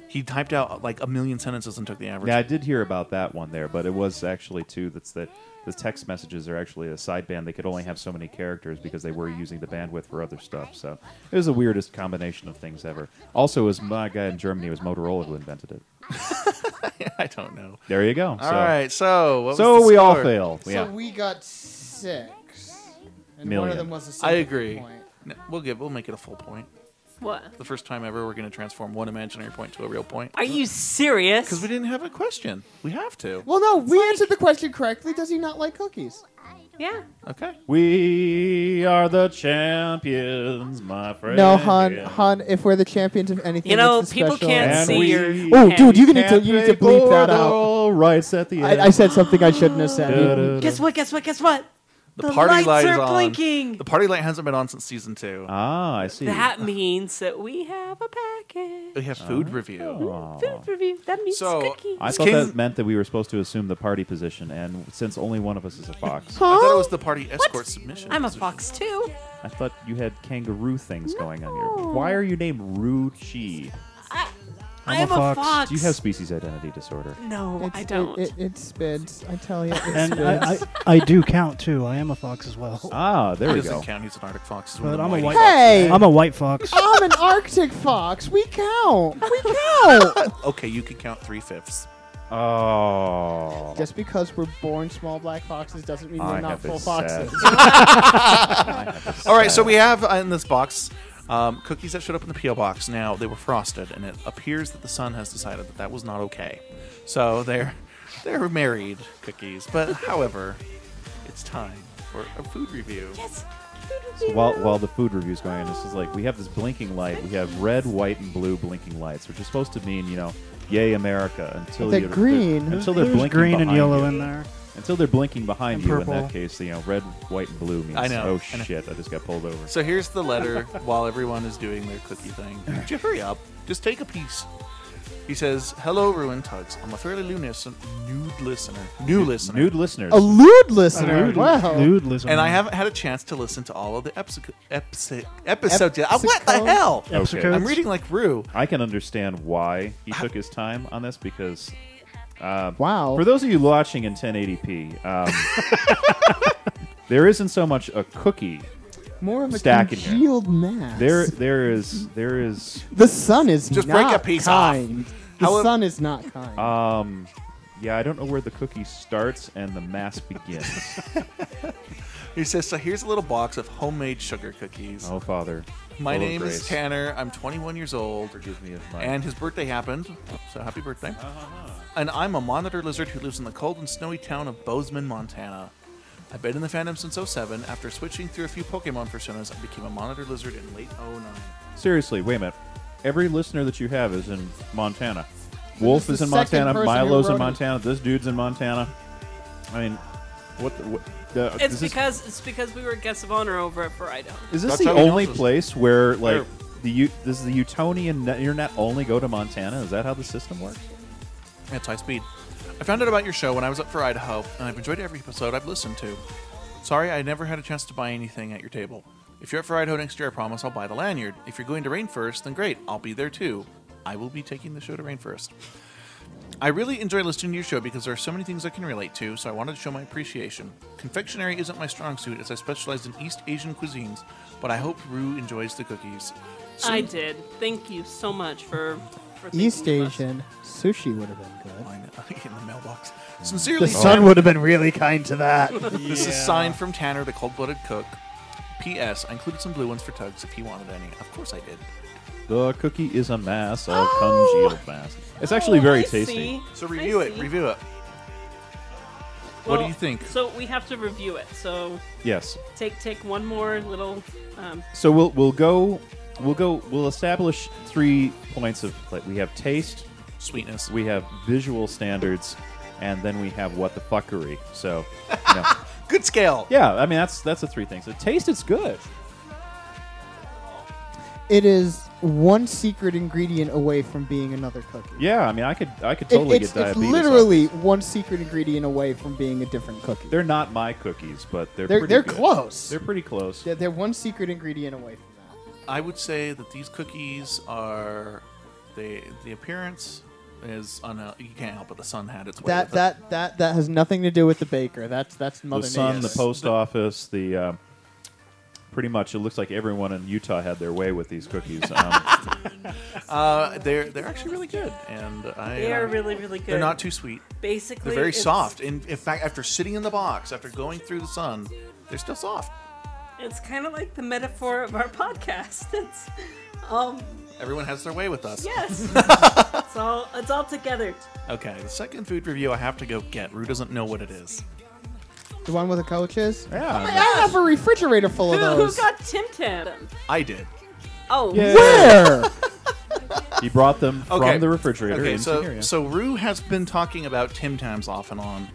Speaker 4: He typed out like a million sentences and took the average.
Speaker 1: yeah, I did hear about that one there, but it was actually too. That's that the text messages are actually a sideband. They could only have so many characters because they were using the bandwidth for other stuff. So it was the weirdest combination of things ever. Also, it was my guy in Germany it was Motorola who invented it.
Speaker 4: I, don't know.
Speaker 1: There you go.
Speaker 4: All
Speaker 1: so
Speaker 4: right, so what was
Speaker 1: so
Speaker 4: the
Speaker 1: we all
Speaker 4: score?
Speaker 1: failed.
Speaker 2: So
Speaker 1: yeah.
Speaker 2: we got six, and one
Speaker 1: Million.
Speaker 2: of them was a single
Speaker 4: I agree.
Speaker 2: Point.
Speaker 4: No, we'll give. We'll make it a full point.
Speaker 3: What?
Speaker 4: The first time ever, we're going to transform one imaginary point to a real point
Speaker 3: Are you serious?
Speaker 4: because we didn't have a question. We have to.
Speaker 2: Well, no, we answered the question correctly. Does he not like cookies?
Speaker 3: yeah.
Speaker 4: Okay.
Speaker 1: We are the champions, my friend.
Speaker 2: No, hon, hon. If we're the champions of anything,
Speaker 3: You know,
Speaker 2: it's the
Speaker 3: people
Speaker 2: special
Speaker 3: can't
Speaker 1: And
Speaker 2: episode.
Speaker 3: see
Speaker 1: we-
Speaker 3: your.
Speaker 2: Oh,
Speaker 3: hand.
Speaker 2: dude, you need to you need to bleep that out.
Speaker 1: All rights at the end.
Speaker 2: I, I said something I shouldn't have said.
Speaker 3: Guess what? Guess what? Guess what?
Speaker 4: The, party
Speaker 3: lights
Speaker 4: light is
Speaker 3: are
Speaker 4: on.
Speaker 3: blinking.
Speaker 4: The party light hasn't been on since season two.
Speaker 1: Ah, I see.
Speaker 3: That means that we have a package.
Speaker 4: we have
Speaker 1: uh,
Speaker 4: food review.
Speaker 1: oh.
Speaker 3: Food review. That means
Speaker 4: So,
Speaker 3: cookies.
Speaker 1: I
Speaker 4: It's
Speaker 1: thought
Speaker 4: King's-
Speaker 1: that meant that we were supposed to assume the party position, and since only one of us is a fox,
Speaker 4: I thought it was the party escort submission.
Speaker 3: I'm a
Speaker 4: position.
Speaker 3: fox too.
Speaker 1: I thought you had kangaroo things going on
Speaker 3: No.
Speaker 1: here. Why are you named Ruchi?
Speaker 3: I
Speaker 5: a
Speaker 3: am a fox.
Speaker 5: fox.
Speaker 1: Do you have species identity disorder?
Speaker 3: No,
Speaker 2: It's-
Speaker 3: I don't.
Speaker 2: It, it, it spins. I tell you, it
Speaker 5: And
Speaker 2: spins.
Speaker 5: I, I, I do count too. I am a fox as well.
Speaker 1: Ah, there
Speaker 4: He
Speaker 1: we
Speaker 4: doesn't
Speaker 1: go.
Speaker 4: count. He's an Arctic fox. He's one of
Speaker 5: But I'm
Speaker 4: the
Speaker 5: a
Speaker 4: mighty
Speaker 5: white.
Speaker 4: foxes.
Speaker 2: Hey!
Speaker 5: I'm a white fox.
Speaker 7: Oh.
Speaker 2: I'm an Arctic fox. We count. We count.
Speaker 4: Okay, you could count three fifths.
Speaker 1: Oh,
Speaker 2: Just because we're born small black foxes doesn't mean
Speaker 1: I
Speaker 2: we're not
Speaker 1: have
Speaker 2: full
Speaker 1: it sad.
Speaker 2: foxes.
Speaker 4: All right, so we have uh, in this box um, cookies that showed up in the PO box. Now they were frosted, and it appears that the sun has decided that that was not okay. So they're they're married cookies, but however, it's time for a food review.
Speaker 3: yes.
Speaker 1: While, while the food review's going on, this is like we have this blinking light. We have red, white, and blue blinking lights, which is supposed to mean, you know, yay America until
Speaker 2: They're
Speaker 1: you're-
Speaker 2: green.
Speaker 1: until they're
Speaker 5: There's
Speaker 1: blinking
Speaker 5: green and
Speaker 1: behind
Speaker 5: yellow
Speaker 1: you.
Speaker 5: in there.
Speaker 1: Until they're blinking behind
Speaker 5: And
Speaker 1: you, in
Speaker 5: purple.
Speaker 1: that case, you know, red, white, and blue means,
Speaker 4: I know,
Speaker 1: oh
Speaker 4: I know.
Speaker 1: shit, I just got pulled over.
Speaker 4: So here's the letter while everyone is doing their cookie thing. Would you hurry up? Just take a piece. He says, "Hello, Ruin Tugs. I'm a fairly new listener, nude listener, new listener,
Speaker 1: Nude listeners.
Speaker 2: A lewd listener.
Speaker 5: Nude-
Speaker 2: wow.
Speaker 5: nude lizard.
Speaker 4: and I haven't had a chance to listen to all of the epsic- epsic- episodes yet. Uh, What the
Speaker 2: Epsico?
Speaker 4: hell?
Speaker 1: Okay.
Speaker 5: Epsicodes.
Speaker 4: I'm reading like Rue.
Speaker 1: I can understand why he took his time on this because
Speaker 2: Wow.
Speaker 1: for those of you watching in 1080p, um, there isn't so much a cookie.
Speaker 2: More of a
Speaker 1: stack in here.
Speaker 2: congealed mass.
Speaker 1: There, there is, there is.
Speaker 2: the sun is
Speaker 4: Just break
Speaker 2: not
Speaker 4: a piece off.
Speaker 2: kind. The
Speaker 4: How-
Speaker 2: sun is not kind.
Speaker 1: Uh, Yeah, I don't know where the cookie starts and the mass begins.
Speaker 4: He says, "So here's a little box of homemade sugar cookies.
Speaker 1: oh, Father.
Speaker 4: my
Speaker 1: full of
Speaker 4: name is
Speaker 1: grace,
Speaker 4: Tanner. I'm 21 years old,
Speaker 1: Forgive me if my. Uh-huh.
Speaker 4: and his birthday happened. So happy birthday! And I'm a monitor lizard who lives in the cold and snowy town of Bozeman, Montana." I've been in the fandom since 07. After switching through a few Pokemon personas, I became a monitor lizard in late 09.
Speaker 1: Seriously, wait a minute. Every listener that you have is in Montana. Wolf
Speaker 2: the
Speaker 1: is in
Speaker 2: second
Speaker 1: Montana.
Speaker 2: person who
Speaker 1: Milo's in
Speaker 2: wrote it.
Speaker 1: Montana. This dude's in Montana. I mean, what? The, what the,
Speaker 3: It's
Speaker 1: is this,
Speaker 3: because it's because we were guests of honor over at Friday.
Speaker 1: is this
Speaker 4: That's
Speaker 1: the
Speaker 4: how he knows
Speaker 1: only
Speaker 4: us.
Speaker 1: place where like
Speaker 4: There.
Speaker 1: the U- does the Utonian net- internet only go to Montana? Is that how the system works?
Speaker 4: It's high speed. I found out about your show when I was up for Idaho, and I've enjoyed every episode I've listened to. Sorry, I never had a chance to buy anything at your table. If you're up for Idaho next year, I promise I'll buy the lanyard. If you're going to Rainforest, then great, I'll be there too. I will be taking the show to Rainforest. I really enjoy listening to your show because there are so many things I can relate to, so I wanted to show my appreciation. Confectionery isn't my strong suit as I specialize in East Asian cuisines, but I hope Rue enjoys the cookies.
Speaker 3: I did. Thank you so much for. for thinking
Speaker 2: East
Speaker 3: of us.
Speaker 2: Asian sushi would have been good.
Speaker 4: Mine in the mailbox.
Speaker 1: Oh.
Speaker 4: Sincerely, Sam-
Speaker 2: would have been really kind to that.
Speaker 4: This is signed from Tanner, the cold blooded cook. P.S. I included some blue ones for Tugs if he wanted any. Of course I did.
Speaker 1: The cookie is a mass of
Speaker 3: Oh!
Speaker 1: congealed mass. It's actually
Speaker 3: Oh,
Speaker 1: very
Speaker 3: I
Speaker 1: tasty.
Speaker 3: see.
Speaker 4: So
Speaker 3: I
Speaker 4: review it.
Speaker 3: see.
Speaker 4: Review it. What do
Speaker 3: Well,
Speaker 4: you think?
Speaker 3: So we have to review it. So
Speaker 1: Yes.
Speaker 3: take take one more little. Um,
Speaker 1: So we'll we'll go we'll go we'll establish three points of like we have taste,
Speaker 4: Sweetness.
Speaker 1: we have visual standards, and then we have what the fuckery. So you know.
Speaker 4: Good scale.
Speaker 1: yeah, I mean that's that's the three things. The taste is good.
Speaker 2: It is one secret ingredient away from being another cookie.
Speaker 1: Yeah, I mean I could I could
Speaker 2: It-
Speaker 1: totally
Speaker 2: it's,
Speaker 1: get
Speaker 2: it's
Speaker 1: diabetes. off
Speaker 2: literally one secret ingredient away from being a different cookie.
Speaker 1: this. they're not my cookies, but they're
Speaker 2: They're-
Speaker 1: pretty
Speaker 2: they're
Speaker 1: good.
Speaker 2: close.
Speaker 1: They're pretty close.
Speaker 2: They're, they're one secret ingredient away from that.
Speaker 4: I would say that these cookies are. They, the appearance is. Un- you can't help it. The sun had its way.
Speaker 2: That
Speaker 4: with it.
Speaker 2: that that that has nothing to do with the baker. That's that's
Speaker 1: the
Speaker 2: mother
Speaker 1: sun, the
Speaker 2: nature.
Speaker 1: post office, the um, pretty much it looks like everyone in Utah had their way with these cookies. Um,
Speaker 4: Uh, they're, they're actually really good. And I.
Speaker 3: they
Speaker 4: uh,
Speaker 3: are really really good.
Speaker 4: They're not too sweet.
Speaker 3: Basically,
Speaker 4: They're very
Speaker 3: it's-
Speaker 4: soft. In, in fact, after sitting in the box, after going through the sun, they're still soft.
Speaker 3: It's kind of like the metaphor of our podcast. It's um
Speaker 4: Everyone has their way with us.
Speaker 3: yes. it's all it's all together.
Speaker 4: Okay, the second food review I have to go get. Rue doesn't know what it is.
Speaker 2: the one with the coaches. I
Speaker 1: yeah,
Speaker 2: have a refrigerator full
Speaker 3: Who,
Speaker 2: of
Speaker 3: who
Speaker 2: those.
Speaker 3: got Tim Tam?
Speaker 4: I did.
Speaker 3: Oh,
Speaker 2: Where?
Speaker 1: he brought them
Speaker 4: Okay.
Speaker 1: from the refrigerator.
Speaker 4: Okay,
Speaker 1: into
Speaker 4: so
Speaker 1: here,
Speaker 4: so Rue has been talking about Tim Tams off and on.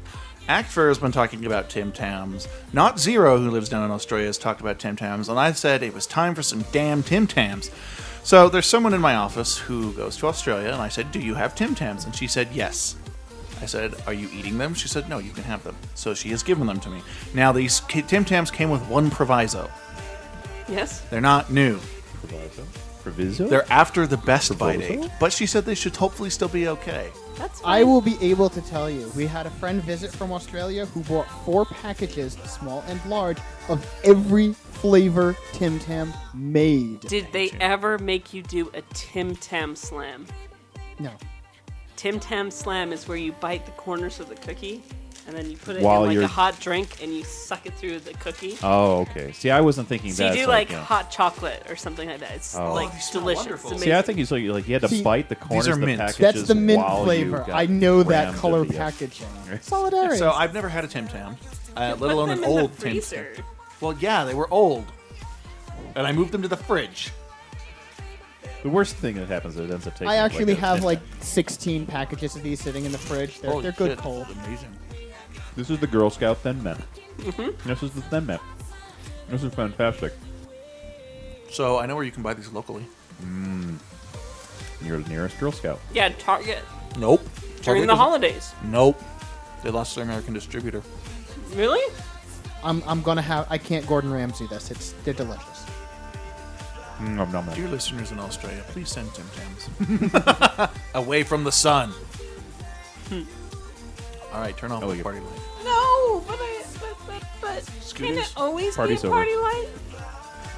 Speaker 4: Akfer has been talking about Tim Tams. Not Zero, who lives down in Australia, has talked about Tim Tams, and I said it was time for some damn Tim Tams. So there's someone in my office who goes to Australia, and I said, "Do you have Tim Tams?" And she said, "Yes." I said, "Are you eating them?" She said, "No, you can have them." So she has given them to me. Now these ki- Tim Tams came with one proviso:
Speaker 3: yes.
Speaker 4: they're not new.
Speaker 1: Proviso?
Speaker 4: They're after the best bite
Speaker 1: Proposal?
Speaker 4: date, but she said they should hopefully still be okay.
Speaker 3: That's fine.
Speaker 2: I will be able to tell you. We had a friend visit from Australia who bought four packages, small and large, of every flavor Tim Tam made.
Speaker 3: Did they ever make you do a Tim Tam slam?
Speaker 2: no.
Speaker 3: Tim Tam slam is where you bite the corners of the cookie and then you put it
Speaker 1: While
Speaker 3: in like
Speaker 1: you're-
Speaker 3: a hot drink and you suck it through the cookie.
Speaker 1: oh, okay. See, I wasn't thinking
Speaker 3: so
Speaker 1: that.
Speaker 3: you do
Speaker 1: it's
Speaker 3: like
Speaker 1: yeah.
Speaker 3: hot chocolate or something like that. It's
Speaker 1: Oh.
Speaker 3: like
Speaker 4: Oh, these smell
Speaker 3: delicious. It's
Speaker 4: wonderful.
Speaker 3: amazing.
Speaker 1: See, I think he's like, like he had to
Speaker 2: See,
Speaker 1: bite the corners
Speaker 4: are
Speaker 1: of the
Speaker 4: mint.
Speaker 1: packages.
Speaker 2: That's the mint
Speaker 1: while you
Speaker 2: flavor.
Speaker 1: got
Speaker 2: I know that
Speaker 1: rammed
Speaker 2: color
Speaker 1: at the end.
Speaker 2: packaging. Solidarity.
Speaker 4: So I've never had a Tim Tam, uh,
Speaker 3: Put
Speaker 4: let alone
Speaker 3: them
Speaker 4: an
Speaker 3: in the
Speaker 4: old Tim Tam.
Speaker 3: freezer.
Speaker 4: Well, yeah, they were old, and I moved them to the fridge.
Speaker 1: The worst thing that happens is it ends up taking.
Speaker 2: I actually
Speaker 1: like, a-
Speaker 2: have like 16 packages of these sitting in the fridge. They're,
Speaker 4: Holy
Speaker 2: they're good
Speaker 4: shit,
Speaker 2: cold.
Speaker 4: Amazing.
Speaker 1: This is the Girl Scout Thin Mint.
Speaker 3: Mm-hmm.
Speaker 1: This is the Thin Mint. This is fantastic.
Speaker 4: So I know where you can buy these locally.
Speaker 1: You're the nearest Girl Scout.
Speaker 3: Yeah, Target
Speaker 4: Nope.
Speaker 3: during the holidays.
Speaker 4: Nope. They lost their American distributor.
Speaker 3: Really?
Speaker 2: I'm, I'm gonna have. I can't Gordon Ramsay this. It's they're delicious.
Speaker 1: Mm, nom, nom, nom.
Speaker 4: Dear listeners in Australia, please send Tim Tams away from the sun. All right, turn off
Speaker 1: Oh,
Speaker 4: the
Speaker 1: you-
Speaker 4: party light.
Speaker 3: Hmm. No, but I but but but can
Speaker 4: Scooters?
Speaker 3: it always
Speaker 1: Party's
Speaker 3: be a
Speaker 1: over.
Speaker 3: party light?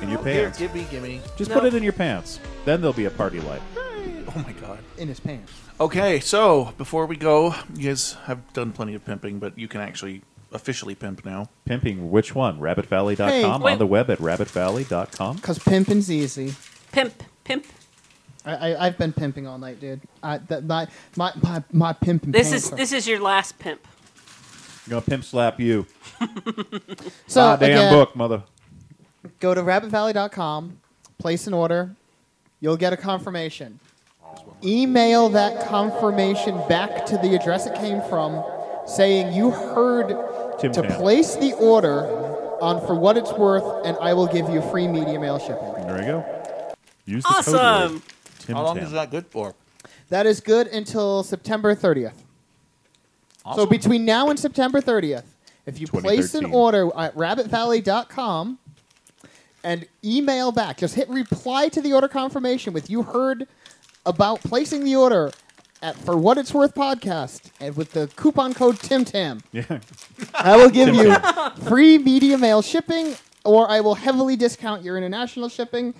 Speaker 1: In your
Speaker 4: Here,
Speaker 1: pants.
Speaker 4: gimme, gimme.
Speaker 1: Just
Speaker 3: No.
Speaker 1: put it in your pants. Then there'll be a party light.
Speaker 4: Oh my god.
Speaker 2: In his pants.
Speaker 4: Okay, so before we go, you guys have done plenty of pimping, but you can actually officially pimp now.
Speaker 1: Pimping which one? RabbitValley.com
Speaker 2: Hey,
Speaker 1: on
Speaker 3: wait.
Speaker 1: the web at rabbitvalley.com.
Speaker 2: Cause pimping's easy.
Speaker 3: Pimp, pimp.
Speaker 2: I, I I've been pimping all night, dude. I that my my my, my pimping.
Speaker 3: This
Speaker 2: pants
Speaker 3: is
Speaker 2: are-
Speaker 3: this is your last pimp.
Speaker 1: I'm gonna pimp slap you.
Speaker 2: So
Speaker 1: ah, damn
Speaker 2: Uh, again,
Speaker 1: book, mother.
Speaker 2: go to rabbitvalley.com, place an order, you'll get a confirmation.
Speaker 4: as well.
Speaker 2: email that confirmation back to the address it came from saying you heard
Speaker 1: Tim
Speaker 2: to
Speaker 1: Tam.
Speaker 2: place the order on for what it's worth and I will give you free media mail shipping.
Speaker 1: There we go. Use the Code
Speaker 3: Awesome.
Speaker 1: word, Tim
Speaker 4: How long
Speaker 1: Tam.
Speaker 4: is that good for?
Speaker 2: That is good until September 30th. So
Speaker 4: Awesome.
Speaker 2: between now and September 30th, if you place an
Speaker 1: 2013.
Speaker 2: order at rabbitvalley.com and email back, just hit reply to the order confirmation with you heard about placing the order at for what it's worth podcast and with the coupon code TimTam.
Speaker 1: Yeah.
Speaker 2: I will give you free media mail shipping, or I will heavily discount your international shipping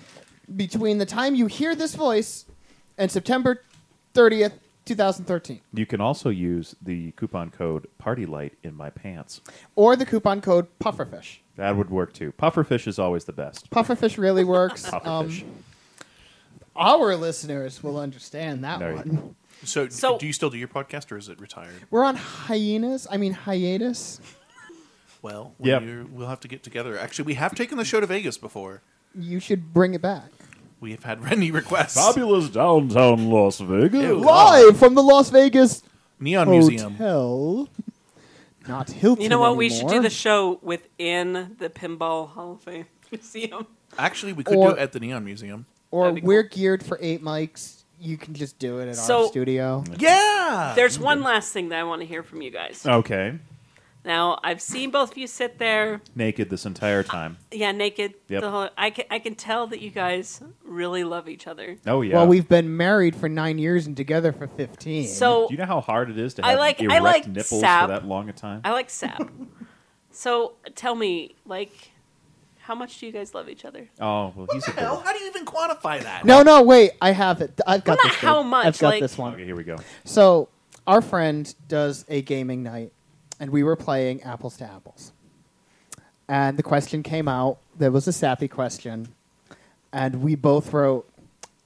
Speaker 2: between the time you hear this voice and September 30th, 2013.
Speaker 1: You can also use the coupon code Party Light in my pants.
Speaker 2: Or the coupon code Pufferfish.
Speaker 1: That would work too. Pufferfish is always the best.
Speaker 2: Pufferfish really works. Um,
Speaker 4: Um,
Speaker 1: Pufferfish.
Speaker 2: our listeners will understand that
Speaker 1: There you
Speaker 2: one.
Speaker 4: So,
Speaker 3: So-
Speaker 4: do you still do your podcast or is it retired?
Speaker 2: We're on hyenas. I mean hiatus.
Speaker 4: Well,
Speaker 1: Yep.
Speaker 4: we're- we'll have to get together. Actually, we have taken the show to Vegas before.
Speaker 2: You should bring it back.
Speaker 4: We have had many requests.
Speaker 1: Fabulous downtown Las Vegas.
Speaker 4: Ew.
Speaker 2: Live from the Las Vegas
Speaker 4: Neon Museum.
Speaker 2: Hotel. Not Hilton.
Speaker 3: You know what? We should do
Speaker 2: anymore.
Speaker 3: the show within the Pinball Hall of Fame Museum.
Speaker 4: Actually, we could
Speaker 2: Or-
Speaker 4: do it at the Neon Museum.
Speaker 2: or
Speaker 3: That'd be
Speaker 2: we're geared for eight mics. You can just do it at
Speaker 3: So-
Speaker 2: our studio.
Speaker 4: Yeah.
Speaker 3: There's one last thing that I want to hear from you guys.
Speaker 1: Okay.
Speaker 3: Now, I've seen both of you sit there,
Speaker 1: Naked this entire time.
Speaker 3: yeah, naked.
Speaker 1: Yep.
Speaker 3: The whole, I, can, I can tell that you guys really love each other.
Speaker 1: Oh yeah.
Speaker 2: Well, we've been married for nine years and together for fifteen.
Speaker 3: So
Speaker 1: Do you know how hard it is to
Speaker 3: Oh. I
Speaker 1: have
Speaker 3: like- I
Speaker 1: erect
Speaker 3: like
Speaker 1: nipples
Speaker 3: sap.
Speaker 1: for that long a time?
Speaker 3: I like sap. so tell me, like, how much do you guys love each other?
Speaker 1: oh well, he's a
Speaker 4: What the hell?
Speaker 1: boy.
Speaker 4: How do you even quantify that?
Speaker 2: no, no, wait. I have it. I've got
Speaker 3: Well, not
Speaker 2: this. Dave.
Speaker 3: how much,
Speaker 2: I've got
Speaker 3: like-
Speaker 2: this one.
Speaker 1: Okay, here we go.
Speaker 2: So our friend does a gaming night, and we were playing apples to apples. And the question came out. There was a sappy question, and we both wrote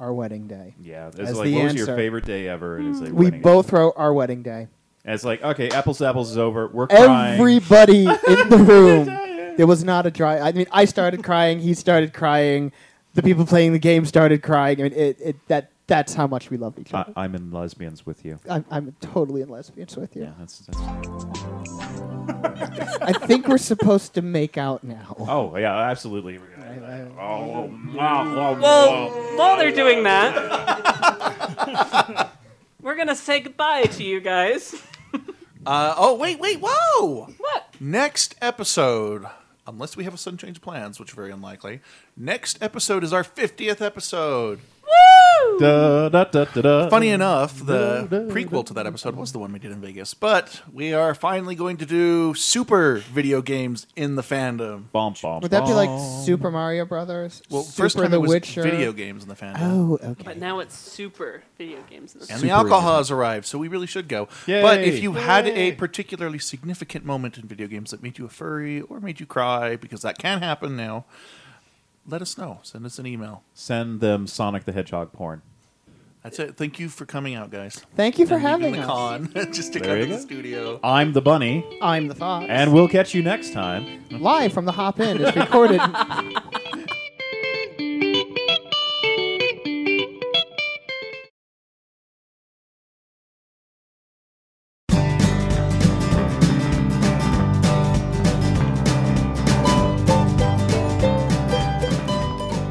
Speaker 2: our wedding day.
Speaker 1: Yeah, it's
Speaker 2: As
Speaker 1: like
Speaker 2: the
Speaker 1: what was
Speaker 2: answer.
Speaker 1: your favorite day ever? And it's like
Speaker 2: We
Speaker 1: wedding.
Speaker 2: both wrote our wedding day.
Speaker 1: And it's like okay, apples to apples is over. We're crying.
Speaker 2: Everybody in the room. There was not a dry. I mean, I started crying. He started crying. The people playing the game started crying. I mean, it, it that that's how much we love each
Speaker 1: I,
Speaker 2: other.
Speaker 1: I'm in lesbians with you.
Speaker 4: Uh,
Speaker 2: I'm, I'm totally in lesbians with you.
Speaker 1: Yeah, that's, that's
Speaker 2: I think we're supposed to make out now.
Speaker 1: Oh yeah, absolutely. Oh, wow, wow.
Speaker 3: Well, while they're doing that, we're going to say goodbye to you guys.
Speaker 4: Uh, oh, wait, wait, whoa!
Speaker 3: What?
Speaker 4: Next episode, unless we have a sudden change of plans, which is very unlikely. Next episode is our 50th episode.
Speaker 3: Woo!
Speaker 1: Da, da, da, da, da.
Speaker 4: Funny enough, the prequel to that episode was the one we did in Vegas, but we are finally going to do super video games in the fandom.
Speaker 1: Bum, bum,
Speaker 2: Would that be
Speaker 1: bum.
Speaker 2: like Super Mario Brothers?
Speaker 4: oh. Well,
Speaker 2: Super
Speaker 4: first time
Speaker 2: The
Speaker 4: it was
Speaker 2: Witcher.
Speaker 4: video games in the fandom.
Speaker 2: Oh, okay.
Speaker 3: But now it's super video games. In the
Speaker 4: And
Speaker 1: Super
Speaker 4: the alcohol has arrived, so we really should go. But
Speaker 1: Yay.
Speaker 4: if you had a particularly significant moment in video games that made you a furry or made you cry, because that can happen now, let us know. Send us an email.
Speaker 1: Send them Sonic the Hedgehog porn.
Speaker 4: That's it. Thank you for coming out, guys.
Speaker 2: Thank you for
Speaker 4: And leaving
Speaker 2: having
Speaker 4: the
Speaker 2: us.
Speaker 4: con just to
Speaker 1: There you
Speaker 4: come to the
Speaker 1: go.
Speaker 4: studio.
Speaker 1: I'm the bunny,
Speaker 2: I'm the Fox.
Speaker 1: and we'll catch you next time.
Speaker 2: live from the Hop In is recorded.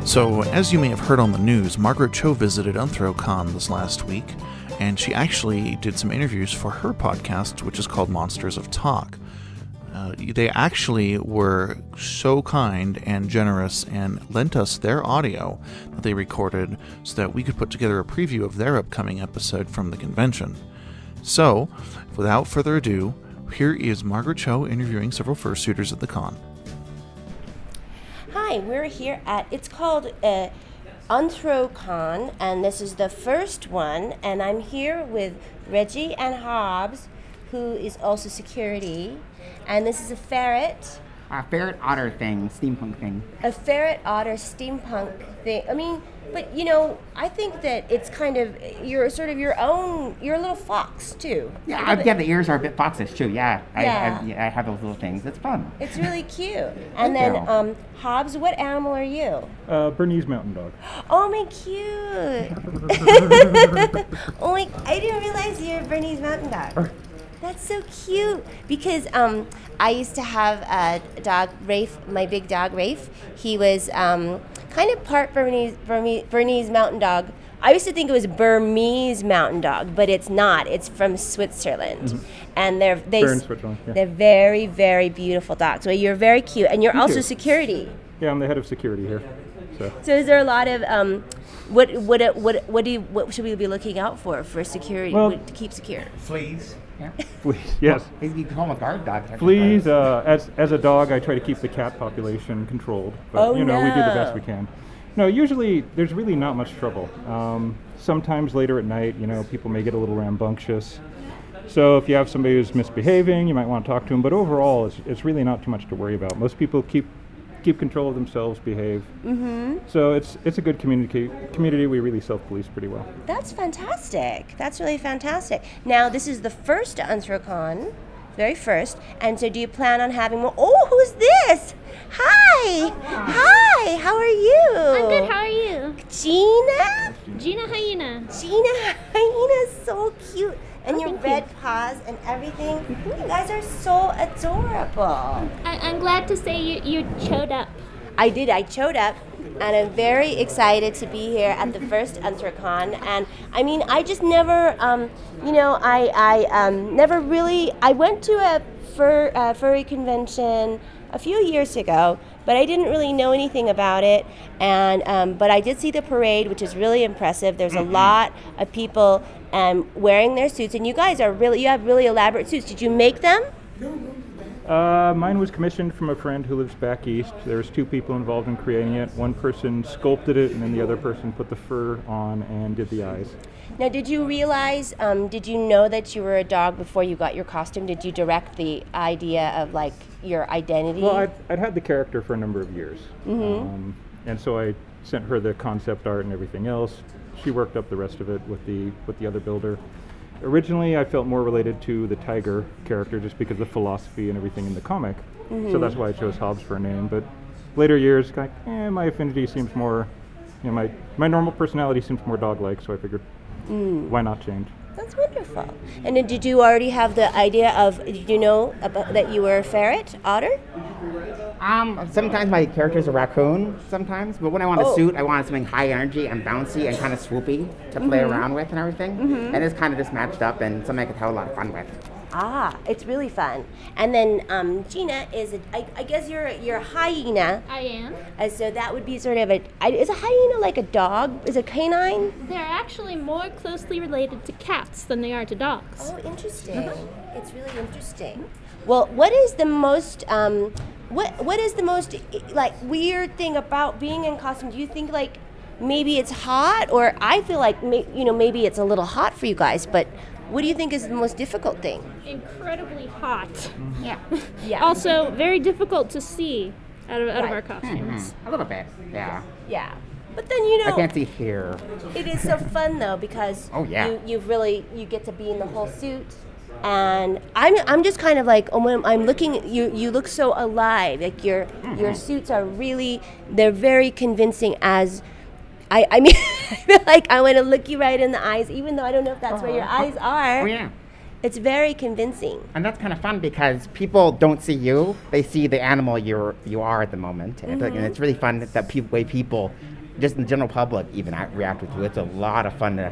Speaker 4: So, as you may have heard on the news, Margaret Cho visited UnthroCon this last week, and she actually did some interviews for her podcast, which is called Monsters of Talk. Uh, they actually were so kind and generous and lent us their audio that they recorded so that we could put together a preview of their upcoming episode from the convention. So, without further ado, here is Margaret Cho interviewing several fursuiters at the con.
Speaker 9: Hi, we're here at it's called uh, UnthroCon, and this is the first one. And I'm here with Reggie and Hobbs, who is also security, and this is a ferret,
Speaker 2: Uh, ferret otter thing, steampunk thing.
Speaker 7: a ferret otter steampunk thing. I mean, but you know, I think that it's kind of you're sort of your own. You're a little fox too.
Speaker 2: Yeah,
Speaker 7: A
Speaker 2: I,
Speaker 7: little
Speaker 2: yeah,
Speaker 7: bit-
Speaker 2: the ears are a bit foxish too. Yeah, I,
Speaker 7: Yeah.
Speaker 2: I, yeah, I have those little things. It's fun.
Speaker 7: It's really cute. And then
Speaker 2: you.
Speaker 7: um, Hobbs, what animal are you?
Speaker 10: Uh, Bernese Mountain Dog.
Speaker 7: Oh, my cute. oh my! I didn't realize you're a Bernese Mountain Dog. That's so cute because um, I used to have a dog, Rafe, my big dog, Rafe. He was um, kind of part Bernese, Burmese, Bernese Mountain Dog. I used to think it was Burmese Mountain Dog, but it's not. It's from Switzerland, and they're they
Speaker 10: Mm-hmm. They're in
Speaker 7: s-
Speaker 10: Switzerland, yeah.
Speaker 7: They're very, very beautiful dogs. Well, you're very cute, and you're
Speaker 10: Thank
Speaker 7: also
Speaker 10: you.
Speaker 7: security.
Speaker 10: Yeah, I'm the head of security here. So
Speaker 7: So is there a lot of um, what what what what do you, what should we be looking out for for security
Speaker 10: Well-
Speaker 7: what, to keep secure?
Speaker 2: Fleas. Yeah.
Speaker 10: fleas, yes,
Speaker 2: You can call them a guard dog. technically.
Speaker 10: fleas. Uh, as as a dog, I try to keep the cat population controlled, but
Speaker 7: Oh,
Speaker 10: you know we do the
Speaker 7: no.
Speaker 10: best we can. No, usually there's really not much trouble. Um, sometimes later at night, you know, people may get a little rambunctious. So if you have somebody who's misbehaving, you might want to talk to them. But overall, it's, it's really not too much to worry about. Most people keep keep control of themselves, behave. Mm-hmm. So it's it's a good community. Community, we really self-police pretty well.
Speaker 7: That's fantastic. That's really fantastic. Now this is the first UnthroCon, very first, and so do you plan on having more? Oh, who's this? Hi, hi. How are you?
Speaker 9: I'm good. How are you?
Speaker 7: Gina.
Speaker 9: Gina Hyena.
Speaker 7: Gina Hyena's so cute, and your red paws and everything. You guys are so adorable.
Speaker 9: I- I'm glad to say you, you showed up.
Speaker 7: I did. I showed up, and I'm very excited to be here at the first UnthroCon. And I mean, I just never, um, you know, I, I um, never really. I went to a fur uh, furry convention a few years ago, but I didn't really know anything about it. And um, but I did see the parade, which is really impressive. There's a lot of people um, wearing their suits, and you guys are really. You have really elaborate suits. Did you make them?
Speaker 10: Uh, mine was commissioned from a friend who lives back east. There was two people involved in creating it. One person sculpted it, and then the other person put the fur on and did the eyes.
Speaker 7: Now, did you realize, um, did you know that you were a dog before you got your costume? Did you direct the idea of like your identity?
Speaker 10: Well, I'd, I'd had the character for a number of years,
Speaker 7: Mhm.
Speaker 10: um, and so I sent her the concept art and everything else. She worked up the rest of it with the with the other builder. Originally, I felt more related to the tiger character just because of the philosophy and everything in the comic. So
Speaker 7: Mm-hmm.
Speaker 11: Mhm.
Speaker 10: that's why I chose Hobbs for a name. But later years, like, eh, my affinity seems more, you know, my my normal personality seems more dog-like. So I figured,
Speaker 7: Mm.
Speaker 10: why not change?
Speaker 7: That's wonderful. And then did you already have the idea of, did you know about, that you were a ferret, otter?
Speaker 2: Um, sometimes my character's a raccoon, sometimes, but when I want
Speaker 7: Oh.
Speaker 2: a suit, I wanted something high energy and bouncy and kind of swoopy to play
Speaker 7: Mhm.
Speaker 2: around with and everything.
Speaker 7: Mhm.
Speaker 2: And it's kind of just matched up and something I could have a lot of fun with.
Speaker 7: Ah, it's really fun. And then um, Gina is, a, I, I guess you're, a- you're a hyena.
Speaker 9: I am.
Speaker 7: Uh, so that would be sort of a, I- is a hyena like a dog? Is it canine?
Speaker 9: They're actually more closely related to cats than they are to dogs. Uh-huh.
Speaker 7: Oh, interesting. It's really interesting. Well, what is the most um, what what is the most eh, like weird thing about being in costume? Do you think like maybe it's hot, or I feel like may, you know maybe it's a little hot for you guys, but what do you think is the most difficult thing?
Speaker 9: Incredibly hot.
Speaker 2: Yeah.
Speaker 7: Yeah.
Speaker 9: Also, very difficult to see out of, out of our costumes.
Speaker 2: Mhm. A little bit, yeah.
Speaker 7: Yeah, but then you know
Speaker 2: I can't see here.
Speaker 7: It is so fun though because
Speaker 2: Oh, yeah.
Speaker 7: you you really you get to be in the whole suit, and I'm I'm just kind of like oh when I'm looking you you look so alive like your your
Speaker 2: Mm-hmm.
Speaker 9: Mhm.
Speaker 7: suits are really they're very convincing as. I, I mean, I feel like I want to look you right in the eyes, even though I don't know if that's where your
Speaker 2: Uh-huh.
Speaker 7: eyes are.
Speaker 2: Oh, yeah.
Speaker 7: It's very convincing.
Speaker 2: And that's kind of fun because people don't see you; they see the animal you you are at the moment, and,
Speaker 7: Mhm.
Speaker 2: and it's really fun that, that peop way people, just the general public, even act, react with you. It's a lot of fun to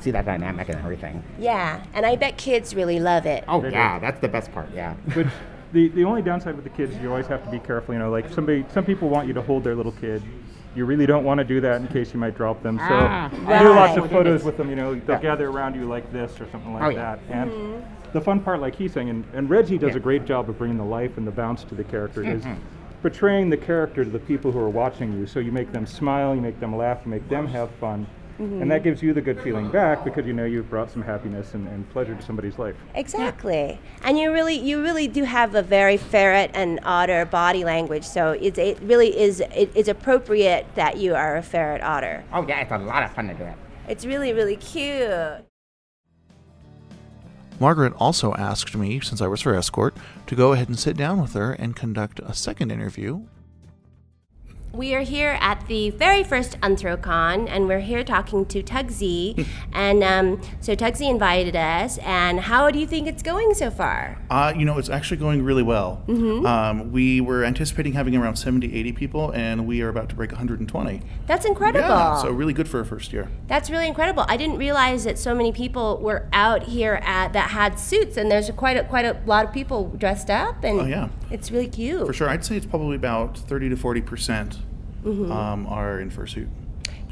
Speaker 2: see that dynamic and everything.
Speaker 7: Yeah, and I bet kids really love it.
Speaker 2: Oh yeah, that's the best part. Yeah.
Speaker 10: Which the the only downside with the kids, you always have to be careful. You know, like somebody, some people want you to hold their little kid. You really don't want to do that in case you might drop them. So
Speaker 2: Ah,
Speaker 10: I do lots of
Speaker 2: right.
Speaker 10: photos with them. You know, they'll
Speaker 2: Yeah.
Speaker 10: gather around you like this or something like
Speaker 2: Oh, yeah.
Speaker 10: that. And the fun part, like he's saying, and, and Reggie does
Speaker 2: Yeah.
Speaker 10: a great job of bringing the life and the bounce to the character. Is
Speaker 12: Mm-hmm.
Speaker 2: Mhm.
Speaker 10: portraying the character to the people who are watching you. So you make them smile, you make them laugh, you make them have fun. And that gives you the good feeling back because you know you've brought some happiness and, and pleasure to somebody's life.
Speaker 7: Exactly. And you really you really do have a very ferret and otter body language, so it's, it really is it is appropriate that you are a ferret otter.
Speaker 12: Oh yeah, it's a lot of fun to do it.
Speaker 7: It's really really cute.
Speaker 4: Margaret also asked me, since I was her escort, to go ahead and sit down with her and conduct a second interview.
Speaker 7: We are here at the very first Anthrocon, and we're here talking to Tugsy. and um, so Tugsy invited us. And how do you think it's going so far?
Speaker 4: Uh, you know, it's actually going really well.
Speaker 7: Mhm.
Speaker 4: Um, we were anticipating having around 70, 80 people, and we are about to break 120.
Speaker 7: That's incredible.
Speaker 4: Yeah, so really good for a first year.
Speaker 7: That's really incredible. I didn't realize that so many people were out here at that had suits, and there's quite a, quite a lot of people dressed up, and
Speaker 4: Oh, yeah.
Speaker 7: it's really cute.
Speaker 4: For sure. I'd say it's probably about 30 to 40 percent
Speaker 7: Mhm.
Speaker 4: um, are in fursuit.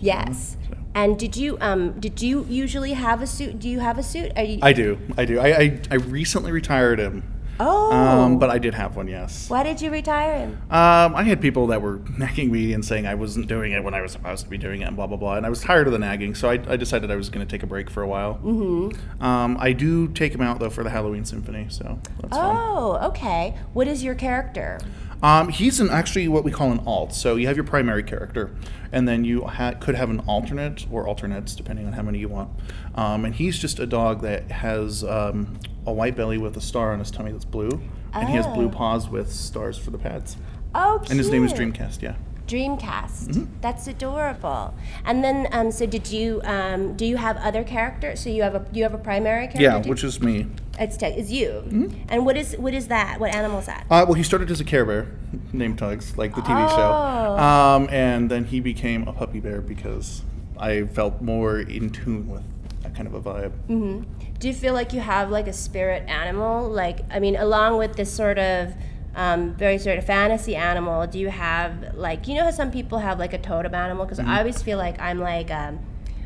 Speaker 7: Yes. And did you um did you usually have a suit? Do you have a suit? Are you,
Speaker 4: I do. I do. I, I, I recently retired him.
Speaker 7: Oh.
Speaker 4: Um, but I did have one, yes.
Speaker 7: Why did you retire him?
Speaker 4: Um, I had people that were nagging me and saying I wasn't doing it when I was supposed to be doing it and blah, blah, blah. And I was tired of the nagging, so I, I decided I was going to take a break for a while.
Speaker 7: Mm-hmm.
Speaker 4: Um, I do take him out, though, for the Halloween Symphony, so that's fun.
Speaker 7: Oh, okay. What is your character?
Speaker 4: Um, he's an actually what we call an alt. So you have your primary character, and then you ha- could have an alternate or alternates depending on how many you want. Um, and he's just a dog that has um, a white belly with a star on his tummy that's blue, and he has
Speaker 7: Oh.
Speaker 4: blue paws with stars for the pads.
Speaker 7: Oh,
Speaker 4: And his name is Mm-hmm.
Speaker 7: cute.
Speaker 4: Dreamcast. Yeah.
Speaker 7: Dreamcast. That's adorable. And then, um, so did you? Um, do you have other characters? So you have a you have a primary character?
Speaker 4: Yeah,
Speaker 7: Do-
Speaker 4: which Mm-hmm. is me.
Speaker 7: it's te- is you. And what is what is that? What animal is that?
Speaker 4: Uh, well, he started as a Care Bear, named Tugs, like the TV
Speaker 7: Oh.
Speaker 4: show, um, and then he became a puppy bear because I felt more in tune with that kind of a vibe.
Speaker 7: hmm Do you feel like you have like a spirit animal? Like, I mean, along with this sort of um, very sort of fantasy animal, do you have like you know how some people have like a totem animal? Because I
Speaker 13: Mhm.
Speaker 7: always feel like I'm like um,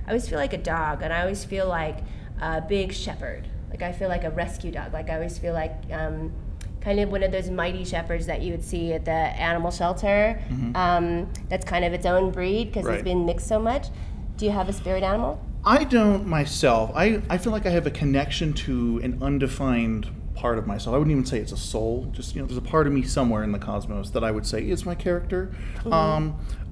Speaker 7: I always feel like a dog, and I always feel like a big shepherd. Like I feel like a rescue dog. Like I always feel like um, kind of one of those mighty shepherds that you would see at the animal shelter.
Speaker 4: Mhm.
Speaker 7: Um, that's kind of its own breed because it's
Speaker 4: Right.
Speaker 7: been mixed so much. Do you have a spirit animal?
Speaker 4: I don't myself. I, I feel like I have a connection to an undefined part of myself. I wouldn't even say it's a soul. Just you know, there's a part of me somewhere in the cosmos that I would say is my character.
Speaker 14: Mhm.
Speaker 4: Um,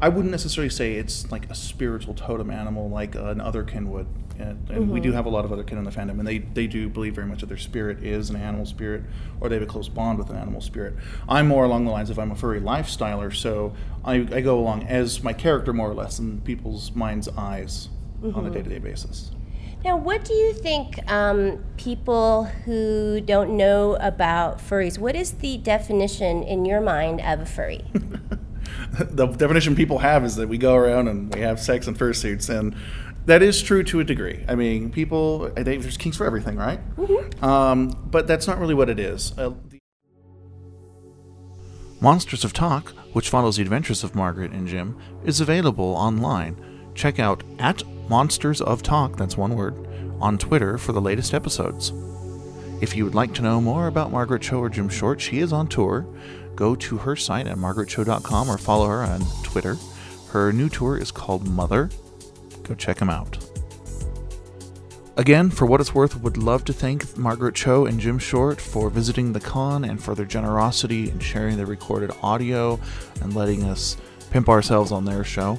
Speaker 4: I wouldn't necessarily say it's like a spiritual totem animal like an otherkin would. And, and we
Speaker 14: Mhm.
Speaker 4: do have a lot of otherkin in the fandom, and they, they do believe very much that their spirit is an animal spirit, or they have a close bond with an animal spirit. I'm more along the lines of I'm a furry lifestyler, so I, I go along as my character more or less in people's mind's eyes on a
Speaker 7: Mhm.
Speaker 4: day to day basis.
Speaker 7: Now, what do you think um, people who don't know about furries? What is the definition in your mind of a furry?
Speaker 4: the definition people have is that we go around and we have sex in fursuits, and that is true to a degree. I mean, people, I think there's kinks for everything, right? Um, but that's not really what it is. Uh, Monsters of Talk, which follows the adventures of Margaret and Jim, is available online. Check out at Monsters of Talk, that's one word, on Twitter for the latest episodes. If you would like to know more about Margaret Cho or Jim Short, she is on tour. Go to her site at margaretcho.com or follow her on Twitter. Her new tour is called Mother. Go check them out. Again, for what it's worth, would love to thank Margaret Cho and Jim Short for visiting the con and for their generosity in sharing their recorded audio and letting us pimp ourselves on their show.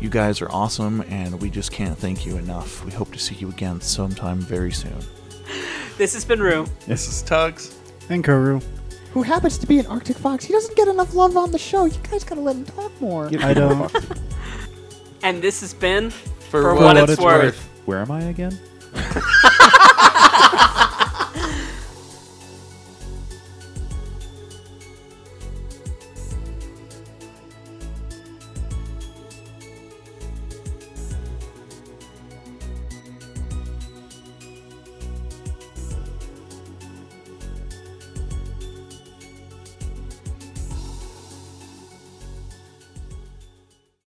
Speaker 4: You guys are awesome, and we just can't thank you enough. We hope to see you again sometime very soon.
Speaker 3: This has been Rue.
Speaker 4: This is Tugs.
Speaker 9: And Kuru.
Speaker 2: Who happens to be an Arctic fox? He doesn't get enough love on the show. You guys gotta let him talk more.
Speaker 9: I don't.
Speaker 3: And this has been
Speaker 1: For
Speaker 3: For
Speaker 1: What
Speaker 3: What
Speaker 1: It's
Speaker 3: It's Worth.
Speaker 1: Where am I again?